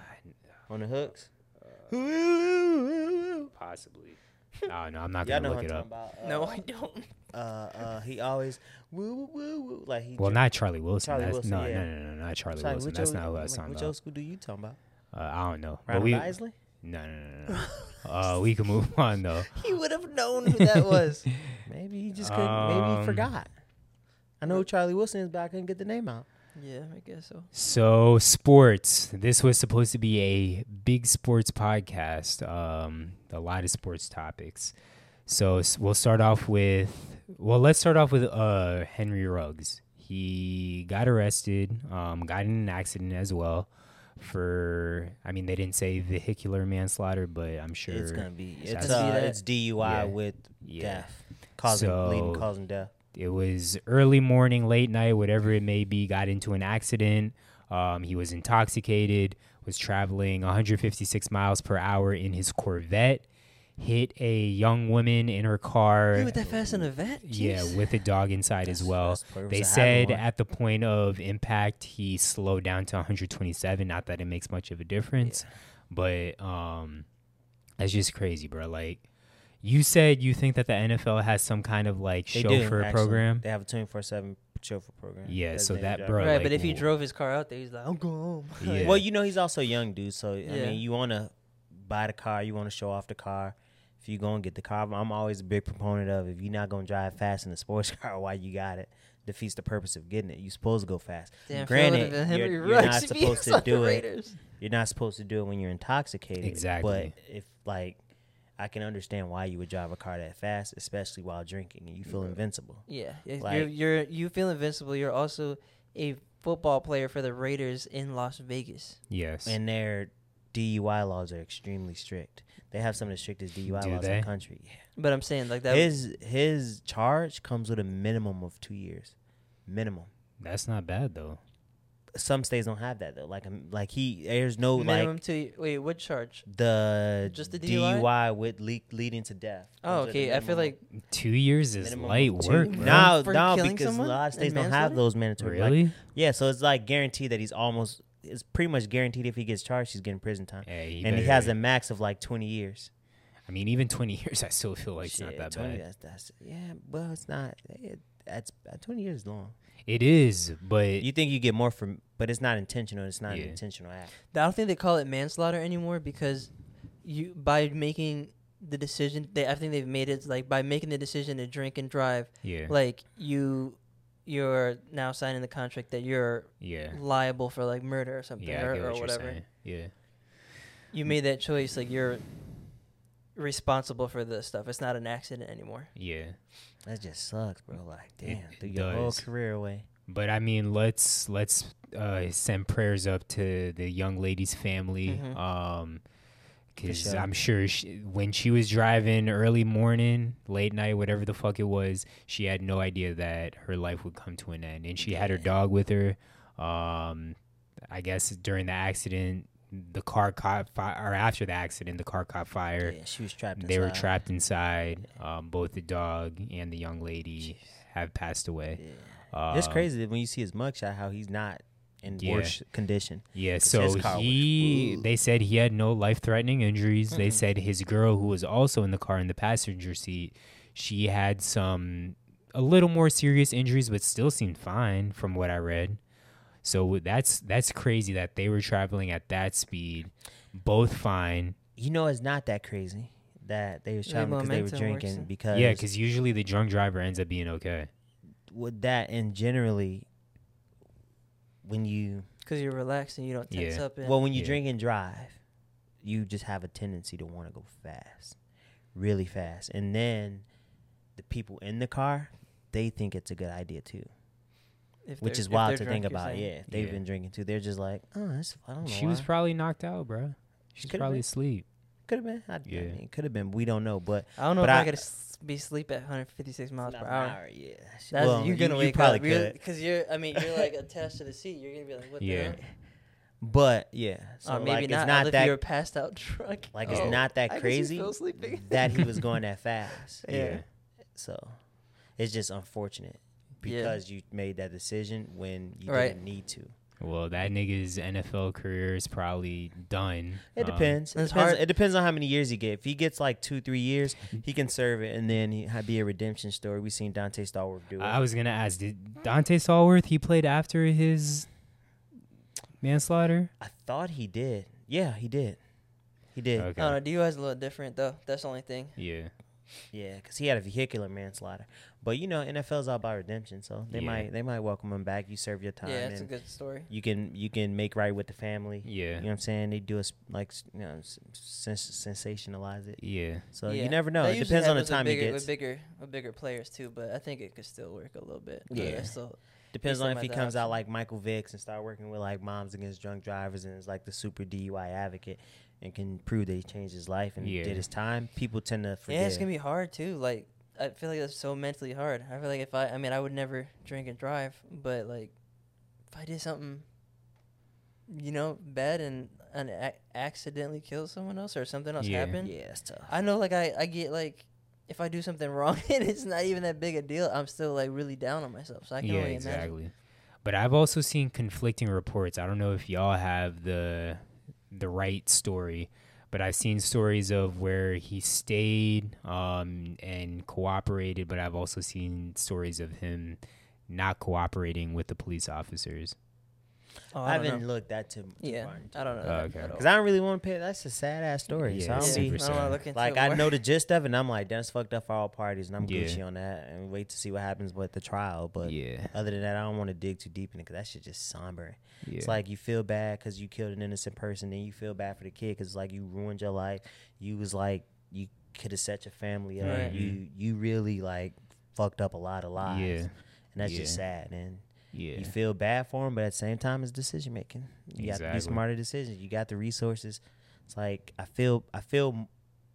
Speaker 2: on the hooks.
Speaker 1: Uh, Possibly. No, no, I'm not gonna
Speaker 2: Y'all know
Speaker 1: look
Speaker 2: what I'm
Speaker 1: it
Speaker 2: talking
Speaker 1: up.
Speaker 2: about. Uh,
Speaker 3: No, I don't.
Speaker 2: uh, uh, he always woo woo woo woo like he.
Speaker 1: Well,
Speaker 2: dri-
Speaker 1: not Charlie Wilson.
Speaker 2: Charlie
Speaker 1: That's,
Speaker 2: Wilson,
Speaker 1: no,
Speaker 2: yeah.
Speaker 1: no, no, no, not Charlie
Speaker 2: Sorry,
Speaker 1: Wilson.
Speaker 2: which
Speaker 1: That's
Speaker 2: old-
Speaker 1: not who I
Speaker 2: I'm
Speaker 1: was
Speaker 2: like,
Speaker 1: talking
Speaker 2: Which
Speaker 1: about.
Speaker 2: old school do you talking about?
Speaker 1: Uh, I don't know. But
Speaker 2: Ronald
Speaker 1: we, no,
Speaker 2: Isley.
Speaker 1: no, no, no, no. uh, we can move on though.
Speaker 3: He would have known who that was.
Speaker 2: Maybe he just couldn't. maybe
Speaker 1: Um,
Speaker 2: he forgot. I know who Charlie Wilson is, but I couldn't get the name out.
Speaker 3: yeah, I guess so.
Speaker 1: So sports. This was supposed to be a big sports podcast. Um, a lot of sports topics. So s- we'll start off with. Well, let's start off with uh Henry Ruggs. He got arrested, um, got in an accident as well for, I mean, they didn't say vehicular manslaughter, but I'm sure.
Speaker 2: It's gonna be
Speaker 1: It's
Speaker 2: it's
Speaker 3: gotta be
Speaker 2: uh,
Speaker 3: that.
Speaker 2: it's DUI
Speaker 1: Yeah.
Speaker 2: with
Speaker 1: Yeah.
Speaker 2: death, causing leading
Speaker 1: So-
Speaker 2: causing death.
Speaker 1: it was early morning, late night, whatever it may be, got into an accident. Um, he was intoxicated, was traveling 156 miles per hour in his Corvette, hit a young woman in her car.
Speaker 3: You with that fast in a vet?
Speaker 1: Yeah,
Speaker 3: Jeez.
Speaker 1: with a dog inside as
Speaker 2: That's-
Speaker 1: well.
Speaker 2: that's the purpose
Speaker 1: They
Speaker 2: of having
Speaker 1: said
Speaker 2: one.
Speaker 1: at the point of impact, he slowed down to 127. Not that it makes much of a difference, but um, that's just crazy, bro. Like you said, you think that the NFL has some kind of like
Speaker 2: They do,
Speaker 1: chauffeur
Speaker 2: actually.
Speaker 1: program.
Speaker 2: They have a twenty four seven chauffeur program.
Speaker 1: Yeah, so
Speaker 2: Designated
Speaker 1: that
Speaker 2: driver.
Speaker 1: bro,
Speaker 3: right,
Speaker 1: like,
Speaker 3: but if he
Speaker 1: w-
Speaker 3: drove his car out there, he's like, I'm going home.
Speaker 1: Yeah.
Speaker 2: Well, you know he's also young, dude. So I
Speaker 3: Yeah.
Speaker 2: mean, you want to buy the car, you want to show off the car. If you go and get the car, I'm always a big proponent of if you're not gonna drive fast in a sports car, why you got it defeats the purpose of getting it. You're supposed to go fast.
Speaker 3: Damn,
Speaker 2: Granted,
Speaker 3: Philadelphia Henry
Speaker 2: you're, you're
Speaker 3: Ruggs
Speaker 2: not
Speaker 3: beat
Speaker 2: supposed
Speaker 3: us
Speaker 2: to
Speaker 3: on the
Speaker 2: do it.
Speaker 3: Raiders.
Speaker 2: You're not supposed to do it when you're intoxicated.
Speaker 1: Exactly.
Speaker 2: But if like, I can understand why you would drive a car that fast, especially while drinking, and you feel invincible.
Speaker 3: Yeah, yeah, you're,
Speaker 2: Like-
Speaker 3: you're you feel invincible. You're also a football player for the Raiders in Las Vegas.
Speaker 1: yes,
Speaker 2: and their DUI laws are extremely strict. They have some of the strictest DUI
Speaker 1: Do
Speaker 2: laws in
Speaker 1: they?
Speaker 2: the country. Yeah.
Speaker 3: But I'm saying like that.
Speaker 2: His his charge comes with a minimum of two years, minimum.
Speaker 1: that's not bad though.
Speaker 2: Some states don't have that though. Like um, like he there's no
Speaker 3: minimum
Speaker 2: like
Speaker 3: two. Wait, what charge?
Speaker 2: the
Speaker 3: Just the DUI?
Speaker 2: DUI? with le- leading to death.
Speaker 3: Oh,
Speaker 2: Those are the
Speaker 3: okay. I feel
Speaker 2: minimum-
Speaker 3: like
Speaker 1: Two years is
Speaker 2: minimum of
Speaker 1: light
Speaker 2: two
Speaker 1: work,
Speaker 2: years.
Speaker 1: bro.
Speaker 2: No,
Speaker 3: For
Speaker 2: no,
Speaker 3: killing
Speaker 2: because a
Speaker 3: someone
Speaker 2: lot of states
Speaker 3: and
Speaker 2: don't have
Speaker 3: manslaughter?
Speaker 2: those mandatory. like-
Speaker 1: really.
Speaker 2: yeah, so it's like guaranteed that he's almost. It's pretty much guaranteed if he gets charged, he's getting prison time,
Speaker 1: Yeah, he
Speaker 2: and he
Speaker 1: better-
Speaker 2: has a max of like twenty years.
Speaker 1: I mean, even twenty years, I still feel like it's
Speaker 2: Shit,
Speaker 1: not that
Speaker 2: 20
Speaker 1: bad.
Speaker 2: That's, that's, yeah, well, it's not. It, that's uh, twenty years is long.
Speaker 1: It is, but
Speaker 2: You think you get more from, but it's not intentional. It's not
Speaker 1: Yeah.
Speaker 2: an intentional act.
Speaker 3: I don't think they call it manslaughter anymore because you by making the decision. They I think they've made it like by making the decision to drink and drive.
Speaker 1: yeah,
Speaker 3: Like you, you're now signing the contract that you're
Speaker 1: yeah,
Speaker 3: liable for like murder or something
Speaker 1: yeah. I
Speaker 3: or,
Speaker 1: get
Speaker 3: or
Speaker 1: what you're
Speaker 3: whatever.
Speaker 1: saying. Yeah.
Speaker 3: You made that choice. Like you're responsible for this stuff. It's not an accident anymore.
Speaker 1: Yeah.
Speaker 2: That just sucks, bro. Like, damn,
Speaker 1: it
Speaker 2: threw your whole
Speaker 1: does.
Speaker 2: career away.
Speaker 1: But I mean, let's let's uh, send prayers up to the young lady's family.
Speaker 3: Mhm.
Speaker 1: Um, because
Speaker 2: Mm-hmm. sure.
Speaker 1: I'm sure she, when she was driving early morning, late night, whatever the fuck it was, she had no idea that her life would come to an end, and she had her dog with her. Um, I guess during the accident, the car caught fire, or after the accident, the car caught fire.
Speaker 2: Yeah, she was trapped.
Speaker 1: They were
Speaker 2: inside.
Speaker 1: trapped inside. Um, both the dog and the young lady have passed away. Um, Yeah.
Speaker 2: it's crazy that when you see his mugshot, how he's not in
Speaker 1: Yeah.
Speaker 2: worse condition.
Speaker 1: Yeah,
Speaker 2: 'Cause
Speaker 1: so
Speaker 2: his car was-
Speaker 1: he
Speaker 2: Ooh.
Speaker 1: they said he had no life-threatening injuries.
Speaker 2: Mm-hmm.
Speaker 1: They said his girl who was also in the car in the passenger seat, she had some a little more serious injuries but still seemed fine from what I read. So that's that's crazy that they were traveling at that speed, both fine.
Speaker 2: You know, it's not that crazy that they was
Speaker 3: The
Speaker 2: trapping because they were
Speaker 3: momentum works
Speaker 2: drinking.
Speaker 3: in-
Speaker 2: Because
Speaker 1: yeah, cuz usually the drunk driver ends up being okay.
Speaker 2: with that and generally, when you
Speaker 3: Because you're relaxed and you don't tense
Speaker 1: Yeah.
Speaker 3: up. And
Speaker 2: Well, when you
Speaker 1: Yeah.
Speaker 2: drink and drive, you just have a tendency to want to go fast, really fast. And then the people in the car, they think it's a good idea too,
Speaker 3: if
Speaker 2: which
Speaker 3: they're-
Speaker 2: is
Speaker 3: if
Speaker 2: wild
Speaker 3: they're
Speaker 2: to
Speaker 3: drunk,
Speaker 2: think
Speaker 3: you're
Speaker 2: about.
Speaker 3: saying.
Speaker 2: Yeah, if they've
Speaker 1: Yeah.
Speaker 2: been drinking too. They're just like, oh, that's, I don't know.
Speaker 1: She was probably knocked out, bro. She's
Speaker 2: could've
Speaker 1: probably
Speaker 2: been.
Speaker 1: asleep.
Speaker 2: could have been. I, I
Speaker 1: Yeah.
Speaker 2: mean, could have been. We don't know, but
Speaker 3: I don't know
Speaker 2: But
Speaker 3: if I,
Speaker 2: I-
Speaker 3: could s- be asleep at 156 miles
Speaker 2: An
Speaker 3: per hour.
Speaker 2: Yeah, that shit-
Speaker 3: That's
Speaker 2: well,
Speaker 3: you're gonna
Speaker 2: you,
Speaker 3: wake
Speaker 2: you probably
Speaker 3: up really-
Speaker 2: could.
Speaker 3: cause you're. I mean, you're like attached to the seat. You're gonna be like, what
Speaker 1: Yeah.
Speaker 3: the? hell?
Speaker 2: But yeah, so
Speaker 3: oh, maybe
Speaker 2: like,
Speaker 3: not.
Speaker 2: It's
Speaker 3: not
Speaker 2: not that
Speaker 3: you're passed out drunk.
Speaker 2: like it's
Speaker 1: Oh.
Speaker 2: not
Speaker 3: I guess
Speaker 2: that
Speaker 3: you
Speaker 2: crazy
Speaker 3: fell sleeping.
Speaker 2: that he was going that fast.
Speaker 3: Yeah.
Speaker 2: So it's just unfortunate
Speaker 3: Yeah.
Speaker 2: because you made that decision when you
Speaker 3: Right.
Speaker 2: didn't need to.
Speaker 1: Well, that nigga's NFL career is probably done.
Speaker 2: It
Speaker 1: Um,
Speaker 2: depends. It
Speaker 3: It's
Speaker 2: depends,
Speaker 3: hard-
Speaker 2: it depends on how many years he get. If he gets like two, three years, he can serve it, and then he would be a redemption story. We seen Dante Stallworth do it.
Speaker 1: I was gonna ask, did Dante Stallworth he played after his manslaughter?
Speaker 2: I thought he did. Yeah, he did. He did.
Speaker 1: Okay.
Speaker 3: I don't know. DUI is a little different though. That's the only thing.
Speaker 1: Yeah.
Speaker 2: Yeah, because he had a vehicular manslaughter. But you know, NFL's all about redemption, so they
Speaker 1: Yeah.
Speaker 2: might they might welcome him back. You serve your time.
Speaker 3: yeah, it's a
Speaker 2: and
Speaker 3: good story.
Speaker 2: you can you can make right with the family.
Speaker 1: Yeah.
Speaker 2: You know what I'm saying? They do a s- like s- you know s- sens- sensationalize it.
Speaker 1: Yeah.
Speaker 2: So
Speaker 3: Yeah.
Speaker 2: you never know.
Speaker 3: That
Speaker 2: It
Speaker 3: usually
Speaker 2: depends on the
Speaker 3: happens with
Speaker 2: time he
Speaker 3: bigger,
Speaker 2: gets.
Speaker 3: With bigger, with bigger players too, but I think it could still work a little bit. But
Speaker 2: Yeah.
Speaker 3: that's still-
Speaker 2: Depends
Speaker 3: still
Speaker 2: on if
Speaker 3: might
Speaker 2: he
Speaker 3: have
Speaker 2: comes
Speaker 3: the
Speaker 2: out like Michael Vicks and start working with like Moms Against Drunk Drivers and is like the super DUI advocate and can prove that he changed his life and
Speaker 1: Yeah.
Speaker 2: did his time. People tend to forget.
Speaker 3: Yeah, it's gonna be hard too. Like I feel like that's so mentally hard. I feel like if I, I mean, I would never drink and drive, but like if I did something, you know, bad and and ac accidentally killed someone else or something else
Speaker 1: Yeah.
Speaker 3: happened,
Speaker 2: yeah, it's tough.
Speaker 3: I know like I I get like if I do something wrong and it's not even that big a deal, I'm still like really down on myself. So I can
Speaker 1: yeah,
Speaker 3: only imagine.
Speaker 1: exactly. But I've also seen conflicting reports. I don't know if y'all have the the right story, but I've seen stories of where he stayed um, and cooperated. But I've also seen stories of him not cooperating with the police officers.
Speaker 3: Oh,
Speaker 2: I,
Speaker 3: I, don't
Speaker 2: haven't
Speaker 3: know.
Speaker 2: looked that too too
Speaker 3: Yeah,
Speaker 2: far into
Speaker 3: I don't know.
Speaker 1: Oh,
Speaker 3: that
Speaker 1: okay.
Speaker 3: at all.
Speaker 2: because I don't really want to pay. That's a sad ass story.
Speaker 1: Yeah,
Speaker 2: so I
Speaker 1: it's
Speaker 2: don't
Speaker 1: super
Speaker 2: be,
Speaker 3: I don't want
Speaker 1: sad.
Speaker 3: to look into
Speaker 2: like
Speaker 3: it
Speaker 2: I
Speaker 3: more.
Speaker 2: know the gist of it, and I'm like, that's fucked up for all parties, and I'm
Speaker 1: Yeah.
Speaker 2: Gucci on that, and wait to see what happens with the trial. But
Speaker 1: yeah,
Speaker 2: other than that, I don't want to dig too deep in it because that shit just somber.
Speaker 1: yeah,
Speaker 2: It's like you feel bad because you killed an innocent person, then you feel bad for the kid because like you ruined your life. You was like you could have set your family up.
Speaker 3: Right.
Speaker 2: You you really like fucked up a lot of lives.
Speaker 1: Yeah.
Speaker 2: and that's just
Speaker 1: Yeah.
Speaker 2: sad. And
Speaker 1: yeah,
Speaker 2: you feel bad for them, but at the same time, it's decision making. You got to
Speaker 1: Exactly.
Speaker 2: do smarter decisions. You got the resources. It's like I feel I feel m-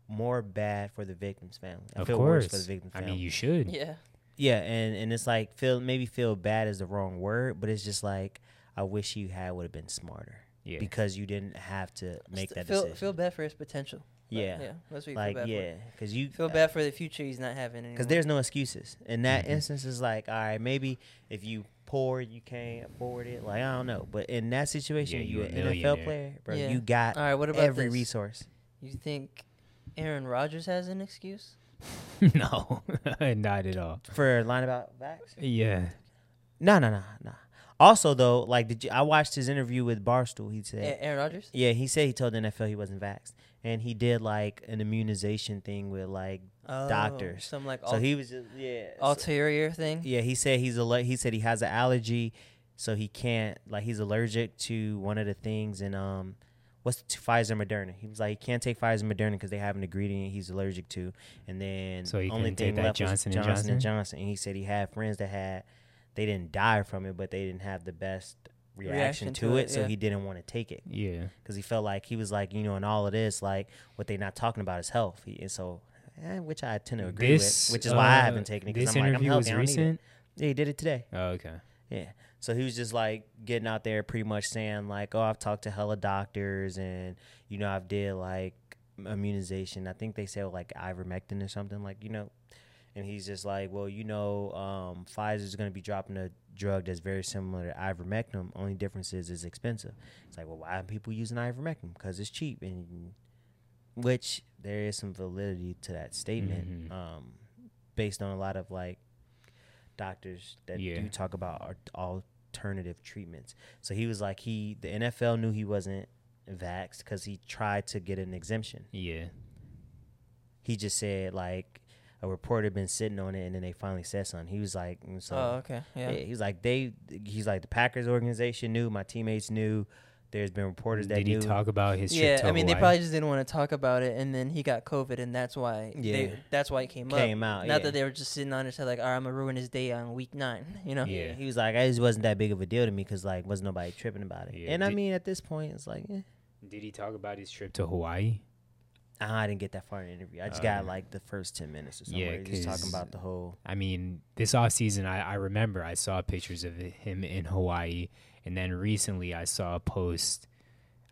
Speaker 2: more bad for the victim's family. I
Speaker 1: of
Speaker 2: feel
Speaker 1: course.
Speaker 2: worse for the victim's
Speaker 1: I
Speaker 2: family.
Speaker 1: mean, you should.
Speaker 3: Yeah,
Speaker 2: Yeah, and and it's like feel maybe feel bad is the wrong word, but it's just like I wish you had would have been smarter
Speaker 1: Yeah.
Speaker 2: because you didn't have to make
Speaker 3: St-
Speaker 2: that
Speaker 3: feel,
Speaker 2: decision.
Speaker 3: Feel bad for his potential. Like,
Speaker 2: yeah.
Speaker 3: yeah. That's what you
Speaker 2: like
Speaker 3: feel bad for.
Speaker 2: yeah, because you
Speaker 3: Feel bad for the future he's not having anymore.
Speaker 2: because there's no excuses in that
Speaker 1: Mhm.
Speaker 2: instance. Is like all right, maybe if you poor you can't afford it. Like I don't know, but in that situation,
Speaker 1: Yeah,
Speaker 2: you
Speaker 1: you
Speaker 2: an
Speaker 1: a
Speaker 2: NFL
Speaker 1: millionaire.
Speaker 2: player, bro.
Speaker 3: Yeah.
Speaker 2: You got
Speaker 3: All right, what about
Speaker 2: every
Speaker 3: this?
Speaker 2: resource.
Speaker 3: You think Aaron Rodgers has an excuse?
Speaker 1: no, not at all.
Speaker 2: For lying about vax?
Speaker 1: Yeah,
Speaker 2: No, no, no, no. Also, though, like, did you? I watched his interview with Barstool. He said,
Speaker 3: A- Aaron Rodgers?
Speaker 2: Yeah, he said he told the NFL he wasn't vaxxed. And he did like an immunization thing with like
Speaker 3: Oh,
Speaker 2: doctors.
Speaker 3: Some like
Speaker 2: so
Speaker 3: ul-
Speaker 2: he was just yeah. so-
Speaker 3: ulterior thing.
Speaker 2: yeah, he said he's alle- he said he has an allergy, so he can't like he's allergic to one of the things and um what's to Pfizer Moderna. He was like he can't take Pfizer Moderna because they have an ingredient he's allergic to. And then
Speaker 1: So he
Speaker 2: only
Speaker 1: couldn't take
Speaker 2: thing
Speaker 1: that
Speaker 2: left was
Speaker 1: Johnson and
Speaker 2: Johnson and Johnson. And he said he had friends that had they didn't die from it, but they didn't have the best reaction, to, it, so
Speaker 3: yeah.
Speaker 2: he didn't want to take it
Speaker 1: yeah,
Speaker 2: because he felt like he was like you know in all of this like what they not talking about is health he, and so eh, which I tend to agree
Speaker 1: This,
Speaker 2: with which is why I
Speaker 1: uh,
Speaker 2: haven't taken it because
Speaker 1: This
Speaker 2: I'm like I'm
Speaker 1: interview
Speaker 2: healthy
Speaker 1: was
Speaker 2: I don't need it."
Speaker 1: recent.
Speaker 2: yeah he did it today
Speaker 1: Oh, okay.
Speaker 2: yeah so he was just like getting out there pretty much saying like oh I've talked to hella doctors and you know I've did like immunization I think they said like ivermectin or something like you know and he's just like well you know um, Pfizer's going to be dropping a drug that's very similar to ivermectin only difference is it's expensive it's like, well, why are people using ivermectin? Because it's cheap, and which there is some validity to that statement,
Speaker 1: Mhm.
Speaker 2: um, based on a lot of like doctors that
Speaker 1: Yeah.
Speaker 2: do talk about al- alternative treatments. So he was like, he the NFL knew he wasn't vaxxed because he tried to get an exemption.
Speaker 1: Yeah.
Speaker 2: He just said like a reporter been sitting on it, and then they finally said something. He was like, mm, so
Speaker 3: Oh, okay. Yeah.
Speaker 2: yeah. he's like they. He's like the Packers organization knew. My teammates knew. There's been reporters that
Speaker 1: Did
Speaker 2: knew.
Speaker 1: he talk about his trip
Speaker 3: Yeah,
Speaker 1: to
Speaker 3: I mean, they
Speaker 1: Hawaii?
Speaker 3: probably just didn't want to talk about it, and then he got COVID, and that's why. They,
Speaker 2: Yeah.
Speaker 3: that's why it came,
Speaker 2: Came
Speaker 3: up.
Speaker 2: out,
Speaker 3: Not
Speaker 2: yeah.
Speaker 3: that they were just sitting on it, so like, all right, I'm gonna ruin his day on week nine. You know.
Speaker 1: Yeah.
Speaker 2: He was like, it just wasn't that big of a deal to me because like wasn't nobody tripping about it.
Speaker 1: Yeah,
Speaker 2: and I
Speaker 1: did-
Speaker 2: mean, at this point, it's like, eh.
Speaker 1: Did he talk about his trip to Hawaii?
Speaker 2: Ah, I didn't get that far in the interview. I just
Speaker 1: Uh,
Speaker 2: got like the first ten minutes or something.
Speaker 1: yeah,
Speaker 2: Yeah, just talking
Speaker 1: 'cause-
Speaker 2: about the whole.
Speaker 1: I mean, this off season, I, I remember I saw pictures of him in Hawaii, and then recently I saw a post.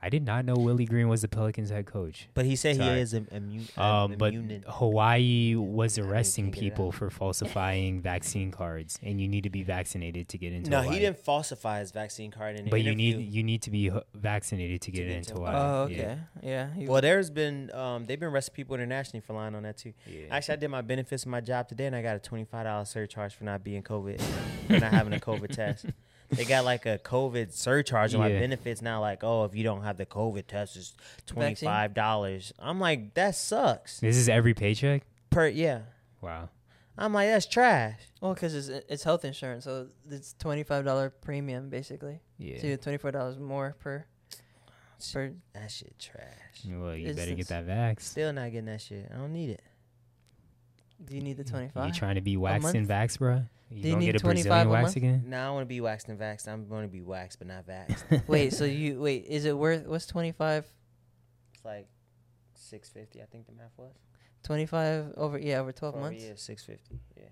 Speaker 1: I did not know Willie Green was the Pelicans head coach.
Speaker 2: But he said
Speaker 1: Sorry.
Speaker 2: he is im- immune.
Speaker 1: Um, but
Speaker 2: immune-
Speaker 1: Hawaii was
Speaker 2: I mean,
Speaker 1: arresting
Speaker 2: figure it
Speaker 1: people
Speaker 2: out.
Speaker 1: for falsifying vaccine cards, and you need to be vaccinated to get into.
Speaker 2: no,
Speaker 1: Hawaii.
Speaker 2: he didn't falsify his vaccine card in the
Speaker 1: But you
Speaker 2: interview.
Speaker 1: need you need to be h- vaccinated to get into Hawaii.
Speaker 3: Oh,
Speaker 1: Yeah.
Speaker 3: okay. Yeah. he-
Speaker 2: Well, there's been um, they've been arresting people internationally for lying on that too.
Speaker 1: Yeah.
Speaker 2: Actually, I did my benefits in my job today, and I got a twenty five dollar surcharge for not being COVID, for not having a COVID test. They got like a COVID surcharge on my
Speaker 1: Yeah.
Speaker 2: benefits now. Like, oh, if you don't have the COVID test, it's twenty five dollars. I'm like, that sucks.
Speaker 1: This is every paycheck.
Speaker 2: Per yeah,
Speaker 1: Wow.
Speaker 2: I'm like, that's trash.
Speaker 3: well, because it's it's health insurance, so it's twenty five dollar premium basically.
Speaker 1: Yeah.
Speaker 3: So you twenty four dollars more per. Per
Speaker 2: That shit trash.
Speaker 1: Well, you
Speaker 3: It's-
Speaker 1: better get
Speaker 3: it's-
Speaker 1: that vax.
Speaker 2: Still not getting that shit. I don't need it.
Speaker 3: Do you need the twenty
Speaker 1: You
Speaker 3: five?
Speaker 1: trying to be waxed and
Speaker 3: month?
Speaker 1: vaxed, bruh? You
Speaker 3: Do you
Speaker 1: gonna
Speaker 3: need
Speaker 1: get a
Speaker 3: 25
Speaker 1: Brazilian
Speaker 3: a
Speaker 1: wax
Speaker 3: month?
Speaker 1: again?
Speaker 2: Now I want to be waxed and vaxxed. I'm going to be waxed, but not vaxxed.
Speaker 3: wait, so you wait, is it worth what's 25
Speaker 2: it's like six fifty. I think the math was.
Speaker 3: 25 over yeah, over 12
Speaker 2: Four
Speaker 3: months?
Speaker 2: years, six fifty. Yeah.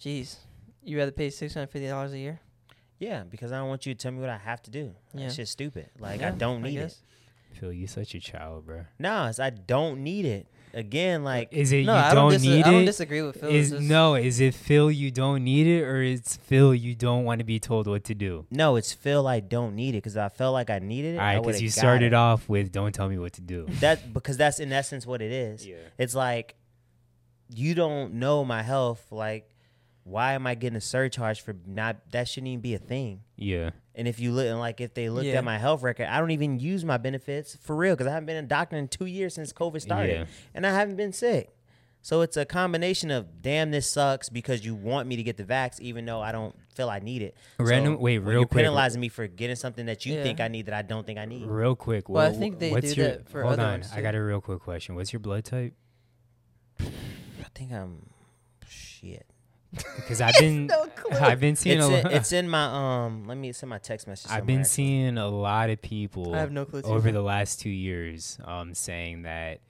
Speaker 3: Jeez. You rather pay $650 a year?
Speaker 2: Yeah, because I don't want you to tell me what I have to do.
Speaker 3: Yeah.
Speaker 2: That shit's stupid. Like I
Speaker 3: Yeah,
Speaker 2: don't need it.
Speaker 3: guess.
Speaker 1: Phil, you such a child, bruh.
Speaker 2: Nah, it's- I don't need it. Again, like
Speaker 1: Is it
Speaker 3: No,
Speaker 1: you
Speaker 3: I
Speaker 1: don't,
Speaker 3: don't, dis-
Speaker 1: need
Speaker 3: I don't
Speaker 1: it?
Speaker 3: disagree with Phil.
Speaker 1: is
Speaker 3: it's just-
Speaker 1: no, is it Phil you don't need it, or it's Phil you don't want to be told what to do?
Speaker 2: no, it's feel I don't need it because I felt like I needed it.
Speaker 1: All
Speaker 2: I
Speaker 1: right,
Speaker 2: would've
Speaker 1: because you
Speaker 2: got
Speaker 1: started
Speaker 2: it.
Speaker 1: off with "Don't tell me what to do."
Speaker 2: that because that's in essence what it is.
Speaker 1: Yeah.
Speaker 2: It's like you don't know my health. Like, why am I getting a surcharge for not? That shouldn't even be a thing.
Speaker 1: Yeah,
Speaker 2: And if you look, and like if they looked
Speaker 3: Yeah.
Speaker 2: at my health record, I don't even use my benefits for real because I haven't been a doctor in two years since COVID started,
Speaker 1: Yeah.
Speaker 2: and I haven't been sick. So it's a combination of damn, this sucks because you want me to get the vax even though I don't feel I need it.
Speaker 1: Random-
Speaker 2: So
Speaker 1: wait,
Speaker 2: when
Speaker 1: real
Speaker 2: you're
Speaker 1: quick.
Speaker 2: penalizing me for getting something that you
Speaker 3: Yeah.
Speaker 2: think I need that I don't think I need.
Speaker 1: real quick.
Speaker 3: Well, I
Speaker 1: wha-
Speaker 3: think they
Speaker 1: what's
Speaker 3: do
Speaker 1: your,
Speaker 3: that for
Speaker 1: Hold
Speaker 3: other
Speaker 1: on,
Speaker 3: ones,
Speaker 1: I got a real quick question. What's your blood type?
Speaker 2: I think I'm shit.
Speaker 1: Because I've been I've been seeing
Speaker 2: It's
Speaker 1: a
Speaker 2: in,
Speaker 1: lot.
Speaker 2: it's in my um. Let me. It's in my text message.
Speaker 1: I've
Speaker 2: somewhere.
Speaker 1: been seeing a lot of people
Speaker 3: I have no clue. too.
Speaker 1: over the last two years um, saying that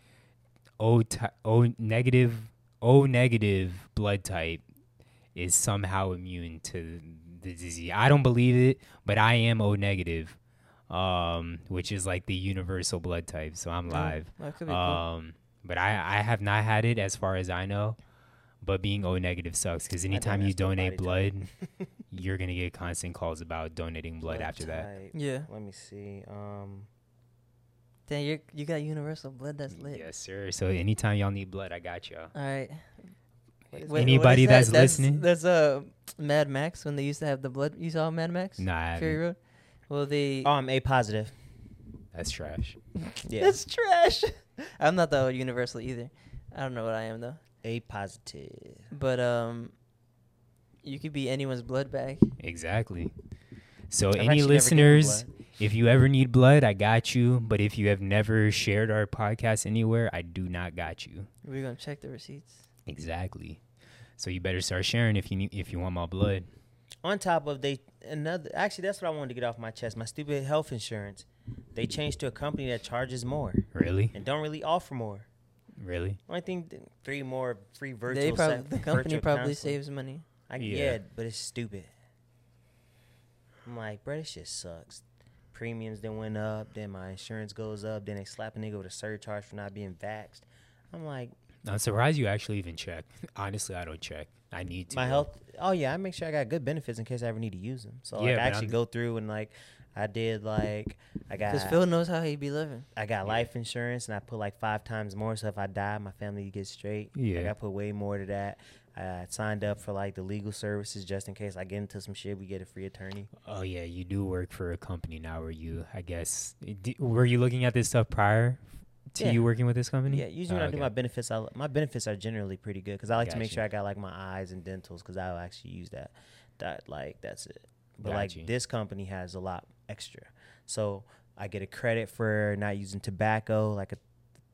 Speaker 1: O ty- O negative O negative blood type is somehow immune to the disease. I don't believe it, but I am O negative, um, which is like the universal blood type. So I'm
Speaker 3: Oh,
Speaker 1: live.
Speaker 3: That could be cool.
Speaker 1: Um, but I, I have not had it as far as I know. But being O negative sucks because
Speaker 2: think
Speaker 1: anytime you
Speaker 2: that's the
Speaker 1: donate
Speaker 2: body
Speaker 1: blood, you're gonna get constant calls about donating blood after that.
Speaker 2: Type.
Speaker 3: Yeah.
Speaker 2: Let me see. Um.
Speaker 3: Damn, you you got universal blood that's lit.
Speaker 1: Yes, sir. So anytime y'all need blood, I got y'all.
Speaker 3: All right.
Speaker 2: What is
Speaker 3: Wait, what
Speaker 1: Anybody
Speaker 3: is
Speaker 1: that's
Speaker 3: that?
Speaker 1: listening?
Speaker 3: That's uh, Mad Max when they used to have the blood. You saw Mad Max?
Speaker 1: Nah, I
Speaker 3: Fury
Speaker 1: haven't.
Speaker 3: Road. Well, they
Speaker 2: Oh, I'm A positive.
Speaker 1: that's trash.
Speaker 2: Yeah.
Speaker 3: that's trash. I'm not that universal either. I don't know what I am though.
Speaker 2: A positive.
Speaker 3: But um, you could be anyone's blood bag.
Speaker 1: Exactly. So
Speaker 2: I've actually
Speaker 1: any
Speaker 2: never given
Speaker 1: listeners,
Speaker 2: blood.
Speaker 1: if you ever need blood, I got you. But if you have never shared our podcast anywhere, I do not got you.
Speaker 3: We're gonna check the receipts.
Speaker 1: Exactly. So you better start sharing if you need, if you want my blood.
Speaker 2: On top of they another actually that's what I wanted to get off my chest. My stupid health insurance. They changed to a company that charges more
Speaker 1: Really,
Speaker 2: and don't really offer more.
Speaker 1: really.
Speaker 2: Only thing th- three more free virtual.
Speaker 3: They probably
Speaker 2: se-
Speaker 3: the company
Speaker 2: virtual
Speaker 3: probably
Speaker 2: counseling.
Speaker 3: saves money.
Speaker 2: I
Speaker 1: Yeah.
Speaker 2: yeah. but it's stupid. I'm like, bro, this shit sucks. Premiums then went up, then my insurance goes up, then they slap a nigga with a surcharge for not being vaxxed. I'm like,
Speaker 1: I'm surprised you actually even check. Honestly, I don't check. I need to.
Speaker 2: my health. Oh yeah, I make sure I got good benefits in case I ever need to use them. So
Speaker 1: Yeah,
Speaker 2: like,
Speaker 1: but
Speaker 2: I actually
Speaker 1: I'm-
Speaker 2: go through and like, I did like, I got
Speaker 3: Cause Phil knows how he be living.
Speaker 2: I got life insurance and I put like five times more. So if I die, my family gets straight. Like,
Speaker 1: Yeah.
Speaker 2: I put way more to that. I signed up for like the legal services just in case I get into some shit. We get a free attorney.
Speaker 1: Oh yeah, you do work for a company now. Were you? I guess. d- Were you looking at this stuff prior to
Speaker 2: Yeah.
Speaker 1: you working with this company?
Speaker 2: Yeah, usually when
Speaker 1: Oh,
Speaker 2: I do
Speaker 1: okay.
Speaker 2: my benefits, I, my benefits are generally pretty good because I like to make
Speaker 1: Gotcha.
Speaker 2: sure I got like my eyes and dentals because I'll actually use that. That like that's it. But
Speaker 1: Gotcha.
Speaker 2: like this company has a lot extra, so I get a credit for not using tobacco, like a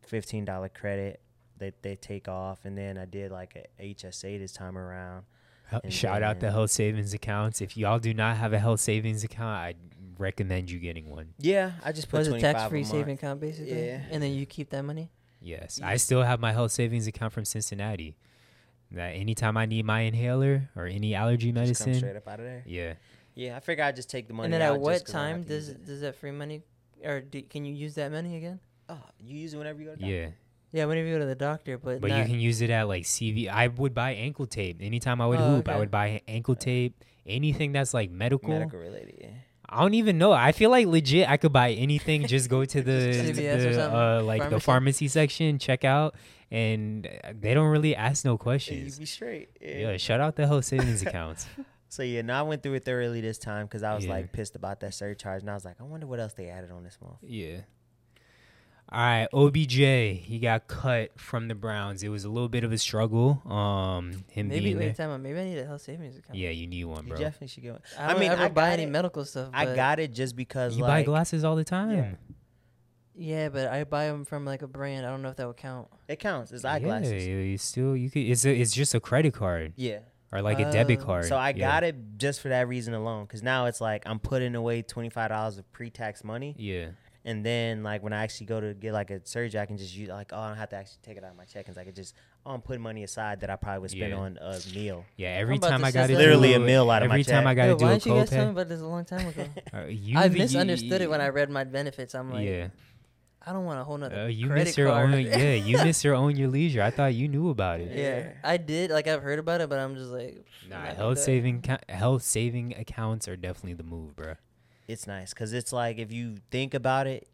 Speaker 2: fifteen dollar credit that they take off, and then I did like a HSA this time around.
Speaker 1: Hel-
Speaker 2: and
Speaker 1: Shout out the
Speaker 2: then-
Speaker 1: health savings accounts. If y'all do not have a health savings account, I recommend you getting one.
Speaker 2: Yeah, I just put
Speaker 3: Was it
Speaker 2: twenty five
Speaker 3: tax
Speaker 2: a
Speaker 3: free
Speaker 2: month.
Speaker 3: saving account basically?
Speaker 2: Yeah.
Speaker 3: And then you keep that money.
Speaker 1: Yes, I still have my health savings account from Cincinnati. That anytime I need my inhaler or any allergy
Speaker 2: Just come
Speaker 1: medicine,
Speaker 2: straight up out of there.
Speaker 1: yeah,
Speaker 2: Yeah, I figure I just take the money.
Speaker 3: and then
Speaker 2: out
Speaker 3: at
Speaker 2: just
Speaker 3: what
Speaker 2: 'cause I don't have
Speaker 3: time
Speaker 2: to use
Speaker 3: does
Speaker 2: it.
Speaker 3: does that free money or do, can you use that money again?
Speaker 2: Oh, you use it whenever you go to the
Speaker 1: yeah.
Speaker 3: Yeah, whenever you go to the doctor, but,
Speaker 1: But you
Speaker 3: not-
Speaker 1: can use it at like CV. I would buy ankle tape anytime I would
Speaker 3: Oh,
Speaker 1: hoop. I
Speaker 3: okay.
Speaker 1: would buy ankle tape. Anything that's like medical.
Speaker 2: medical related. Yeah.
Speaker 1: I don't even know. I feel like legit. I could buy anything. Just go to the,
Speaker 3: CVS or
Speaker 1: the,
Speaker 3: something,
Speaker 1: uh, like the
Speaker 3: pharmacy.
Speaker 1: pharmacy section, check out, and uh, they don't really ask no
Speaker 2: Yeah, you
Speaker 1: questions.
Speaker 2: be straight. Yeah.
Speaker 1: Yeah, shout out the health savings accounts.
Speaker 2: So yeah, no, I went through it thoroughly this time because I was
Speaker 1: Yeah.
Speaker 2: like pissed about that surcharge, and I was like, I wonder what else they added on this month.
Speaker 1: Yeah. All right, OBJ, he got cut from the Browns. It was a little bit of a struggle. Um, him
Speaker 3: maybe
Speaker 1: being
Speaker 3: wait
Speaker 1: there.
Speaker 3: time out. Maybe I need a health savings account.
Speaker 1: Yeah, you need one,
Speaker 2: You
Speaker 1: bro.
Speaker 2: definitely should get one.
Speaker 3: I don't
Speaker 2: mean,
Speaker 3: ever
Speaker 2: I
Speaker 3: buy
Speaker 2: got
Speaker 3: any
Speaker 2: it.
Speaker 3: medical stuff.
Speaker 2: I
Speaker 3: but
Speaker 2: got it just because
Speaker 1: You buy
Speaker 2: like
Speaker 1: glasses all the time.
Speaker 3: Yeah, but I buy them from like a brand. I don't know if that would count.
Speaker 2: It counts. It's
Speaker 1: Yeah,
Speaker 2: eyeglasses.
Speaker 1: you you still you could. It's a, it's just a credit card
Speaker 2: Yeah.
Speaker 1: or like a debit
Speaker 3: Oh.
Speaker 1: card.
Speaker 2: So I
Speaker 1: yeah.
Speaker 2: got it just for that reason alone. Because now it's like I'm putting away twenty five dollars of pre tax money,
Speaker 1: Yeah,
Speaker 2: and then like when I actually go to get like a surgery, I can just use like oh I don't have to actually take it out of my check-ins. I could just oh I'm putting money aside that I probably would spend
Speaker 1: Yeah.
Speaker 2: on a meal.
Speaker 1: yeah. Every
Speaker 3: about
Speaker 1: time
Speaker 3: to
Speaker 1: I
Speaker 3: say
Speaker 1: got it,
Speaker 3: something. Literally
Speaker 2: a meal out of my
Speaker 1: every time
Speaker 2: check.
Speaker 1: I got to
Speaker 3: Yo,
Speaker 1: do
Speaker 3: why
Speaker 1: a
Speaker 3: didn't you guys tell me
Speaker 1: copay.
Speaker 3: about this a long time ago?
Speaker 1: Uh, you-
Speaker 3: I
Speaker 1: you-
Speaker 3: misunderstood it when I read my benefits. I'm like,
Speaker 1: Yeah,
Speaker 3: I don't want a whole nother
Speaker 1: uh, you
Speaker 3: credit
Speaker 1: miss your
Speaker 3: card.
Speaker 1: own. Yeah, you miss your own your leisure. I thought you knew about it.
Speaker 3: yeah, I did. Like I've heard about it, but I'm just like,
Speaker 1: Nah,
Speaker 3: not
Speaker 1: health
Speaker 3: that-
Speaker 1: saving ca- health saving accounts are definitely the move, bro.
Speaker 2: It's nice because it's like if you think about it,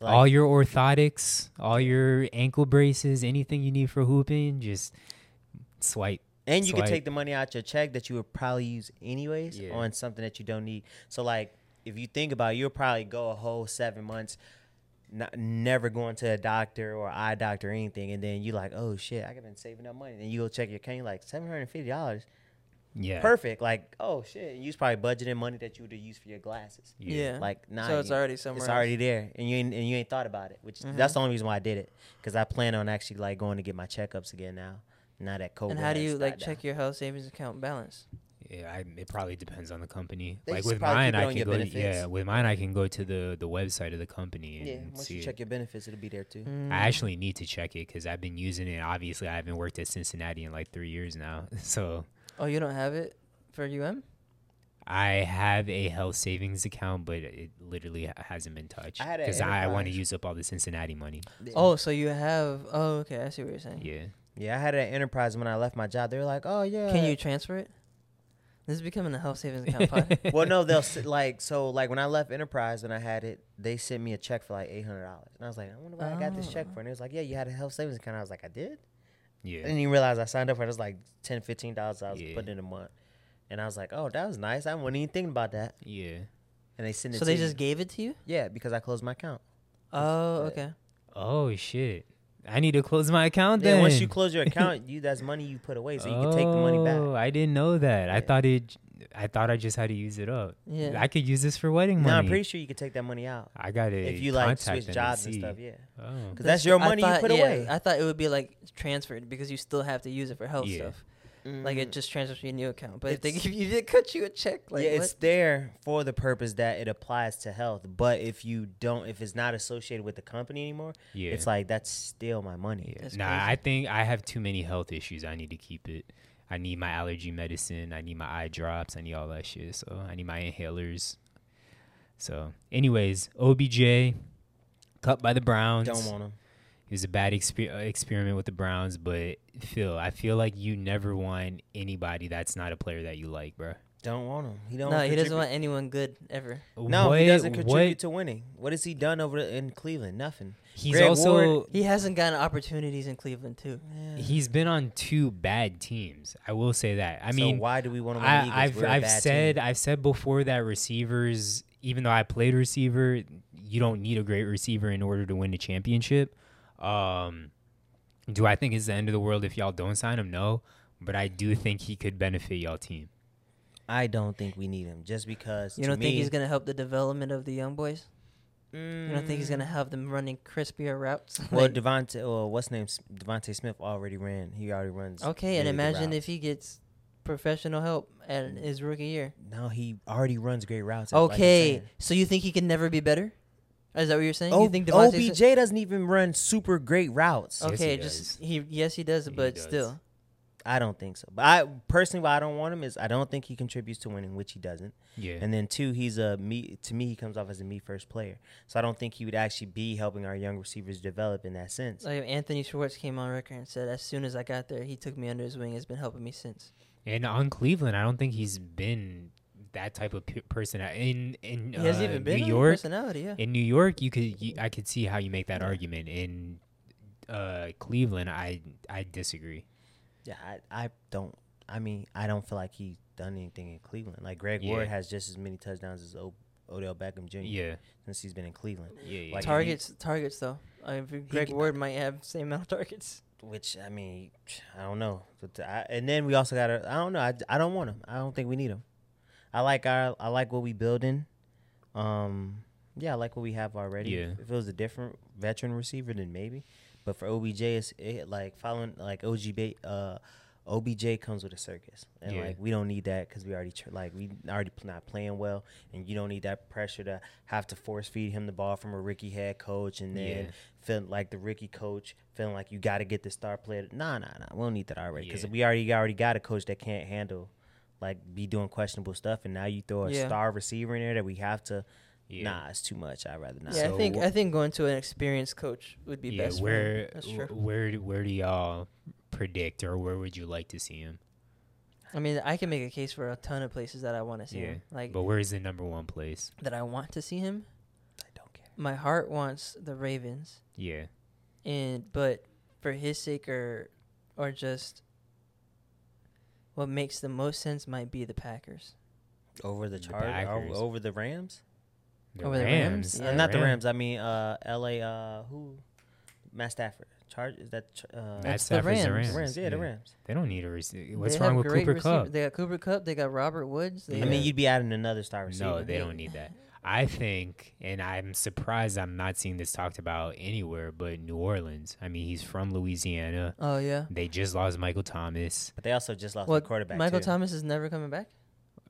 Speaker 2: like,
Speaker 1: all your orthotics, all your ankle braces, anything you need for hooping, just swipe.
Speaker 2: and you could
Speaker 1: swipe.
Speaker 2: take the money out your check that you would probably use anyways
Speaker 1: Yeah.
Speaker 2: on something that you don't need. So like if you think about, it, you'll probably go a whole seven months. Not, never going to a doctor or eye doctor or anything, and then you like, oh shit, I have been saving up money. And you go check your account, you're like seven hundred and fifty dollars,
Speaker 1: Yeah.
Speaker 2: perfect. Like, oh shit, you was probably budgeting money that you would have used for your glasses.
Speaker 1: Yeah.
Speaker 3: Yeah.
Speaker 2: Like, nah,
Speaker 3: So it's
Speaker 2: you-
Speaker 3: already somewhere Mm-hmm.
Speaker 2: It's already there, and you ain't, and you ain't thought about it. Which that's the only reason why I did it, because I plan on actually like going to get my checkups again now. Now that COVID.
Speaker 3: and how do
Speaker 2: has
Speaker 3: you like
Speaker 2: died down.
Speaker 3: check your health savings account balance?
Speaker 1: Yeah, I, it probably depends on the company.
Speaker 2: They
Speaker 1: like
Speaker 2: should
Speaker 1: with
Speaker 2: probably
Speaker 1: mine,
Speaker 2: keep it
Speaker 1: I
Speaker 2: on
Speaker 1: can
Speaker 2: your
Speaker 1: go.
Speaker 2: benefits.
Speaker 1: Yeah, with mine, I can go to the the website of the company and
Speaker 2: Yeah, once
Speaker 1: see.
Speaker 2: you check your benefits, it'll be there too.
Speaker 1: it. I actually need to check it because I've been using it. Obviously, I haven't worked at Cincinnati in like three years now, so
Speaker 3: Oh, you don't have it for UM?
Speaker 1: I have a health savings account, but it literally ha- hasn't been touched
Speaker 2: I had a
Speaker 1: because I, want to
Speaker 2: enterprise.
Speaker 1: use up all the Cincinnati money.
Speaker 3: Oh, so you have? Oh, okay. I see what you're saying.
Speaker 1: Yeah,
Speaker 2: Yeah, I had an enterprise when I left my job. They were like, oh yeah.
Speaker 3: Can you transfer it? This is becoming a health savings account pod.
Speaker 2: well, no, they'll s- like so like when I left Enterprise when I had it, they sent me a check for like eight hundred dollars, and I was like, I wonder what I got this check
Speaker 3: Oh.
Speaker 2: for, and it was like, yeah, you had a health savings account. I was like, I did. I
Speaker 1: yeah,
Speaker 2: didn't even realize I signed up for it. It was like 10 dollars I was
Speaker 1: Yeah.
Speaker 2: putting in a month, and I was like, oh, that was nice. I wasn't even thinking about that.
Speaker 1: yeah.
Speaker 2: And they sent it. to
Speaker 3: so they
Speaker 2: me.
Speaker 3: just gave it to you?
Speaker 2: yeah, because I closed my account.
Speaker 3: Oh, okay.
Speaker 1: Oh shit! I need to close my account
Speaker 2: Yeah,
Speaker 1: then.
Speaker 2: once you close your account, you that's money you put away, so you can take the money
Speaker 1: Oh,
Speaker 2: back.
Speaker 1: I didn't know that. I
Speaker 2: Yeah.
Speaker 1: thought it. I thought I just had to use it up.
Speaker 3: Yeah.
Speaker 1: I could use this for wedding
Speaker 2: No,
Speaker 1: money.
Speaker 2: I'm pretty sure you can take that money out
Speaker 1: I got to
Speaker 2: if you like
Speaker 1: contact
Speaker 2: switch
Speaker 1: them
Speaker 2: jobs and
Speaker 1: see.
Speaker 2: stuff. Yeah,
Speaker 1: Oh.
Speaker 2: because that's your money
Speaker 3: I
Speaker 2: you
Speaker 3: thought-
Speaker 2: put
Speaker 3: yeah,
Speaker 2: away.
Speaker 3: I thought it would be like transferred because you still have to use it for health
Speaker 1: Yeah.
Speaker 3: stuff. Like it just transfers to your new account. But if they
Speaker 2: Mm. It's-
Speaker 3: give you, they cut you a check. Like
Speaker 2: yeah,
Speaker 3: what?
Speaker 2: it's there for the purpose that it applies to health. But if you don't, if it's not associated with the company anymore,
Speaker 1: Yeah.
Speaker 2: it's like that's still my money.
Speaker 1: Yeah.
Speaker 3: That's
Speaker 1: Nah,
Speaker 3: crazy.
Speaker 1: I think I have too many health issues. I need to keep it. I need my allergy medicine. I need my eye drops. I need all that shit. So I need my inhalers. So, anyways, OBJ cut by the Browns.
Speaker 2: Don't want them.
Speaker 1: It was a bad exper- uh, experiment with the Browns, but Phil, I feel like you never want anybody that's not a player that you like, bro.
Speaker 2: Don't want them. He don't.
Speaker 3: no, he doesn't
Speaker 2: contribute.
Speaker 3: want anyone good ever.
Speaker 2: No, he doesn't
Speaker 1: What-
Speaker 2: contribute
Speaker 1: what-
Speaker 2: to winning. What has he done over in Cleveland? Nothing.
Speaker 1: he's
Speaker 2: Greg
Speaker 1: also
Speaker 2: Ward-
Speaker 3: He hasn't gotten opportunities in Cleveland too.
Speaker 1: he's been on two bad teams. I will say that. I mean,
Speaker 2: so why do we want him? on the
Speaker 1: I, I've
Speaker 2: Eagles? We're a
Speaker 1: I've
Speaker 2: bad
Speaker 1: said
Speaker 2: team.
Speaker 1: I've said before that receivers, even though I played receiver, you don't need a great receiver in order to win a championship. Um, do I think it's the end of the world if y'all don't sign him? No, but I do think he could benefit y'all team.
Speaker 2: I don't think we need him just because.
Speaker 3: You
Speaker 2: to
Speaker 3: don't think
Speaker 2: me-
Speaker 3: he's gonna help the development of the young boys? You don't think he's
Speaker 2: Mm.
Speaker 3: gonna have them running crispier routes?
Speaker 2: Well,
Speaker 3: Like,
Speaker 2: Devonte, well, what's name? Devonte Smith already ran. He already runs.
Speaker 3: okay, and
Speaker 2: really good
Speaker 3: imagine
Speaker 2: routes.
Speaker 3: if he gets professional help at his rookie year.
Speaker 2: No, he already runs great routes. like you're
Speaker 3: Okay,
Speaker 2: saying. Oh,
Speaker 3: so you think he can never be better? Is that what you're saying?
Speaker 2: O-
Speaker 3: you think Devontae
Speaker 2: OBJ doesn't even run super great routes.
Speaker 1: Yes,
Speaker 3: Okay,
Speaker 1: he
Speaker 3: just he. Yes, he does,
Speaker 1: He
Speaker 3: but
Speaker 1: does.
Speaker 3: still,
Speaker 2: I don't think so. But I personally, why I don't want him is I don't think he contributes to winning, which he doesn't.
Speaker 1: Yeah,
Speaker 2: And then two, he's a me to me he comes off as a me first player. So I don't think he would actually be helping our young receivers develop in that sense.
Speaker 3: like Anthony Schwartz came on record and said, as soon as I got there, he took me under his wing. Has been helping me since.
Speaker 1: And on Cleveland, I don't think he's been that type of p- person. I- In in
Speaker 3: he hasn't
Speaker 1: uh,
Speaker 3: even been
Speaker 1: New
Speaker 3: on
Speaker 1: York,
Speaker 3: personality. Yeah,
Speaker 1: in New York, you could you, I could see how you make that argument. In uh, Cleveland, I I disagree.
Speaker 2: Yeah, I, I don't I mean, I don't feel like he's done anything in Cleveland. Like Greg Ward
Speaker 1: Yeah.
Speaker 2: has just as many touchdowns as o- Odell Beckham Jr.
Speaker 1: Yeah,
Speaker 2: since he's been in Cleveland.
Speaker 1: yeah, yeah.
Speaker 2: Like, if he-
Speaker 3: targets, targets though. I mean, Greg
Speaker 2: can-
Speaker 3: Ward might have the same amount of targets.
Speaker 2: Which I mean, I don't know. But I, and then we also got to I don't know. I, I don't want him. I don't think we need him. I like our I like what we building. Um Yeah, I like what we have already.
Speaker 1: Yeah.
Speaker 2: If it was a different veteran receiver, then maybe. But for OBJ, it's it, like following like OGB. Uh, OBJ comes with a circus, and
Speaker 1: Yeah.
Speaker 2: like we don't need that because we already tr- like we already p- not playing well, and you don't need that pressure to have to force feed him the ball from a Ricky head coach, and then
Speaker 1: Yeah.
Speaker 2: feeling like the Ricky coach feeling like you got to get the star player. Nah, nah, nah. We don't need that already because
Speaker 1: Yeah.
Speaker 2: we already already got a coach that can't handle like be doing questionable stuff, and now you throw a
Speaker 3: Yeah.
Speaker 2: star receiver in there that we have to.
Speaker 1: Yeah.
Speaker 2: Nah, it's too much. I'd rather not.
Speaker 3: Yeah,
Speaker 1: So
Speaker 3: I think
Speaker 1: wh-
Speaker 3: I think going to an experienced coach would be
Speaker 1: yeah,
Speaker 3: best. for him.
Speaker 1: where
Speaker 3: That's
Speaker 1: wh-
Speaker 3: true.
Speaker 1: where do- where do y'all predict or where would you like to see him?
Speaker 3: I mean, I can make a case for a ton of places that I want to see him. Like
Speaker 1: but where is the number one place?
Speaker 3: that I want to see him.
Speaker 2: I don't care.
Speaker 3: My heart wants the Ravens,
Speaker 1: Yeah,
Speaker 3: and but for his sake or or just what makes the most sense might be the Packers.
Speaker 2: Over the
Speaker 1: The
Speaker 2: Chargers,
Speaker 1: Packers.
Speaker 2: over, over the Rams,
Speaker 3: Over the Rams?
Speaker 2: Uh,
Speaker 3: Yeah,
Speaker 2: not the Rams. I mean, uh, L.A. Uh, who? Matt Stafford. Charge is that? Ch- Uh,
Speaker 1: Matt
Speaker 3: the
Speaker 1: Stafford's the
Speaker 3: Rams.
Speaker 1: Rams.
Speaker 2: Rams. Yeah, the Rams.
Speaker 1: They don't need a receiver. What's
Speaker 3: They
Speaker 1: wrong
Speaker 3: have
Speaker 1: with
Speaker 3: great
Speaker 1: Cooper
Speaker 3: receiver-
Speaker 1: Cup?
Speaker 3: They got Cooper Cup. They got Robert Woods. They
Speaker 2: I mean,
Speaker 3: got-
Speaker 2: you'd be adding another star receiver.
Speaker 1: No, they don't need that. I think, and I'm surprised I'm not seeing this talked about anywhere but New Orleans. I mean, he's from Louisiana.
Speaker 3: oh yeah.
Speaker 1: They just lost Michael Thomas.
Speaker 2: But they also just lost
Speaker 3: Well,
Speaker 2: the quarterback.
Speaker 3: Michael
Speaker 2: too.
Speaker 3: Thomas is never coming back.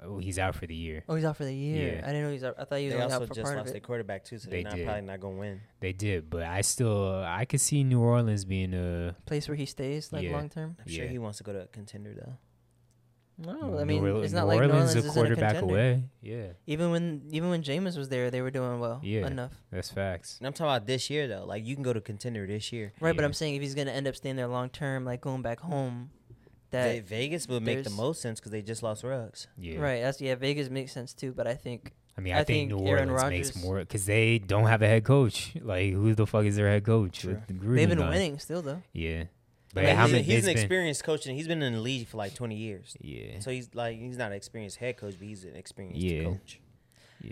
Speaker 1: Oh, he's out for the year.
Speaker 3: Oh, he's out for the year.
Speaker 1: Yeah.
Speaker 3: I didn't know he's out. I thought he was
Speaker 2: They
Speaker 3: only
Speaker 2: also
Speaker 3: out for
Speaker 2: just
Speaker 3: part of
Speaker 2: lost
Speaker 3: it.
Speaker 2: their quarterback too, so
Speaker 1: They
Speaker 2: they're not,
Speaker 1: did.
Speaker 2: probably not gonna win.
Speaker 1: They did, but I still I could see New Orleans being a
Speaker 3: place where he stays like
Speaker 1: Yeah.
Speaker 3: long term.
Speaker 2: I'm sure
Speaker 1: Yeah.
Speaker 2: he wants to go to a contender though.
Speaker 3: No, I
Speaker 1: New
Speaker 3: mean
Speaker 1: Orle-
Speaker 3: it's not
Speaker 1: New
Speaker 3: like New Orleans
Speaker 1: Orleans
Speaker 3: is
Speaker 1: a quarterback
Speaker 3: a contender.
Speaker 1: away. Yeah,
Speaker 3: Even when even when Jameis was there, they were doing well
Speaker 1: Yeah.
Speaker 3: enough.
Speaker 1: that's facts.
Speaker 2: And I'm talking about this year though. Like you can go to contender this year.
Speaker 3: Right, but
Speaker 1: Yeah.
Speaker 3: I'm saying if he's gonna end up staying there long term, like going back home, that
Speaker 2: Ve- Vegas would make the
Speaker 3: there's-
Speaker 2: most sense because they just lost Ruggs.
Speaker 1: Yeah,
Speaker 3: right. That's yeah. Vegas makes sense too, but I think
Speaker 1: I mean,
Speaker 3: I
Speaker 1: I, think,
Speaker 3: think
Speaker 1: New
Speaker 3: Aaron
Speaker 1: Orleans makes
Speaker 3: Rodgers-
Speaker 1: more because they don't have a head coach. Like, who the fuck is their head coach?
Speaker 2: True.
Speaker 1: with Gruden
Speaker 3: they've been
Speaker 1: gone?
Speaker 3: winning still though.
Speaker 1: Yeah, but
Speaker 2: Like,
Speaker 1: how
Speaker 2: he's, a-
Speaker 1: many?
Speaker 2: he's an
Speaker 1: it's been-
Speaker 2: experienced coach and he's been in the league for like 20 years.
Speaker 1: Yeah,
Speaker 2: So he's like he's not an experienced head coach, but he's an experienced
Speaker 1: Yeah.
Speaker 2: coach.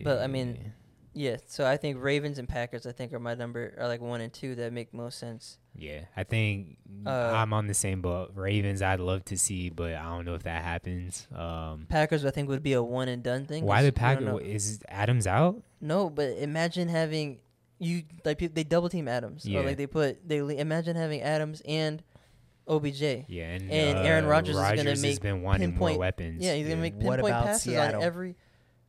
Speaker 3: But, I mean, Yeah, so I think Ravens and Packers I think are my number are like one and two that make most sense.
Speaker 1: yeah, I think
Speaker 3: Uh,
Speaker 1: I'm on the same boat. Ravens, I'd love to see, but I don't know if that happens. Um,
Speaker 3: Packers I think would be a one and done thing.
Speaker 1: why
Speaker 3: 'cause
Speaker 1: the
Speaker 3: we don't
Speaker 1: Packers?
Speaker 3: know-
Speaker 1: Is Adams out?
Speaker 3: No, but imagine having you like peop- they double team Adams
Speaker 1: Yeah.
Speaker 3: or like they put they le- imagine having Adams and OBJ.
Speaker 1: Yeah, and,
Speaker 3: And
Speaker 1: uh,
Speaker 3: Aaron Rodgers is gonna
Speaker 1: Rodgers has
Speaker 3: make
Speaker 1: been wanting
Speaker 3: pinpoint-
Speaker 1: more weapons.
Speaker 3: Yeah, he's gonna
Speaker 1: yeah.
Speaker 3: make
Speaker 2: What
Speaker 3: pinpoint
Speaker 2: about
Speaker 3: passes
Speaker 2: Seattle?
Speaker 3: on every.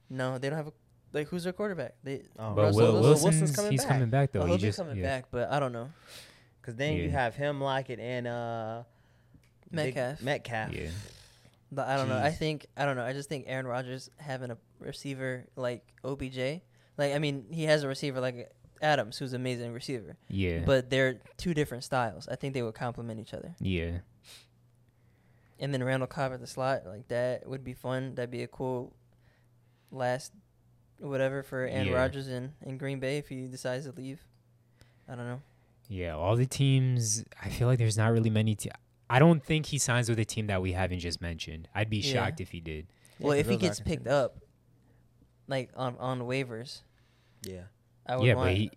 Speaker 3: No, they don't have a like. Who's their quarterback? They
Speaker 2: Oh,
Speaker 1: But
Speaker 3: Russell
Speaker 1: Will,
Speaker 3: Wilson-
Speaker 1: Wilson's, he's coming back though.
Speaker 3: oh,
Speaker 1: He
Speaker 3: he'll
Speaker 1: just-
Speaker 3: be coming
Speaker 1: yeah.
Speaker 3: back, but I don't know.
Speaker 2: Because then you
Speaker 1: Yeah.
Speaker 2: have him, Lockett, and uh, Big-
Speaker 3: Metcalf.
Speaker 2: Metcalf.
Speaker 1: Yeah.
Speaker 3: But I don't know. I
Speaker 2: Jeez.
Speaker 3: think I don't know. I just think Aaron Rodgers having a receiver like OBJ, like I mean, he has a receiver like Adams, who's an amazing receiver.
Speaker 1: Yeah.
Speaker 3: But they're two different styles. I think they would complement each other.
Speaker 1: yeah.
Speaker 3: And then Randall Cobb at the slot, like that would be fun. That'd be a cool last whatever for Aaron
Speaker 1: Yeah.
Speaker 3: Rodgers in, in Green Bay if he decides to leave. I don't know.
Speaker 1: Yeah, all the teams. I feel like there's not really many. Te- I don't think he signs with a team that we haven't just mentioned. I'd be
Speaker 3: Yeah.
Speaker 1: shocked if he did.
Speaker 2: Yeah,
Speaker 3: well,
Speaker 2: 'cause
Speaker 3: if he
Speaker 2: those are
Speaker 3: gets picked
Speaker 2: contenders.
Speaker 3: up, like on on waivers,
Speaker 2: Yeah.
Speaker 3: I would
Speaker 1: Yeah,
Speaker 3: want.
Speaker 1: but he,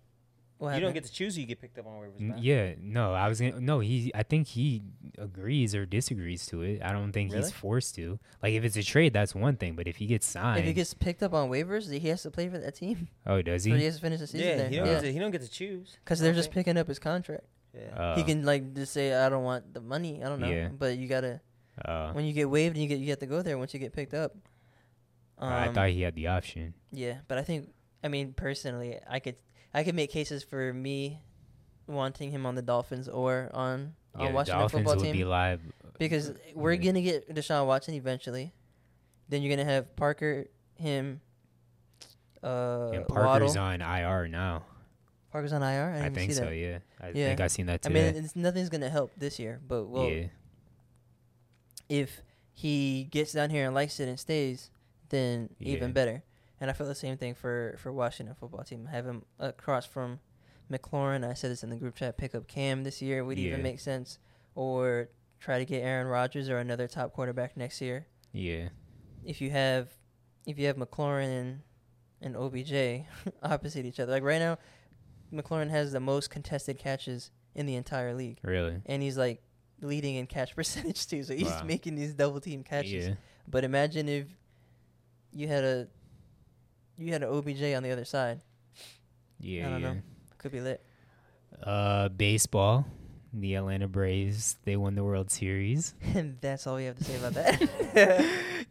Speaker 3: what
Speaker 2: You don't
Speaker 3: happened?
Speaker 2: get to choose who you get picked up on waivers.
Speaker 1: n-
Speaker 2: man.
Speaker 1: Mm, yeah, no, I was gonna, no, he. I think he agrees or disagrees to it. I don't think
Speaker 2: Really?
Speaker 1: he's forced to. Like if it's a trade, that's one thing. But if he gets signed,
Speaker 3: if he gets picked up on waivers, he has to play for that team.
Speaker 1: oh, does
Speaker 3: Or he
Speaker 1: he?
Speaker 3: has to finish the season
Speaker 2: Yeah,
Speaker 3: there.
Speaker 2: he don't,
Speaker 3: Yeah,
Speaker 2: Get to, he don't get to choose.
Speaker 3: because
Speaker 2: I
Speaker 3: they're
Speaker 2: don't
Speaker 3: just
Speaker 2: think-
Speaker 3: picking up his contract.
Speaker 2: Yeah.
Speaker 1: Uh,
Speaker 3: he can like just say, "I don't want the money." I don't know,
Speaker 1: Yeah.
Speaker 3: but you gotta
Speaker 1: uh,
Speaker 3: when you get waived and you get you have to go there once you get picked up. Um,
Speaker 1: I thought he had the option.
Speaker 3: Yeah, but I think I mean personally, I could I could make cases for me wanting him on the Dolphins or on
Speaker 1: Yeah,
Speaker 3: on
Speaker 1: the
Speaker 3: Washington
Speaker 1: Dolphins
Speaker 3: football
Speaker 1: would be
Speaker 3: team
Speaker 1: live.
Speaker 3: because we're
Speaker 1: yeah.
Speaker 3: gonna get Deshaun Watson eventually. Then you're gonna have Parker, him, uh,
Speaker 1: and
Speaker 3: Waddle.
Speaker 1: Parker's on IR now.
Speaker 3: Parker's on IR. I, didn't
Speaker 1: I,
Speaker 3: even
Speaker 1: think
Speaker 3: see
Speaker 1: so.
Speaker 3: that.
Speaker 1: Yeah, I
Speaker 3: Yeah.
Speaker 1: think I seen that
Speaker 3: I
Speaker 1: today.
Speaker 3: mean, it's, nothing's gonna help this year, but well,
Speaker 1: yeah,
Speaker 3: if he gets down here and likes it and stays, then even
Speaker 1: Yeah.
Speaker 3: better. And I feel the same thing for for Washington football team. Have him across from McLaurin. I said this in the group chat. Pick up Cam this year would even
Speaker 1: Yeah.
Speaker 3: make sense, or try to get Aaron Rodgers or another top quarterback next year.
Speaker 1: yeah,
Speaker 3: If you have if you have McLaurin and, and OBJ opposite each other, like right now, McLaurin has the most contested catches in the entire league,
Speaker 1: really.
Speaker 3: and he's like leading in catch percentage too. So he's
Speaker 1: Wow.
Speaker 3: making these double team catches.
Speaker 1: Yeah,
Speaker 3: But imagine if you had a you had an OBJ on the other side,
Speaker 1: Yeah,
Speaker 3: I don't
Speaker 1: yeah.
Speaker 3: know. Could be lit.
Speaker 1: Uh, baseball. The Atlanta Braves. They won the World Series.
Speaker 3: And that's all we have to say about that.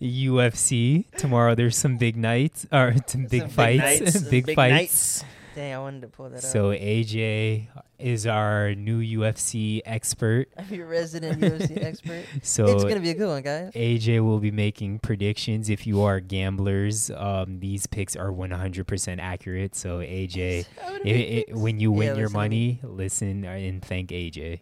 Speaker 1: UFC tomorrow. There's some big nights or some big
Speaker 3: big
Speaker 1: fights.
Speaker 2: nights, some
Speaker 1: big,
Speaker 2: big
Speaker 1: fights.
Speaker 3: Dang, I wanted to pull that up.
Speaker 1: So AJ is our new UFC expert.
Speaker 3: I'm your resident UFC expert.
Speaker 1: So
Speaker 3: it's gonna be a good one, guys.
Speaker 1: AJ will be making predictions. If you are gamblers, um, these picks are 100% accurate. So AJ,
Speaker 3: I would've
Speaker 1: i
Speaker 3: made
Speaker 1: i
Speaker 3: picks.
Speaker 1: when you
Speaker 3: Yeah,
Speaker 1: win your
Speaker 3: listen to
Speaker 1: money, listen uh, and thank AJ.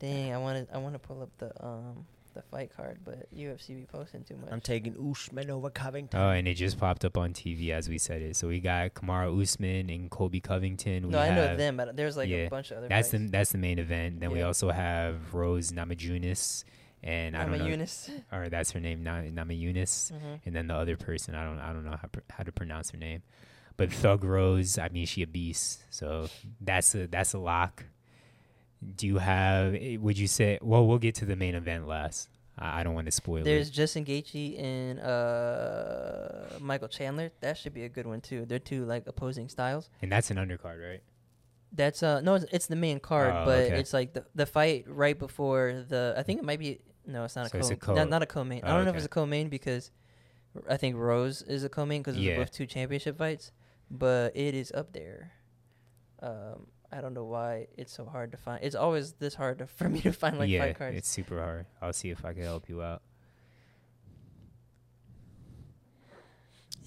Speaker 3: Dang, I wanted I want to pull up the um the fight card, but UFC be posting too much.
Speaker 2: I'm taking Usman over Covington.
Speaker 1: Oh, and it just popped up on TV as we said it. So we got Kamara Usman and Kobe Covington. We
Speaker 3: no, I
Speaker 1: have,
Speaker 3: know them, but there's like
Speaker 1: yeah,
Speaker 3: a bunch of other.
Speaker 1: That's the
Speaker 3: fights.
Speaker 1: that's the main event. Then we
Speaker 3: Yeah.
Speaker 1: also have Rose Namajunas, and I
Speaker 3: I'm
Speaker 1: don't
Speaker 3: a
Speaker 1: know,
Speaker 3: Eunice.
Speaker 1: or that's her name, Na- Namajunas.
Speaker 3: Mhm.
Speaker 1: and then the other person I don't I don't know how, pr- how to pronounce her name, but Thug Rose. I mean, she a beast, so that's a that's a lock. Do you have? eh, Would you say? Well, we'll get to the main event last. I, I don't want to spoil
Speaker 3: There's
Speaker 1: it.
Speaker 3: Justin Gaethje and uh Michael Chandler. That should be a good one too. They're two like opposing styles.
Speaker 1: And that's an undercard, right?
Speaker 3: That's uh no, it's, it's the main card,
Speaker 1: Oh,
Speaker 3: but
Speaker 1: okay.
Speaker 3: it's like the the fight right before the. I think it might be no, it's not
Speaker 1: So
Speaker 3: a
Speaker 1: it's
Speaker 3: co.
Speaker 1: a co-
Speaker 3: Not, not a co-main. I
Speaker 1: Oh,
Speaker 3: don't know if it's
Speaker 1: okay.
Speaker 3: a co-main because I think Rose is a co-main because
Speaker 1: Yeah.
Speaker 3: it was both two championship fights, but it is up there. Um, I don't know why it's so hard to find. It's always this hard to, for me to find like
Speaker 1: yeah,
Speaker 3: fight cards.
Speaker 1: it's super hard. I'll see if I can help you out.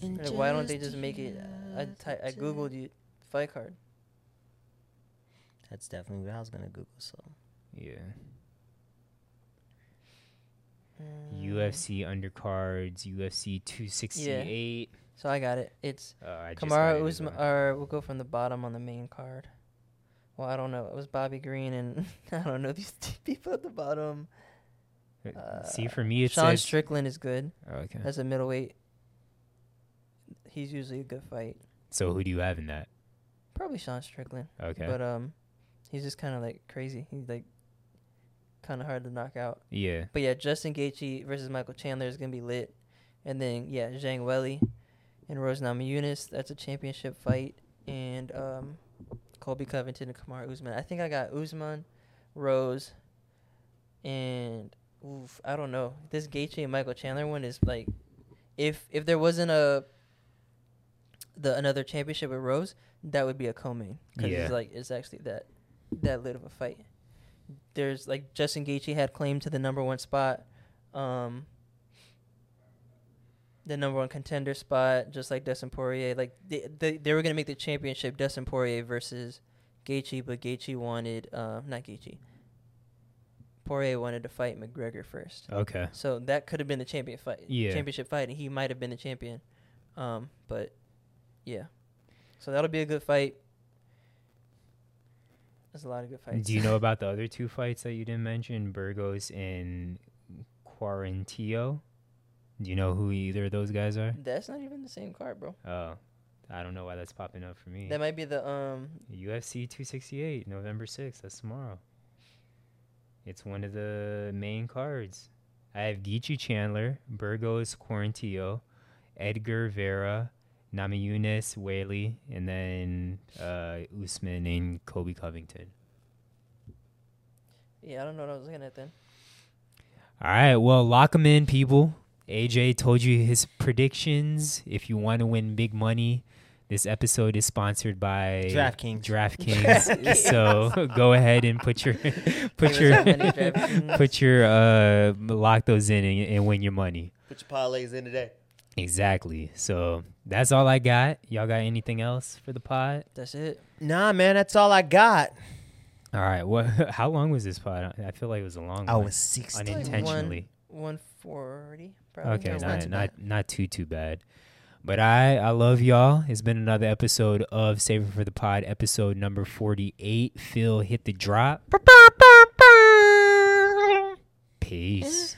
Speaker 3: Like, why don't they just make it? I ty- I googled you fight card.
Speaker 2: That's definitely what I was gonna Google. So
Speaker 1: Yeah.
Speaker 3: Mm.
Speaker 1: UFC undercards, UFC 268.
Speaker 3: So I got it. It's
Speaker 1: Uh, I just got
Speaker 3: Kamara
Speaker 1: it as
Speaker 3: Usman,
Speaker 1: well.
Speaker 3: or we'll go from the bottom on the main card. Well, I don't know. It was Bobby Green, and I don't know these two people at the bottom.
Speaker 1: Uh, see, for me, it
Speaker 3: Sean
Speaker 1: says.
Speaker 3: Strickland is good
Speaker 1: Oh, okay.
Speaker 3: as a middleweight. He's usually a good fight.
Speaker 1: So who do you have in that?
Speaker 3: Probably Sean Strickland,
Speaker 1: Okay.
Speaker 3: but um, he's just kind of like crazy. He's like kind of hard to knock out.
Speaker 1: yeah.
Speaker 3: But yeah, Justin Gaethje versus Michael Chandler is gonna be lit, and then yeah, Zhang Weili and Rose Namajunas. That's a championship fight, and um, Colby Covington and Kamara Usman. I think I got Usman, Rose, and oof, I don't know. This Gaethje and Michael Chandler one is like, if if there wasn't a the another championship with Rose, that would be a co-main because
Speaker 1: Yeah.
Speaker 3: it's like it's actually that that lit of a fight there's like Justin Gaethje had claim to the number one spot, um, the number one contender spot, just like Dustin Poirier. Like they, they, they were gonna make the championship Dustin Poirier versus Gaethje, but Gaethje wanted uh, not Gaethje. Poirier wanted to fight McGregor first,
Speaker 1: Okay.
Speaker 3: so that could have been the champion fight,
Speaker 1: Oh. Yeah.
Speaker 3: championship fight, and he might have been the champion. Um, but yeah, so that'll be a good fight. There's a lot of good fights.
Speaker 1: Do you know about the other two fights that you didn't mention, Burgos and Quarantillo? Do you know who either of those guys are?
Speaker 3: That's not even the same card, bro.
Speaker 1: Oh, I don't know why that's popping up for me.
Speaker 3: That might be the um.
Speaker 1: UFC 268, November 6th. That's tomorrow. It's one of the main cards. I have Geechee Chandler, Burgos Quarantillo, Edgar Vera, Namajunas Whaley, and then uh, Usman and Kobe Covington.
Speaker 3: Yeah, I don't know what I was looking at then.
Speaker 1: All right. Well, lock them in, people. AJ told you his predictions. If you want to win big money, this episode is sponsored by
Speaker 2: DraftKings.
Speaker 1: DraftKings. so go ahead and put your put
Speaker 3: Give us
Speaker 1: your
Speaker 3: that money, DraftKings.
Speaker 1: put your uh lock those in and, and win your money.
Speaker 2: put your parlays in today.
Speaker 1: Exactly. So that's all I got. Y'all got anything else for the pod?
Speaker 3: That's it.
Speaker 2: Nah, man, that's all I got.
Speaker 1: All right. What? How long was this pod? I feel like it was a long.
Speaker 2: I
Speaker 1: one.
Speaker 2: was sixteen.
Speaker 3: Like
Speaker 1: unintentionally.
Speaker 3: One forty, probably.
Speaker 1: Okay,
Speaker 3: That's
Speaker 1: not
Speaker 3: too
Speaker 1: not,
Speaker 3: bad.
Speaker 1: not too too bad. But I I love y'all. It's been another episode of Saving for the Pod, episode number forty eight. Phil hit the drop. Peace.